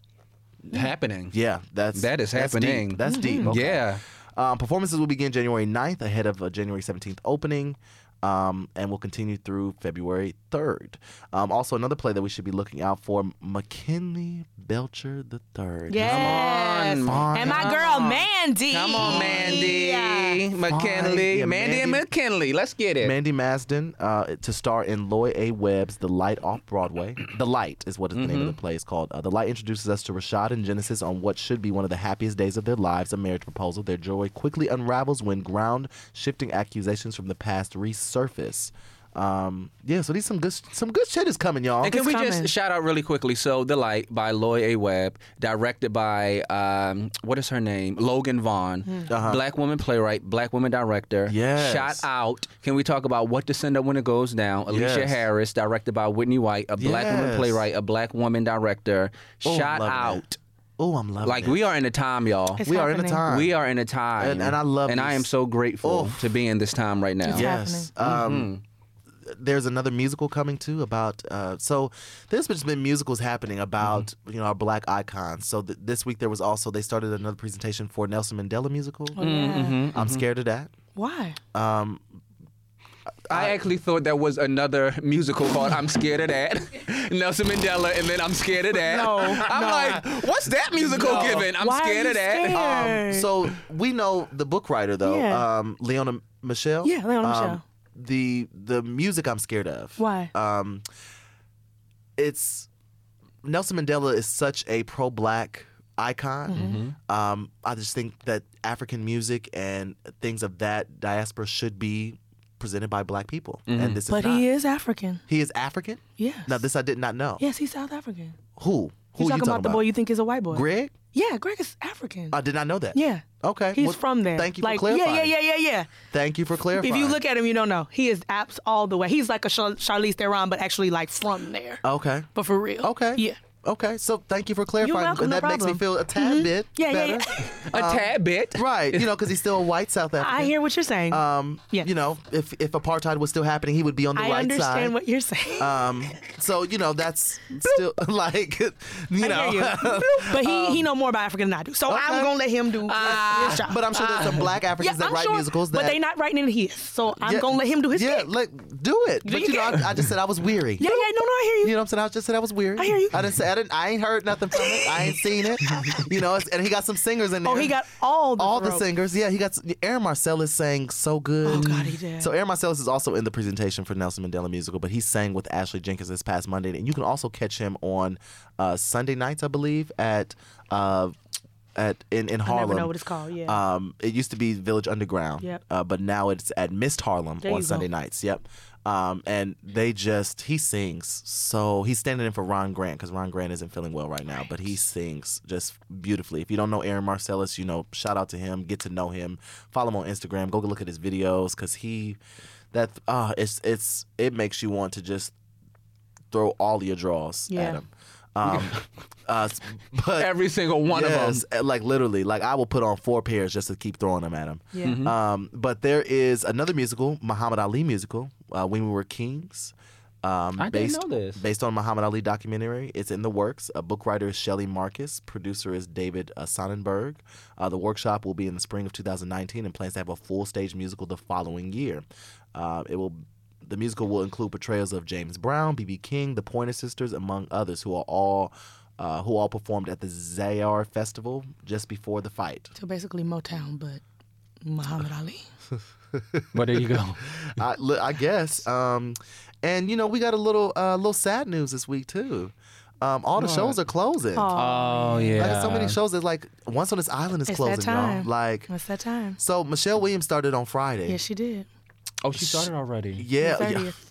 [SPEAKER 4] Happening.
[SPEAKER 6] yeah, that's
[SPEAKER 4] That is
[SPEAKER 6] that's deep.
[SPEAKER 4] happening. Mm-hmm.
[SPEAKER 6] That's deep. okay.
[SPEAKER 4] Yeah.
[SPEAKER 6] Um, performances will begin January 9th ahead of a January 17th opening um, and will continue through February 3rd. Um, also, another play that we should be looking out for McKinley Belcher the Third.
[SPEAKER 3] Yes.
[SPEAKER 4] Come on.
[SPEAKER 3] And my
[SPEAKER 4] Come
[SPEAKER 3] girl Mandy.
[SPEAKER 4] Come on, Mandy. McKinley.
[SPEAKER 6] Yeah,
[SPEAKER 4] Mandy and
[SPEAKER 6] Mandy-
[SPEAKER 4] McKinley. Let's get it.
[SPEAKER 6] Mandy Masden uh, to star in Lloyd A. Webb's The Light off Broadway. the Light is what is the name
[SPEAKER 4] Mm-hmm.
[SPEAKER 6] of the play is called. Uh, the Light introduces us to Rashad and Genesis on what should be one of the happiest days of their lives, a marriage proposal. Their joy quickly unravels when ground shifting accusations from the past resurface. Um, yeah, so these some good some good shit is coming, y'all.
[SPEAKER 4] And can
[SPEAKER 3] It's
[SPEAKER 4] we
[SPEAKER 3] coming.
[SPEAKER 4] just shout out really quickly? So, The Light by Loy A. Webb, directed by, um, what is her name? Logan Vaughn, black woman playwright, black woman director.
[SPEAKER 6] Uh-huh. Yes.
[SPEAKER 4] Shout out. Can we talk about What to Send Up When It Goes Down? Alicia
[SPEAKER 6] Yes.
[SPEAKER 4] Harris, directed by Whitney White, a black
[SPEAKER 6] Yes.
[SPEAKER 4] woman playwright, a black woman director.
[SPEAKER 6] Oh, I'm
[SPEAKER 4] shout
[SPEAKER 6] loving
[SPEAKER 4] out.
[SPEAKER 6] it. Oh, I'm loving
[SPEAKER 4] Like,
[SPEAKER 6] it.
[SPEAKER 4] we are in the time, y'all.
[SPEAKER 3] It's
[SPEAKER 6] we are in a
[SPEAKER 3] happening.
[SPEAKER 6] time.
[SPEAKER 4] We are in a time.
[SPEAKER 6] And- and I love
[SPEAKER 4] And I
[SPEAKER 6] this.
[SPEAKER 4] am so grateful
[SPEAKER 6] Oof.
[SPEAKER 4] to be in this time right now.
[SPEAKER 6] Yes. Um, There's another musical coming too about. Uh, so there's just been musicals happening about you know our black icons. So th- this week there was also they started another presentation for
[SPEAKER 3] Oh,
[SPEAKER 6] Nelson Mandela musical.
[SPEAKER 3] Yeah.
[SPEAKER 6] I'm scared of that.
[SPEAKER 3] Why?
[SPEAKER 6] Um,
[SPEAKER 4] I actually thought that was another musical called "I'm Scared of That," Nelson Mandela, and then "I'm Scared of That."
[SPEAKER 3] No,
[SPEAKER 4] I'm
[SPEAKER 3] no.
[SPEAKER 4] like, what's that musical
[SPEAKER 6] No.
[SPEAKER 4] given? I'm
[SPEAKER 3] Why are
[SPEAKER 4] scared
[SPEAKER 3] you
[SPEAKER 4] of that.
[SPEAKER 3] scared?
[SPEAKER 6] Um, so we know the book writer though,
[SPEAKER 3] Yeah.
[SPEAKER 6] um, Leona Michelle.
[SPEAKER 3] Yeah, Leona
[SPEAKER 6] um,
[SPEAKER 3] Michele.
[SPEAKER 6] The the music I'm scared of.
[SPEAKER 3] Why?
[SPEAKER 6] Um, it's Nelson Mandela is such a pro black icon.
[SPEAKER 3] Mm-hmm.
[SPEAKER 6] Um, I just think that African music and things of that diaspora should be presented by black people, and this is
[SPEAKER 3] But
[SPEAKER 6] not.
[SPEAKER 3] he is African.
[SPEAKER 6] He is African.
[SPEAKER 3] Yes.
[SPEAKER 6] Now this I did not know.
[SPEAKER 3] Yes, he's South African.
[SPEAKER 6] Who? Who
[SPEAKER 3] you
[SPEAKER 6] are you
[SPEAKER 3] talking about the boy you think is a white boy?
[SPEAKER 6] Greg?
[SPEAKER 3] Yeah, Greg is African.
[SPEAKER 6] I did not know that.
[SPEAKER 3] yeah.
[SPEAKER 6] Okay.
[SPEAKER 3] He's
[SPEAKER 6] well,
[SPEAKER 3] from there.
[SPEAKER 6] Thank you
[SPEAKER 3] like,
[SPEAKER 6] for clarifying.
[SPEAKER 3] Yeah, yeah, yeah, yeah, yeah.
[SPEAKER 6] Thank you for clarifying.
[SPEAKER 3] If you look at him, you don't know. He is apps all the way. He's like a Char- Charlize Theron, but actually like from there.
[SPEAKER 6] Okay.
[SPEAKER 3] but for real.
[SPEAKER 6] Oh. Okay.
[SPEAKER 3] Yeah.
[SPEAKER 6] Okay. So thank you for clarifying,
[SPEAKER 3] welcome,
[SPEAKER 6] and
[SPEAKER 3] no
[SPEAKER 6] that makes me
[SPEAKER 3] problem. Mm-hmm.
[SPEAKER 6] feel a tad bit
[SPEAKER 3] Yeah, yeah,
[SPEAKER 6] better.
[SPEAKER 4] A
[SPEAKER 3] Um,
[SPEAKER 4] tad bit.
[SPEAKER 6] right. You know, because he's still a white South African.
[SPEAKER 3] I hear what you're saying.
[SPEAKER 6] Um,
[SPEAKER 3] Yeah.
[SPEAKER 6] You know, if if apartheid was still happening, he would be on the
[SPEAKER 3] I
[SPEAKER 6] right
[SPEAKER 3] understand
[SPEAKER 6] side.
[SPEAKER 3] what you're saying.
[SPEAKER 6] um, so you know that's still like, you know, Um,
[SPEAKER 3] I hear you. but he he know more about African than I do, so
[SPEAKER 6] okay.
[SPEAKER 3] I'm gonna let him do his, his job.
[SPEAKER 6] but I'm sure there's some black Africans that
[SPEAKER 3] I'm
[SPEAKER 6] write
[SPEAKER 3] sure,
[SPEAKER 6] musicals that
[SPEAKER 3] but they not writing it his. So I'm
[SPEAKER 6] Yeah,
[SPEAKER 3] gonna let him do his
[SPEAKER 6] Yeah,
[SPEAKER 3] thing.
[SPEAKER 6] like do it. but
[SPEAKER 3] you
[SPEAKER 6] you know,
[SPEAKER 3] get-
[SPEAKER 6] I, I just said I was weary.
[SPEAKER 3] yeah, yeah, no, no, I hear you.
[SPEAKER 6] You know what I'm saying? I just said I was weary.
[SPEAKER 3] I hear you.
[SPEAKER 6] I didn't say I didn't. I ain't heard nothing from it. I ain't seen it. You know, it's, and he got some singers in there.
[SPEAKER 3] Oh, he got all the
[SPEAKER 6] all the
[SPEAKER 3] throat.
[SPEAKER 6] singers. Yeah, he got Aaron Marcellus sang so good.
[SPEAKER 3] Oh, God, he did.
[SPEAKER 6] So Aaron Marcellus is also in the presentation for Nelson Mandela musical, but he sang with Ashley Jenkins this past Monday, and you can also catch him on uh, Sunday nights, I believe, at. Uh, at, in, in
[SPEAKER 3] never
[SPEAKER 6] Harlem.
[SPEAKER 3] know what it's called, yeah.
[SPEAKER 6] Um, it used to be Village Underground.
[SPEAKER 3] Yep.
[SPEAKER 6] Uh, but now it's at Mist Harlem
[SPEAKER 3] There
[SPEAKER 6] um, on
[SPEAKER 3] you go.
[SPEAKER 6] Sunday nights. Yep. Um, and they just he sings so he's standing in for Ron Grant because Ron Grant isn't feeling well right now, but he sings just beautifully. If you don't know Aaron Marcellus, you know, shout out to him, get to know him, follow him on Instagram, go look at his videos because he that uh it's it's it makes you want to just throw all your draws
[SPEAKER 3] Yeah.
[SPEAKER 6] at him. Um, uh, but
[SPEAKER 4] Every single one of 'em.
[SPEAKER 6] yes, uh, Like literally, like I will put on four pairs just to keep throwing them at him.
[SPEAKER 3] Yeah.
[SPEAKER 4] Mm-hmm.
[SPEAKER 6] Um, but there is another musical, Muhammad Ali musical, uh, When We Were Kings. Um,
[SPEAKER 4] I didn't
[SPEAKER 6] based,
[SPEAKER 4] know this.
[SPEAKER 6] Based on Muhammad Ali documentary, it's in the works. A book writer is Shelley Marcus. Producer is David uh, Sonnenberg. Uh, the workshop will be in the spring of 2019 and plans to have a full stage musical the following year. Uh, it will. The musical will include portrayals of James Brown, B.B. King, the Pointer Sisters, among others, who are all uh, who all performed at the Zayar Festival just before the fight.
[SPEAKER 3] So basically Motown, but Muhammad Ali.
[SPEAKER 4] But there you go.
[SPEAKER 6] I, li- I guess. Um, and you know, we got a little uh, little sad news this week too. Um, all the shows are closing.
[SPEAKER 4] Oh yeah.
[SPEAKER 6] Like, there's so many shows that like once on this island is
[SPEAKER 3] It's that
[SPEAKER 6] closing,
[SPEAKER 3] time.
[SPEAKER 6] y'all. Like,
[SPEAKER 3] It's that time.
[SPEAKER 6] so Michelle Williams started on Friday.
[SPEAKER 3] Yes, she did.
[SPEAKER 4] Oh, she started already.
[SPEAKER 6] Oh, yeah,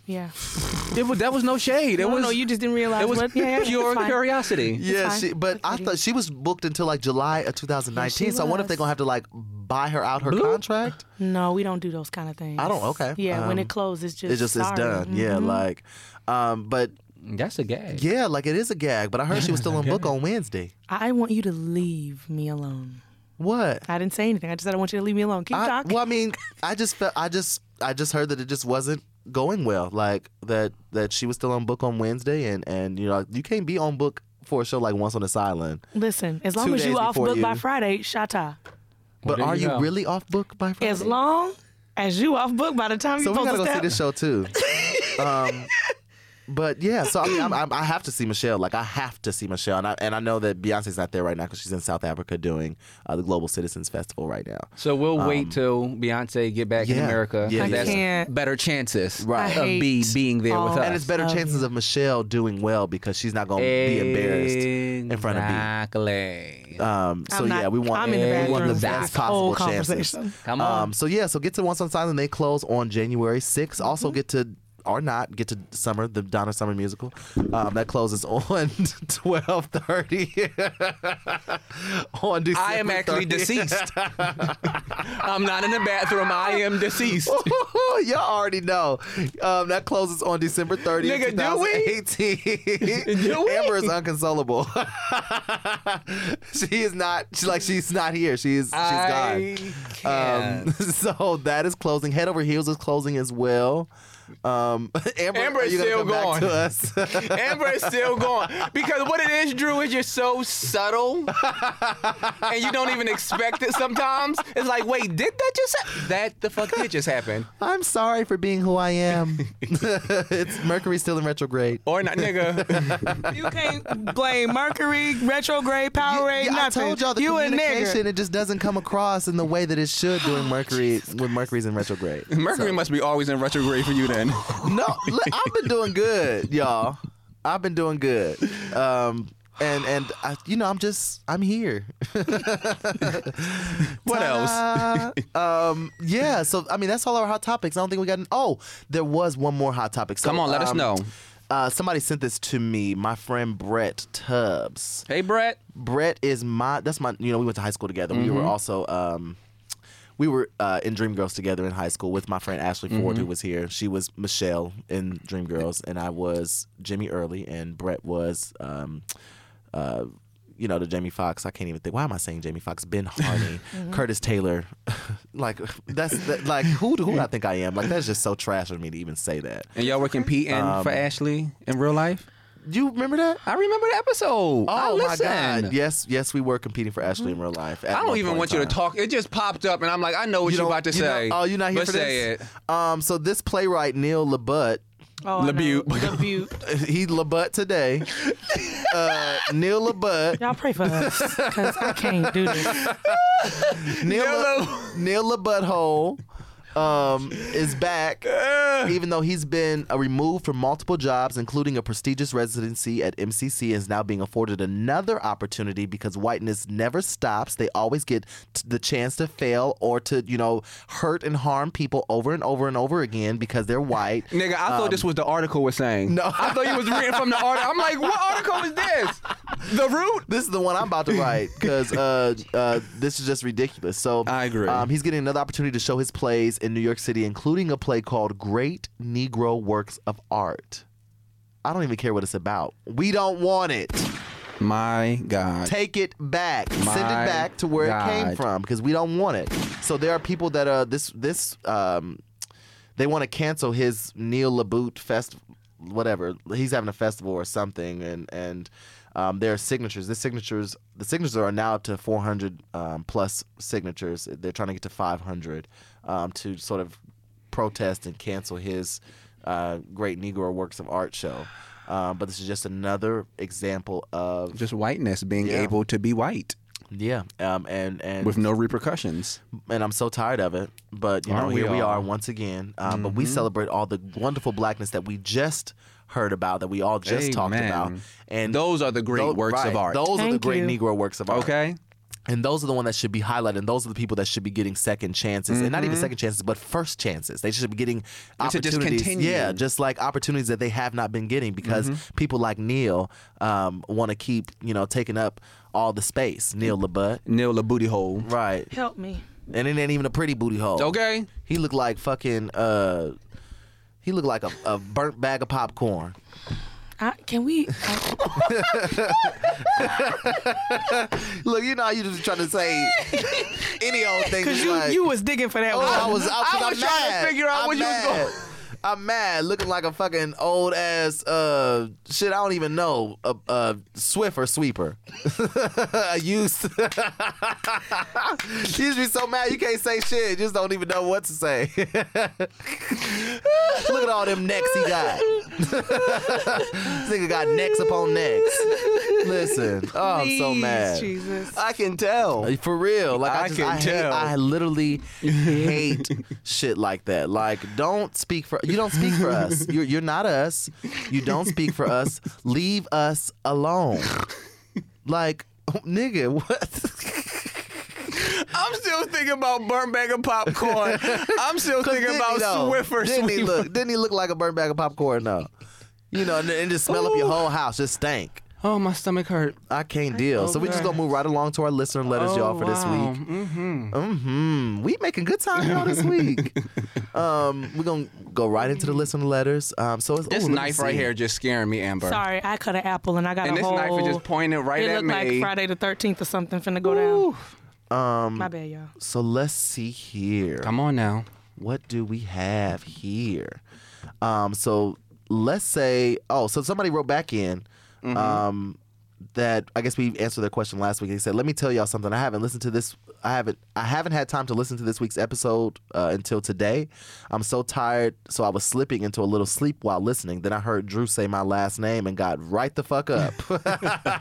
[SPEAKER 6] yeah.
[SPEAKER 3] 30th. Yeah.
[SPEAKER 4] It was, that was no shade. It
[SPEAKER 3] Oh, No,
[SPEAKER 4] was
[SPEAKER 3] no, you just didn't realize
[SPEAKER 4] It was
[SPEAKER 3] what- yeah, yeah, it's
[SPEAKER 4] pure
[SPEAKER 3] fine.
[SPEAKER 4] curiosity.
[SPEAKER 6] Yeah,
[SPEAKER 3] fine.
[SPEAKER 6] she, but I thought she was booked until like July of 2019. so I wonder if
[SPEAKER 3] was.
[SPEAKER 6] they're gonna have to like buy her out her contract.
[SPEAKER 3] No, we don't do those kind of things.
[SPEAKER 6] I don't- okay.
[SPEAKER 3] Yeah, when
[SPEAKER 6] Um,
[SPEAKER 3] it closes, it's just
[SPEAKER 6] It just is
[SPEAKER 3] sorry. Mm-hmm.
[SPEAKER 6] done. Yeah, like, um, but
[SPEAKER 4] That's a gag.
[SPEAKER 6] yeah, like it is a gag. But I heard she was still on book on Wednesday.
[SPEAKER 3] I want you to leave me alone.
[SPEAKER 6] What?
[SPEAKER 3] I didn't say anything. I just said I want you to leave me alone. Keep
[SPEAKER 6] I,
[SPEAKER 3] talking.
[SPEAKER 6] well, I mean, I just felt, I just, I just heard that it just wasn't going well. Like that, that she was still on book on Wednesday, and and you know, you can't be on book for a show like Once on this Island.
[SPEAKER 3] Listen, as
[SPEAKER 6] Two
[SPEAKER 3] long as
[SPEAKER 6] days
[SPEAKER 3] you off
[SPEAKER 6] before
[SPEAKER 3] book by
[SPEAKER 6] you-
[SPEAKER 3] Friday, shata.
[SPEAKER 6] But
[SPEAKER 4] there
[SPEAKER 6] are
[SPEAKER 4] you
[SPEAKER 6] you
[SPEAKER 4] go.
[SPEAKER 6] really off book by Friday?
[SPEAKER 3] As long as you off book by the time
[SPEAKER 6] so
[SPEAKER 3] you
[SPEAKER 6] we
[SPEAKER 3] supposed
[SPEAKER 6] gotta
[SPEAKER 3] to
[SPEAKER 6] go see
[SPEAKER 3] step.
[SPEAKER 6] this show too. um, but yeah, so I mean, I'm, I'm, I have to see Michelle. Like I have to see Michelle, and I and I know that Beyonce's not there right now because she's in South Africa doing uh, the Global Citizens Festival right now.
[SPEAKER 4] So we'll wait till Beyonce get back in
[SPEAKER 6] Um, yeah.
[SPEAKER 4] America.
[SPEAKER 6] Yeah,
[SPEAKER 4] and
[SPEAKER 6] yeah.
[SPEAKER 4] that's
[SPEAKER 3] Can't.
[SPEAKER 4] better chances
[SPEAKER 6] Right.
[SPEAKER 3] I
[SPEAKER 4] of be,
[SPEAKER 3] hate
[SPEAKER 4] being there with
[SPEAKER 3] all-
[SPEAKER 4] us.
[SPEAKER 6] And it's better chances of Michelle doing well because she's not gonna be embarrassed in front of me.
[SPEAKER 4] Exactly.
[SPEAKER 6] Um, so
[SPEAKER 3] I'm not-
[SPEAKER 6] yeah, we want
[SPEAKER 3] I'm in the
[SPEAKER 6] we want
[SPEAKER 4] bathroom
[SPEAKER 6] the
[SPEAKER 4] for
[SPEAKER 6] best
[SPEAKER 4] this
[SPEAKER 6] possible
[SPEAKER 3] whole
[SPEAKER 6] chances.
[SPEAKER 3] conversation.
[SPEAKER 4] Come
[SPEAKER 6] Um, so yeah, so get to Once on Silent. They close on January 6th.
[SPEAKER 3] Mm-hmm.
[SPEAKER 6] Also get to or not get to summer the Donna Summer musical um, that closes on twelve thirty on December.
[SPEAKER 4] I am actually
[SPEAKER 6] 30th.
[SPEAKER 4] deceased. I'm not in the bathroom. I am deceased.
[SPEAKER 6] Y'all already know. Um, that closes on December 30th,
[SPEAKER 4] Nigga, do we?
[SPEAKER 6] 2018.
[SPEAKER 4] Do we?
[SPEAKER 6] Amber is inconsolable. she is not. She like she's not here. She is. She's
[SPEAKER 4] I
[SPEAKER 6] Um, gone. Um, so that is closing. Head over heels is closing as well. Um, Amber,
[SPEAKER 4] Amber
[SPEAKER 6] are
[SPEAKER 4] is
[SPEAKER 6] you gonna
[SPEAKER 4] still
[SPEAKER 6] come back
[SPEAKER 4] going.
[SPEAKER 6] to us?
[SPEAKER 4] Amber is still going because what it is, Drew, is you're so subtle, and you don't even expect it. Sometimes it's like, wait, did that just ha-? that the fuck did just happen?
[SPEAKER 6] I'm sorry for being who I am. it's Mercury's still in retrograde.
[SPEAKER 4] Or not, nigga.
[SPEAKER 3] You can't blame Mercury, retrograde, Powerade,
[SPEAKER 6] Yeah, I
[SPEAKER 3] nothing.
[SPEAKER 6] told y'all the
[SPEAKER 3] you a
[SPEAKER 6] communication
[SPEAKER 3] nigga.
[SPEAKER 6] it just doesn't come across in the way that it should
[SPEAKER 4] Oh,
[SPEAKER 6] during Mercury when Mercury's in retrograde.
[SPEAKER 4] Mercury must be always in retrograde for you then.
[SPEAKER 6] no, look, I've been doing good, y'all. I've been doing good. Um, and and I, you know, I'm just I'm here.
[SPEAKER 4] What else?
[SPEAKER 6] um, yeah. So I mean, that's all our hot topics. I don't think we got. An, oh, there was one more hot topic. So,
[SPEAKER 4] Come on, let us
[SPEAKER 6] um,
[SPEAKER 4] know.
[SPEAKER 6] Uh, somebody sent this to me. My friend Brett Tubbs.
[SPEAKER 4] Hey, Brett.
[SPEAKER 6] Brett is my that's my you know we went to high school together. We were
[SPEAKER 4] Mm-hmm.
[SPEAKER 6] also um we were uh, in Dreamgirls together in high school with my friend Ashley Ford
[SPEAKER 4] Mm-hmm.
[SPEAKER 6] who was here. She was Michelle in Dreamgirls and I was Jimmy Early and Brett was um uh you know the Jamie Foxx. I can't even think. Why am I saying Jamie Foxx? Ben Harney,
[SPEAKER 4] Mm-hmm.
[SPEAKER 6] Curtis Taylor, like that's that, like who who do I think I am? Like that's just so trash of me to even say that.
[SPEAKER 4] And y'all were competing for Ashley in real life.
[SPEAKER 6] You remember that?
[SPEAKER 4] I remember the episode. I
[SPEAKER 6] Oh my
[SPEAKER 4] listened.
[SPEAKER 6] God! Yes, yes, we were competing for Ashley in real life. at
[SPEAKER 4] I don't
[SPEAKER 6] one
[SPEAKER 4] even
[SPEAKER 6] point
[SPEAKER 4] want you
[SPEAKER 6] in
[SPEAKER 4] to
[SPEAKER 6] time.
[SPEAKER 4] talk. It just popped up, and I'm like, I know what you are
[SPEAKER 6] don't-
[SPEAKER 4] about to
[SPEAKER 6] you
[SPEAKER 4] say.
[SPEAKER 6] Know, oh, you're not here
[SPEAKER 4] but
[SPEAKER 6] for
[SPEAKER 4] say
[SPEAKER 6] this.
[SPEAKER 4] it.
[SPEAKER 6] Um, so this playwright Neil Labut,
[SPEAKER 3] Oh, I know.
[SPEAKER 4] Labute.
[SPEAKER 3] The Butte.
[SPEAKER 6] he Labut today. uh, Neil Labut,
[SPEAKER 3] Y'all pray for us because I can't do this.
[SPEAKER 6] Neil, La, Neil Labuthole, um, is back. even though he's been uh, removed from multiple jobs, including a prestigious residency at MCC, is now being afforded another opportunity because whiteness never stops. They always get t- the chance to fail or to, you know, hurt and harm people over and over and over again because they're white.
[SPEAKER 4] Nigga, I thought this was the article was saying. No, I thought you was reading from the article. I'm like, what article is this? The root.
[SPEAKER 6] This is the one I'm about to write because uh, uh, this is just ridiculous. So
[SPEAKER 4] I agree.
[SPEAKER 6] Um, he's getting another opportunity to show his plays in New York City, including a play called "Great Negro Works of Art." I don't even care what it's about. We don't want it.
[SPEAKER 4] My God.
[SPEAKER 6] Take it back. Send
[SPEAKER 4] My
[SPEAKER 6] it back to where it came
[SPEAKER 4] God.
[SPEAKER 6] from because we don't want it. So there are people that uh this this um they want to cancel his Neil Labute fest whatever. He's having a festival or something and and um, there are signatures. The signatures the signatures are now up to 400 um, plus signatures. They're trying to get to 500 um, to sort of protest and cancel his uh, great Negro works of art show. Um, but this is just another example of
[SPEAKER 4] Just whiteness being
[SPEAKER 6] Yeah.
[SPEAKER 4] able to be white
[SPEAKER 6] yeah, um, and and
[SPEAKER 4] with no repercussions.
[SPEAKER 6] and I'm so tired of it. But you know,
[SPEAKER 4] Aren't we
[SPEAKER 6] here we
[SPEAKER 4] all? Mm-hmm.
[SPEAKER 6] are once again. Um, But we celebrate all the wonderful blackness that we just heard about, that we all just talked
[SPEAKER 4] Amen.
[SPEAKER 6] about, and
[SPEAKER 4] Those are the great
[SPEAKER 6] tho-
[SPEAKER 4] works of
[SPEAKER 6] right,
[SPEAKER 4] art.
[SPEAKER 6] Those are the
[SPEAKER 3] Thank
[SPEAKER 6] great
[SPEAKER 3] you.
[SPEAKER 6] Negro works of art.
[SPEAKER 4] Okay.
[SPEAKER 6] and those are the ones that should be highlighted. And those are the people that should be getting second chances, and not even second chances, but first chances. They should be getting
[SPEAKER 4] Mm-hmm. should
[SPEAKER 6] opportunities.
[SPEAKER 4] just continue. Mm-hmm.
[SPEAKER 6] Yeah, just like opportunities that they have not been getting because people like Neil um, want to keep you know taking up all the space. Neil Labut.
[SPEAKER 4] Neil the booty hole.
[SPEAKER 6] Right.
[SPEAKER 3] Help me.
[SPEAKER 6] And it ain't even a pretty booty hole.
[SPEAKER 4] Okay.
[SPEAKER 6] He looked like fucking uh he looked like a, a burnt bag of popcorn.
[SPEAKER 3] I, can we? I,
[SPEAKER 6] Look, you know how you just trying to say any old thing.
[SPEAKER 3] Cause
[SPEAKER 6] just
[SPEAKER 3] you
[SPEAKER 6] like,
[SPEAKER 3] you was digging for that
[SPEAKER 6] oh,
[SPEAKER 3] one.
[SPEAKER 6] I was I was,
[SPEAKER 4] I
[SPEAKER 6] I'm
[SPEAKER 4] was trying to
[SPEAKER 6] mad.
[SPEAKER 4] figure out
[SPEAKER 6] I'm
[SPEAKER 4] where you was
[SPEAKER 6] mad.
[SPEAKER 4] going.
[SPEAKER 6] I'm mad, looking like a fucking old ass uh shit. I don't even know a, a Swift or sweeper. I used. you used to be so mad you can't say shit. You just don't even know what to say. Look at all them necks he got. this nigga got necks upon necks. Listen, oh, I'm so
[SPEAKER 3] Please,
[SPEAKER 6] mad.
[SPEAKER 3] Jesus.
[SPEAKER 6] I can tell. For real. Like I,
[SPEAKER 4] Oh. I
[SPEAKER 6] just,
[SPEAKER 4] can
[SPEAKER 6] I hate-
[SPEAKER 4] tell.
[SPEAKER 6] I literally hate shit like that. Like don't speak for you don't speak for us. You're you're not us. You don't speak for us. Leave us alone. Like nigga, what?
[SPEAKER 4] I'm still thinking about burnt bag of popcorn. I'm still thinking
[SPEAKER 6] Didn't
[SPEAKER 4] about
[SPEAKER 6] he, though?
[SPEAKER 4] Swiffer
[SPEAKER 6] Didn't he
[SPEAKER 4] Sweeper.
[SPEAKER 6] look? Didn't he look like a burnt bag of popcorn? though? You know, and, and just smell up your whole house. Just stank.
[SPEAKER 4] Oh, my stomach hurt.
[SPEAKER 6] I can't deal.
[SPEAKER 4] Oh,
[SPEAKER 6] so we just gonna move right along to our listener letters, y'all, for this week. Mm-hmm. We making good time y'all this week. um, we're gonna go right into the listener letters. Um, so it's,
[SPEAKER 4] This
[SPEAKER 6] ooh, let me
[SPEAKER 4] knife right
[SPEAKER 6] see.
[SPEAKER 4] here just scaring me, Amber.
[SPEAKER 3] Sorry, I cut an apple and I got a
[SPEAKER 4] And this
[SPEAKER 3] whole.
[SPEAKER 4] knife is just pointed right
[SPEAKER 3] it
[SPEAKER 4] at
[SPEAKER 3] looked like
[SPEAKER 4] me.
[SPEAKER 3] Friday the 13th or something finna go down. Um, My bad, y'all.
[SPEAKER 6] So let's see here.
[SPEAKER 4] Come on now.
[SPEAKER 6] What do we have here? Um, so let's say, oh, so somebody wrote back in. Um, that I guess we answered their question last week. He said, "Let me tell y'all something. I haven't listened to this. I haven't. I haven't had time to listen to this week's episode uh, until today. I'm so tired, so I was slipping into a little sleep while listening. Then I heard Drew say my last name and got right the fuck up.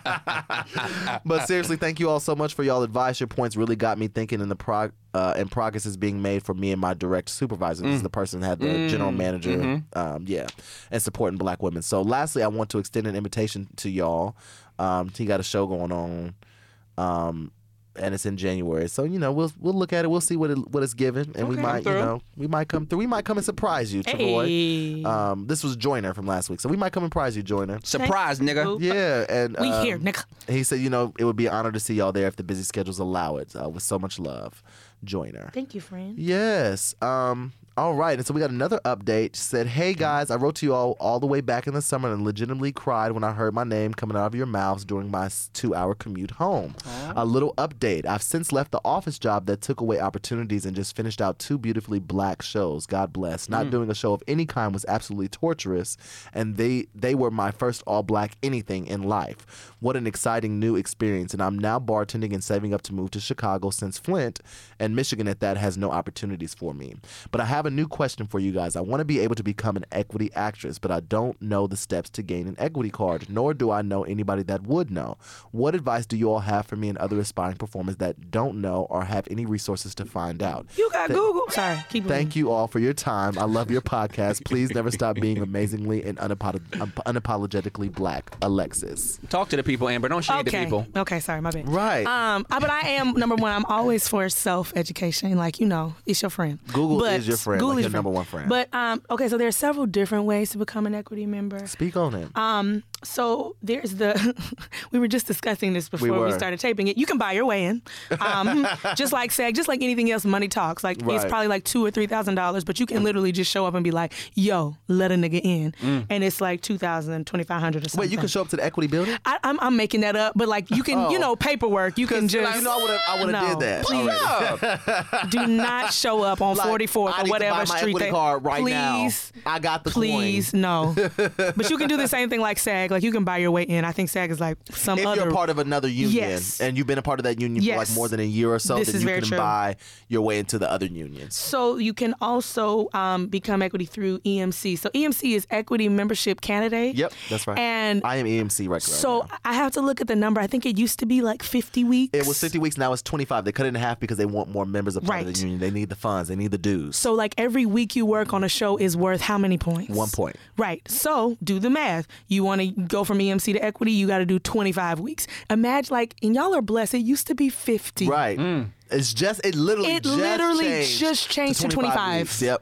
[SPEAKER 3] Uh,
[SPEAKER 6] but seriously, thank you all so much for y'all advice. Your points really got me thinking, and the prog uh, and progress is being made for me and my direct supervisor.
[SPEAKER 3] Mm.
[SPEAKER 6] This is the person that had the general manager,
[SPEAKER 3] mm-hmm.
[SPEAKER 6] um, yeah, and supporting black women. So, lastly, I want to extend an invitation to y'all. Um, he got a show going on, um, and it's in January. So you know, we'll we'll look at it. We'll see what it, what it's given, and we might you know we might come through. We might come and surprise you, Travoy.
[SPEAKER 3] Hey.
[SPEAKER 6] Um, this was Joyner from last week, so we might come and surprise you, Joyner.
[SPEAKER 4] Surprise, nigga.
[SPEAKER 6] Yeah, and
[SPEAKER 3] We
[SPEAKER 6] um,
[SPEAKER 3] here, nigga.
[SPEAKER 6] he said, you know, it would be an honor to see y'all there if the busy schedules allow it. Uh, with so much love, Joyner.
[SPEAKER 5] Thank you, friend.
[SPEAKER 6] Yes. Um. All right. And so we got another update. She said, "Hey guys, I wrote to you all all the way back in the summer and legitimately cried when I heard my name coming out of your mouths during my s- two-hour commute home. A little update. I've since left the office job that took away opportunities and just finished out two beautifully black shows. God bless. Not doing a show of any kind was absolutely torturous, and they they were my first all-black anything in life. What an exciting new experience. And I'm now bartending and saving up to move to Chicago since Flint and Michigan at that has no opportunities for me. But I have a new question for you guys. I want to be able to become an equity actress, but I don't know the steps to gain an equity card, nor do I know anybody that would know. What advice do you all have for me and other aspiring performers that don't know or have any resources to find out?
[SPEAKER 3] You got Google. Sorry, keep moving.
[SPEAKER 6] Thank you all for your time. I love your podcast. Please never stop being amazingly and unapolog- unapologetically black, Alexis.
[SPEAKER 4] Talk to the people, Amber. Don't shade the
[SPEAKER 3] okay.
[SPEAKER 4] people.
[SPEAKER 3] Okay, sorry, my bad.
[SPEAKER 6] Right.
[SPEAKER 3] Um, I- but I am number one. I'm always for self education. Like you know, it's your friend.
[SPEAKER 6] Google
[SPEAKER 3] But-
[SPEAKER 6] is your friend,
[SPEAKER 3] Google
[SPEAKER 6] like
[SPEAKER 3] is
[SPEAKER 6] your number one friend.
[SPEAKER 3] But um, okay, so there are several different ways to become an equity member.
[SPEAKER 6] Speak on it.
[SPEAKER 3] Um, so there's the we were just discussing this before we,
[SPEAKER 6] were.
[SPEAKER 3] started taping it. You can buy your way in, um, just like SAG, just like anything else. Money talks. Like it's
[SPEAKER 6] Right.
[SPEAKER 3] probably like two or three thousand dollars, but you can literally just show up and be like, "Yo, let a nigga in," and it's like two thousand, twenty five hundred or something.
[SPEAKER 6] Mm. Wait, you can show up to the equity building?
[SPEAKER 3] I, I'm, I'm making that up, but like you can, you know, paperwork. You can just.
[SPEAKER 6] Oh. you know I would've- I would've
[SPEAKER 3] no,
[SPEAKER 6] did that
[SPEAKER 3] Please do not show up on
[SPEAKER 6] Like,
[SPEAKER 3] 44th
[SPEAKER 6] I
[SPEAKER 3] or
[SPEAKER 6] need to
[SPEAKER 3] whatever
[SPEAKER 6] buy my
[SPEAKER 3] street
[SPEAKER 6] equity
[SPEAKER 3] they
[SPEAKER 6] card right now.
[SPEAKER 3] please,
[SPEAKER 6] I got the coin.
[SPEAKER 3] please no. but you can do the same thing like SAG. Like you can buy your way in. I think SAG is like some
[SPEAKER 6] if
[SPEAKER 3] other.
[SPEAKER 6] you're part of another union
[SPEAKER 3] Yes.
[SPEAKER 6] and you've been a part of that union for like
[SPEAKER 3] Yes.
[SPEAKER 6] more than a year or so,
[SPEAKER 3] This
[SPEAKER 6] then
[SPEAKER 3] is
[SPEAKER 6] you
[SPEAKER 3] very
[SPEAKER 6] can
[SPEAKER 3] true.
[SPEAKER 6] buy your way into the other unions.
[SPEAKER 3] so you can also um, become equity through EMC. So EMC is Equity Membership Candidate.
[SPEAKER 6] Yep, that's right.
[SPEAKER 3] And
[SPEAKER 6] I am EMC right now.
[SPEAKER 3] so I have to look at the number. I think it used to be like 50 weeks.
[SPEAKER 6] it was 50 weeks, now it's 25. They cut it in half because they want more members of part of
[SPEAKER 3] Right.
[SPEAKER 6] the union. They need the funds, they need the dues.
[SPEAKER 3] So like every week you work on a show is worth how many points?
[SPEAKER 6] One point.
[SPEAKER 3] Right. So do the math. You want to go from EMC to equity, you got to do 25 weeks. Imagine like, and y'all are blessed. It used to be 50.
[SPEAKER 6] Right. It's just, it literally
[SPEAKER 3] Mm. It
[SPEAKER 6] just
[SPEAKER 3] literally
[SPEAKER 6] changed
[SPEAKER 3] just changed to 25.
[SPEAKER 6] weeks. Yep.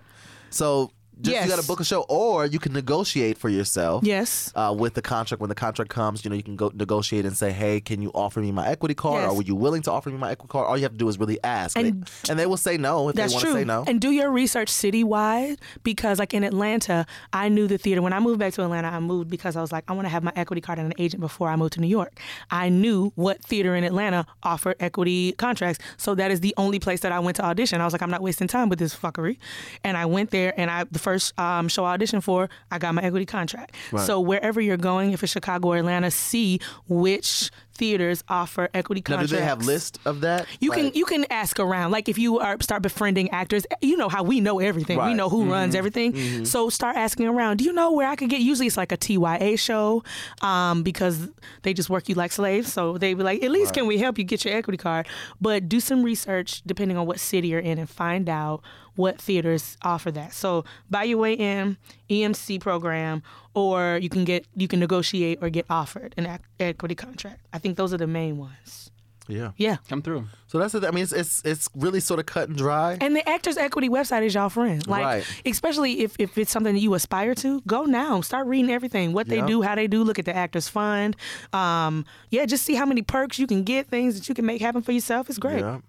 [SPEAKER 6] So just
[SPEAKER 3] Yes.
[SPEAKER 6] you got to book a show or you can negotiate for yourself.
[SPEAKER 3] Yes.
[SPEAKER 6] uh, with the contract. When the contract comes, you know, you can go negotiate and say, "Hey, can you offer me my equity card?
[SPEAKER 3] Yes.
[SPEAKER 6] Or were you willing to offer me my equity card?" All you have to do is really ask, They- and
[SPEAKER 3] And-
[SPEAKER 6] they, will say no if
[SPEAKER 3] That's
[SPEAKER 6] they want
[SPEAKER 3] true.
[SPEAKER 6] to say no.
[SPEAKER 3] And do your research citywide because, like in Atlanta, I knew the theater. When I moved back to Atlanta, I moved because I was like, I want to have my equity card and an agent before I moved to New York. I knew what theater in Atlanta offered equity contracts. So that is the only place that I went to audition. I was like, I'm not wasting time with this fuckery. And I went there and I the first um, show I auditioned for, I got my equity contract. So wherever you're going, if it's Chicago or Atlanta, see which theaters offer equity
[SPEAKER 6] now, do
[SPEAKER 3] contracts.
[SPEAKER 6] they have list of that?
[SPEAKER 3] You
[SPEAKER 6] Like,
[SPEAKER 3] can you can ask around. Like if you are start befriending actors, you know how we know everything.
[SPEAKER 6] Right. Mm-hmm.
[SPEAKER 3] We know who runs everything. So start asking around. Do you know where I could get? Usually it's like a TYA show, um, because they just work you like slaves. So they be like, at least can we help you get your equity card? But do some research depending on what city you're in and find out what theaters offer that. So buy your way in EMC program, or you can get you can negotiate or get offered an ac- equity contract. I think those are the main ones.
[SPEAKER 6] yeah.
[SPEAKER 3] Yeah.
[SPEAKER 4] Come through.
[SPEAKER 6] So that's the. thing. I mean, it's it's it's really sort of cut and dry.
[SPEAKER 3] And the Actors Equity website is y'all friend. Like,
[SPEAKER 6] Right.
[SPEAKER 3] especially if, if it's something that you aspire to, go now. Start reading everything. What
[SPEAKER 6] Yeah.
[SPEAKER 3] they do, how they do. Look at the Actors Fund. Um, yeah, just see how many perks you can get, things that you can make happen for yourself. It's great.
[SPEAKER 6] Yeah.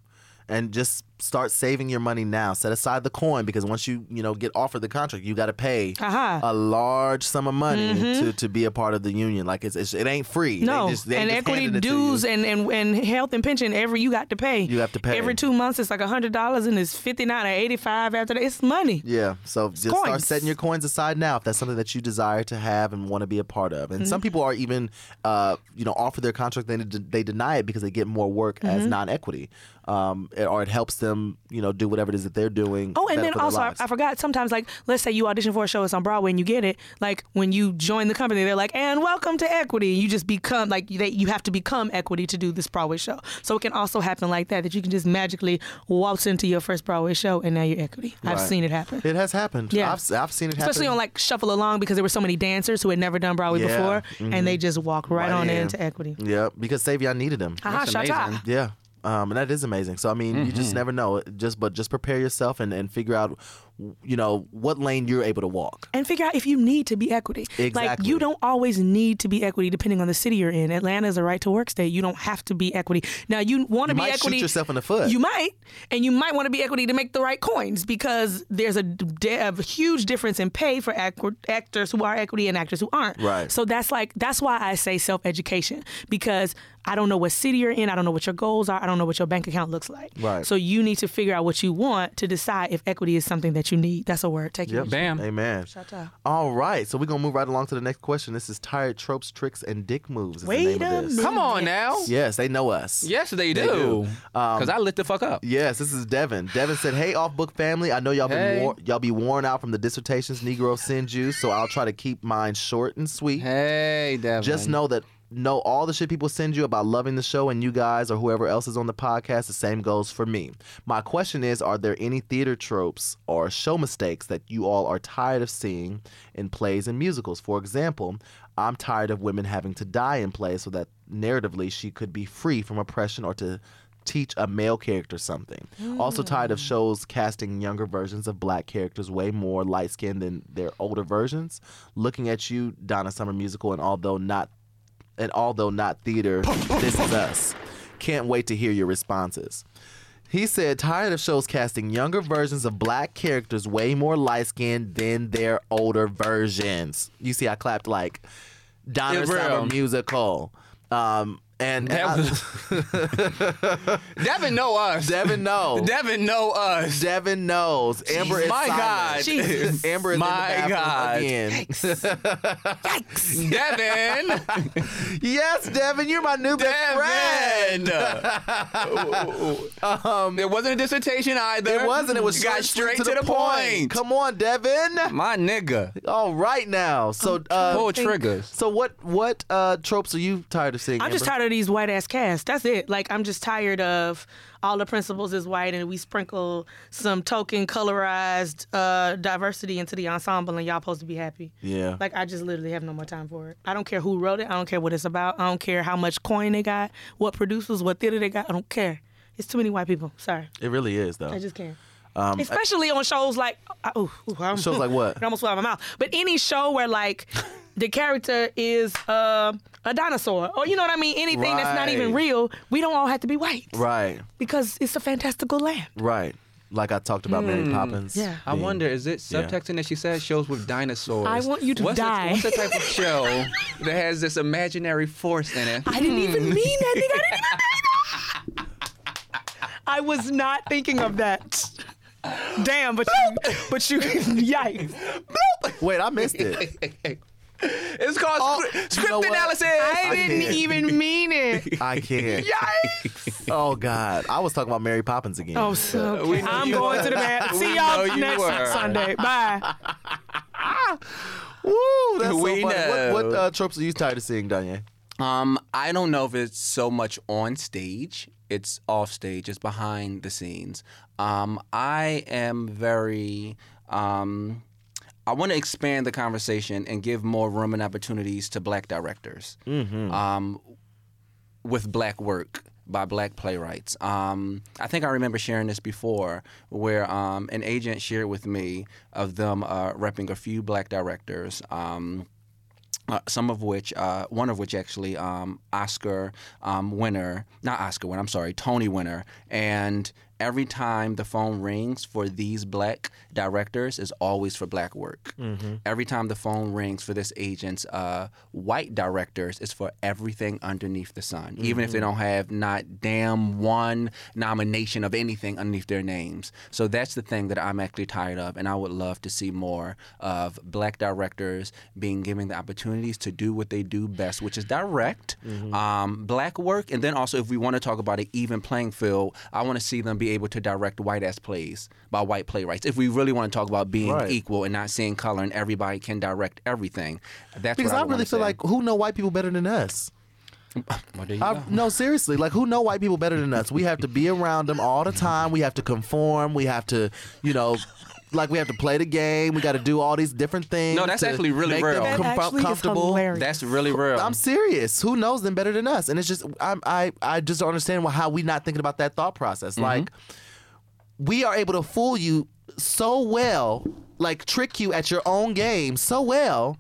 [SPEAKER 6] And just start saving your money now. Set aside the coin because once you you know get offered the contract, you got to pay
[SPEAKER 3] Aha.
[SPEAKER 6] a large sum of money to, to be a part of the union. Like it's, it's it ain't free. They
[SPEAKER 3] Mm-hmm. No,
[SPEAKER 6] just- they
[SPEAKER 3] and
[SPEAKER 6] just
[SPEAKER 3] equity
[SPEAKER 6] handed it to you.
[SPEAKER 3] dues and, and, and health and pension every you got to pay.
[SPEAKER 6] You have to pay.
[SPEAKER 3] every two months. It's like hundred dollars and it's fifty nine or eighty five after that. It's money.
[SPEAKER 6] Yeah, so just start
[SPEAKER 3] coins.
[SPEAKER 6] setting your coins aside now if that's something that you desire to have and want to be a part of. And some
[SPEAKER 3] Mm-hmm.
[SPEAKER 6] people are even, uh, you know, offer their contract they they deny it because they get more work
[SPEAKER 3] Mm-hmm.
[SPEAKER 6] as non equity, um, or it helps them, you know, do whatever it is that they're doing.
[SPEAKER 3] Oh, and
[SPEAKER 6] better
[SPEAKER 3] then
[SPEAKER 6] for their
[SPEAKER 3] also I,
[SPEAKER 6] lives.
[SPEAKER 3] I forgot. Sometimes, like let's say you audition for a show, it's on Broadway, and you get it. Like when you join the company, they're like, "And welcome to Equity." You just become like they, you have to become Equity to do this Broadway show. So it can also happen like that that you can just magically waltz into your first Broadway show and now you're Equity. I've seen it happen.
[SPEAKER 6] it has happened.
[SPEAKER 3] Yeah.
[SPEAKER 6] I've, s- I've seen it happen.
[SPEAKER 3] Especially on like Shuffle Along because there were so many dancers who had never done Broadway
[SPEAKER 6] Yeah. Mm-hmm.
[SPEAKER 3] before, and they just walk right, on into Equity.
[SPEAKER 6] yeah, because Savion needed him.
[SPEAKER 3] Haha, shut up.
[SPEAKER 4] amazing.
[SPEAKER 6] Yeah. Um, and that is amazing. So I mean, you
[SPEAKER 4] Mm-hmm.
[SPEAKER 6] just never know. Just but just prepare yourself and, and figure out, you know, what lane you're able to walk.
[SPEAKER 3] and figure out if you need to be equity. Like
[SPEAKER 6] Exactly.
[SPEAKER 3] you don't always need to be equity depending on the city you're in. Atlanta is a right to work state. You don't have to be equity. Now you want to
[SPEAKER 6] You
[SPEAKER 3] be
[SPEAKER 6] might shoot
[SPEAKER 3] equity.
[SPEAKER 6] yourself in the foot.
[SPEAKER 3] You might, and you might want to be equity to make the right coins because there's a, d- a huge difference in pay for ac- actors who are equity and actors who aren't.
[SPEAKER 6] Right.
[SPEAKER 3] So that's like that's why I say self education because I don't know what city you're in. I don't know what your goals are. I don't know what your bank account looks like.
[SPEAKER 6] Right.
[SPEAKER 3] So you need to figure out what you want to decide if equity is something that you need. That's a word. Take it.
[SPEAKER 4] Bam.
[SPEAKER 6] Amen. All right, so we're gonna move right along to the next question. This is tired tropes, tricks, and dick moves. Is
[SPEAKER 3] Wait
[SPEAKER 6] the name
[SPEAKER 3] a
[SPEAKER 6] of this.
[SPEAKER 3] minute.
[SPEAKER 4] Come on now.
[SPEAKER 6] Yes, they know us.
[SPEAKER 4] Yes, they
[SPEAKER 6] They do.
[SPEAKER 4] do. Um, Because I lit the fuck up.
[SPEAKER 6] Yes, this is Devin. Devin said, "Hey, off book family. I know y'all
[SPEAKER 4] Hey.
[SPEAKER 6] been wor- y'all be worn out from the dissertations Negro sends you, so I'll try to keep mine short and sweet.
[SPEAKER 4] Hey, Devin.
[SPEAKER 6] Just know that know all the shit people send you about loving the show and you guys or whoever else is on the podcast. The same goes for me. My question is, are there any theater tropes or show mistakes that you all are tired of seeing in plays and musicals? For example, I'm tired of women having to die in plays so that narratively she could be free from oppression or to teach a male character something. Also tired of shows casting younger versions of black characters way more light skinned than their older versions. Looking at you, Donna Summer musical, and although not and although not theater, this is us. Can't wait to hear your responses. He said, tired of shows casting younger versions of black characters way more light skinned than their older versions. You see, I clapped like Donna
[SPEAKER 4] It's real.
[SPEAKER 6] Summer musical. Um, and, and I-
[SPEAKER 4] Devin know us.
[SPEAKER 6] Devin knows.
[SPEAKER 4] Devin know us.
[SPEAKER 6] Devin knows. Amber is
[SPEAKER 4] my
[SPEAKER 6] silent.
[SPEAKER 4] God. Jesus.
[SPEAKER 6] Amber is
[SPEAKER 4] My
[SPEAKER 6] in the
[SPEAKER 4] God.
[SPEAKER 6] bathroom again.
[SPEAKER 4] Devin.
[SPEAKER 6] Yes, Devin, you're my new best friend.
[SPEAKER 4] Devin. um, it wasn't a dissertation either.
[SPEAKER 6] It wasn't. It was
[SPEAKER 4] got straight
[SPEAKER 6] short, to, the, point. Come on, Devin.
[SPEAKER 4] My nigga.
[SPEAKER 6] All right now. So,
[SPEAKER 3] Oh,
[SPEAKER 6] uh,
[SPEAKER 4] Pull triggers.
[SPEAKER 6] so what what uh, tropes are you tired of seeing?
[SPEAKER 3] I'm just
[SPEAKER 6] Amber?
[SPEAKER 3] tired of these white ass casts. That's it. Like I'm just tired of all the principals is white, and we sprinkle some token colorized uh, diversity into the ensemble, and y'all supposed to be happy.
[SPEAKER 6] Yeah.
[SPEAKER 3] Like I just literally have no more time for it. I don't care who wrote it. I don't care what it's about. I don't care how much coin they got, what producers, what theater they got. I don't care. It's too many white people. Sorry,
[SPEAKER 6] It really is though.
[SPEAKER 3] I just can't. Especially on shows like oh, ooh, I'm-
[SPEAKER 6] Shows like what?
[SPEAKER 3] It almost flew out of my mouth. But any show where like the character is uh, a dinosaur, or you know what I mean, anything that's not even
[SPEAKER 6] Right.
[SPEAKER 3] real, we don't all have to be white
[SPEAKER 6] right,
[SPEAKER 3] because it's a fantastical land.
[SPEAKER 6] right. Like I talked about Mary Poppins.
[SPEAKER 3] Yeah.
[SPEAKER 4] I
[SPEAKER 6] being-
[SPEAKER 4] wonder, is it subtexting that she says shows with dinosaurs?
[SPEAKER 3] I want you to
[SPEAKER 4] what's the-
[SPEAKER 3] die.
[SPEAKER 4] what's the type of show that has this imaginary force in it?
[SPEAKER 3] I didn't even mean that, nigga. I didn't even mean that. I was not thinking of that. Damn, but you, but you, yikes!
[SPEAKER 6] Wait, I missed it.
[SPEAKER 4] It's called
[SPEAKER 6] Oh,
[SPEAKER 4] scri-
[SPEAKER 6] you know
[SPEAKER 4] script
[SPEAKER 6] what?
[SPEAKER 4] analysis.
[SPEAKER 3] I didn't
[SPEAKER 6] can't.
[SPEAKER 3] even mean it.
[SPEAKER 6] I can't.
[SPEAKER 3] Yikes!
[SPEAKER 6] Oh God, I was talking about Mary Poppins again.
[SPEAKER 3] Oh, so
[SPEAKER 4] We
[SPEAKER 3] okay.
[SPEAKER 4] know
[SPEAKER 3] I'm
[SPEAKER 4] you
[SPEAKER 3] going
[SPEAKER 4] were.
[SPEAKER 3] to the bathroom. See
[SPEAKER 4] We
[SPEAKER 3] y'all
[SPEAKER 4] know you
[SPEAKER 3] next
[SPEAKER 4] were.
[SPEAKER 3] Sunday. Bye.
[SPEAKER 6] Woo, that's
[SPEAKER 4] We
[SPEAKER 6] so funny.
[SPEAKER 4] know.
[SPEAKER 6] What, what uh, tropes are you tired of seeing, Danye?
[SPEAKER 4] Um, I don't know if it's so much on stage. It's off stage. It's behind the scenes. Um, I am very. Um, I want to expand the conversation and give more room and opportunities to black directors um, with black work by black playwrights. Um, I think I remember sharing this before, where um, an agent shared with me of them uh, repping a few black directors. Um, uh, some of which, uh, one of which actually, um, Oscar um, winner, not Oscar winner, I'm sorry, Tony winner, and every time the phone rings for these black directors is always for black work. Every time the phone rings for this agent's uh, white directors is for everything underneath the sun, even if they don't have not damn one nomination of anything underneath their names. So that's the thing that I'm actually tired of, and I would love to see more of black directors being given the opportunities to do what they do best, which is direct
[SPEAKER 6] Mm-hmm.
[SPEAKER 4] um, black work. And then also, if we want to talk about an even playing field, I want to see them be able to direct white ass plays by white playwrights. If we really want to talk about being
[SPEAKER 6] Right.
[SPEAKER 4] equal and not seeing color, and everybody can direct everything, that's
[SPEAKER 6] Because
[SPEAKER 4] what
[SPEAKER 6] I,
[SPEAKER 4] I, would
[SPEAKER 6] really
[SPEAKER 4] wanna
[SPEAKER 6] feel
[SPEAKER 4] say.
[SPEAKER 6] like who know white people better than us?
[SPEAKER 4] Well, there you
[SPEAKER 6] I,
[SPEAKER 4] go.
[SPEAKER 6] no, seriously, like who know white people better than us? We have to be around them all the time. We have to conform. We have to, you know, like we have to play the game. We got to do all these different things.
[SPEAKER 4] No, that's
[SPEAKER 6] to
[SPEAKER 4] actually really
[SPEAKER 6] make
[SPEAKER 4] real.
[SPEAKER 6] Them
[SPEAKER 4] That
[SPEAKER 6] comfo- comfortable.
[SPEAKER 4] That's really real.
[SPEAKER 6] I'm serious. Who knows them better than us? And it's just I'm, I I just don't understand why, how we not thinking about that thought process.
[SPEAKER 4] Mm-hmm.
[SPEAKER 6] Like we are able to fool you so well, like trick you at your own game so well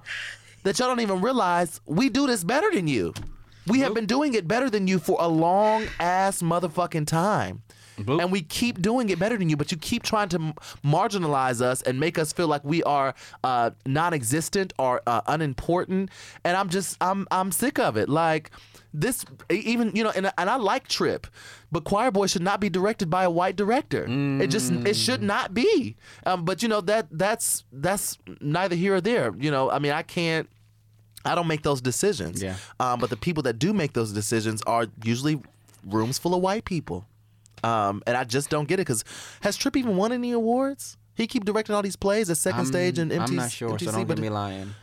[SPEAKER 6] that y'all don't even realize we do this better than you. We have been doing it better than you for a long ass motherfucking time. And we keep doing it better than you, but you keep trying to m- marginalize us and make us feel like we are uh, non-existent or uh, unimportant. And I'm just, I'm, I'm sick of it. Like this, e- even you know, and, and I like Trip, but Choir Boy should not be directed by a white director. It just, it should not be. Um, but you know that that's that's neither here or there. You know, I mean, I can't. I don't make those decisions.
[SPEAKER 4] Yeah.
[SPEAKER 6] Um, but the people that do make those decisions are usually rooms full of white people. Um, and I just don't get it because has Tripp even won any awards? He keep directing all these plays at 2nd stage and MTC.
[SPEAKER 4] I'm not sure, so don't
[SPEAKER 6] but
[SPEAKER 4] get me lying.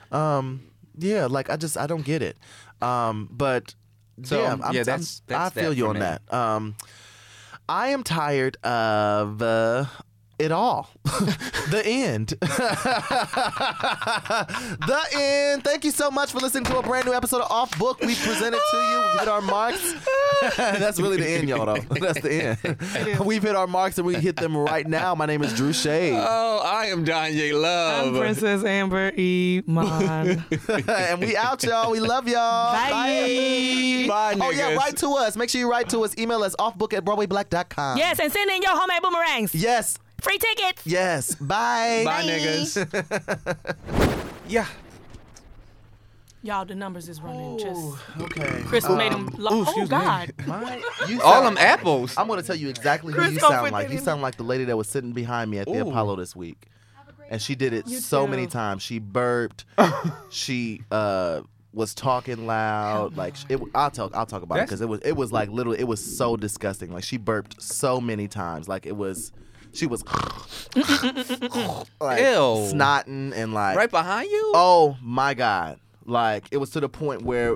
[SPEAKER 6] yeah, like I just I don't get it. Um, but
[SPEAKER 4] So,
[SPEAKER 6] yeah,
[SPEAKER 4] um,
[SPEAKER 6] I'm,
[SPEAKER 4] yeah,
[SPEAKER 6] I'm-
[SPEAKER 4] that's- that's
[SPEAKER 6] I feel
[SPEAKER 4] that
[SPEAKER 6] you
[SPEAKER 4] for
[SPEAKER 6] on
[SPEAKER 4] me.
[SPEAKER 6] that. Um, I am tired of uh, it all. the end. the end. Thank you so much for listening to a brand new episode of Off Book. We presented to you. We hit our marks. That's really the end, y'all. Though that's the end. We've hit our marks and we hit them right now. My name is Drew Shade,
[SPEAKER 4] Oh, I am Donye Love.
[SPEAKER 3] I'm Princess Amber E. Iman.
[SPEAKER 6] and we out, y'all. We love y'all.
[SPEAKER 3] Bye.
[SPEAKER 4] Bye,
[SPEAKER 6] Oh, yeah,
[SPEAKER 4] niggas.
[SPEAKER 6] write to us. Make sure you write to us. Email us offbook at BroadwayBlack.com.
[SPEAKER 5] Yes, and send in your homemade boomerangs.
[SPEAKER 6] Yes.
[SPEAKER 5] Free tickets.
[SPEAKER 6] Yes. Bye.
[SPEAKER 4] Bye, niggas. yeah.
[SPEAKER 3] Y'all, the numbers is running. Just
[SPEAKER 6] Okay. Um,
[SPEAKER 3] Chris made him. Lo- oh God.
[SPEAKER 6] My, you
[SPEAKER 4] All
[SPEAKER 6] sound-
[SPEAKER 4] them apples.
[SPEAKER 6] I'm going to tell you exactly who
[SPEAKER 3] Chris
[SPEAKER 6] you
[SPEAKER 3] gonna
[SPEAKER 6] sound
[SPEAKER 3] put
[SPEAKER 6] like.
[SPEAKER 3] that
[SPEAKER 6] You
[SPEAKER 3] in.
[SPEAKER 6] sound like the lady that was sitting behind me at the
[SPEAKER 4] Ooh.
[SPEAKER 6] Apollo this week. And she did it so many
[SPEAKER 3] too.
[SPEAKER 6] times. She burped. she uh, was talking loud. Like sh- it, I'll talk. I'll talk about it
[SPEAKER 4] That's-
[SPEAKER 6] because it was. It was like literally. It was so disgusting. Like she burped so many times. Like it was. She was like
[SPEAKER 4] Ew.
[SPEAKER 6] snotting and like
[SPEAKER 4] Right behind you?
[SPEAKER 6] Oh my god! Like it was to the point where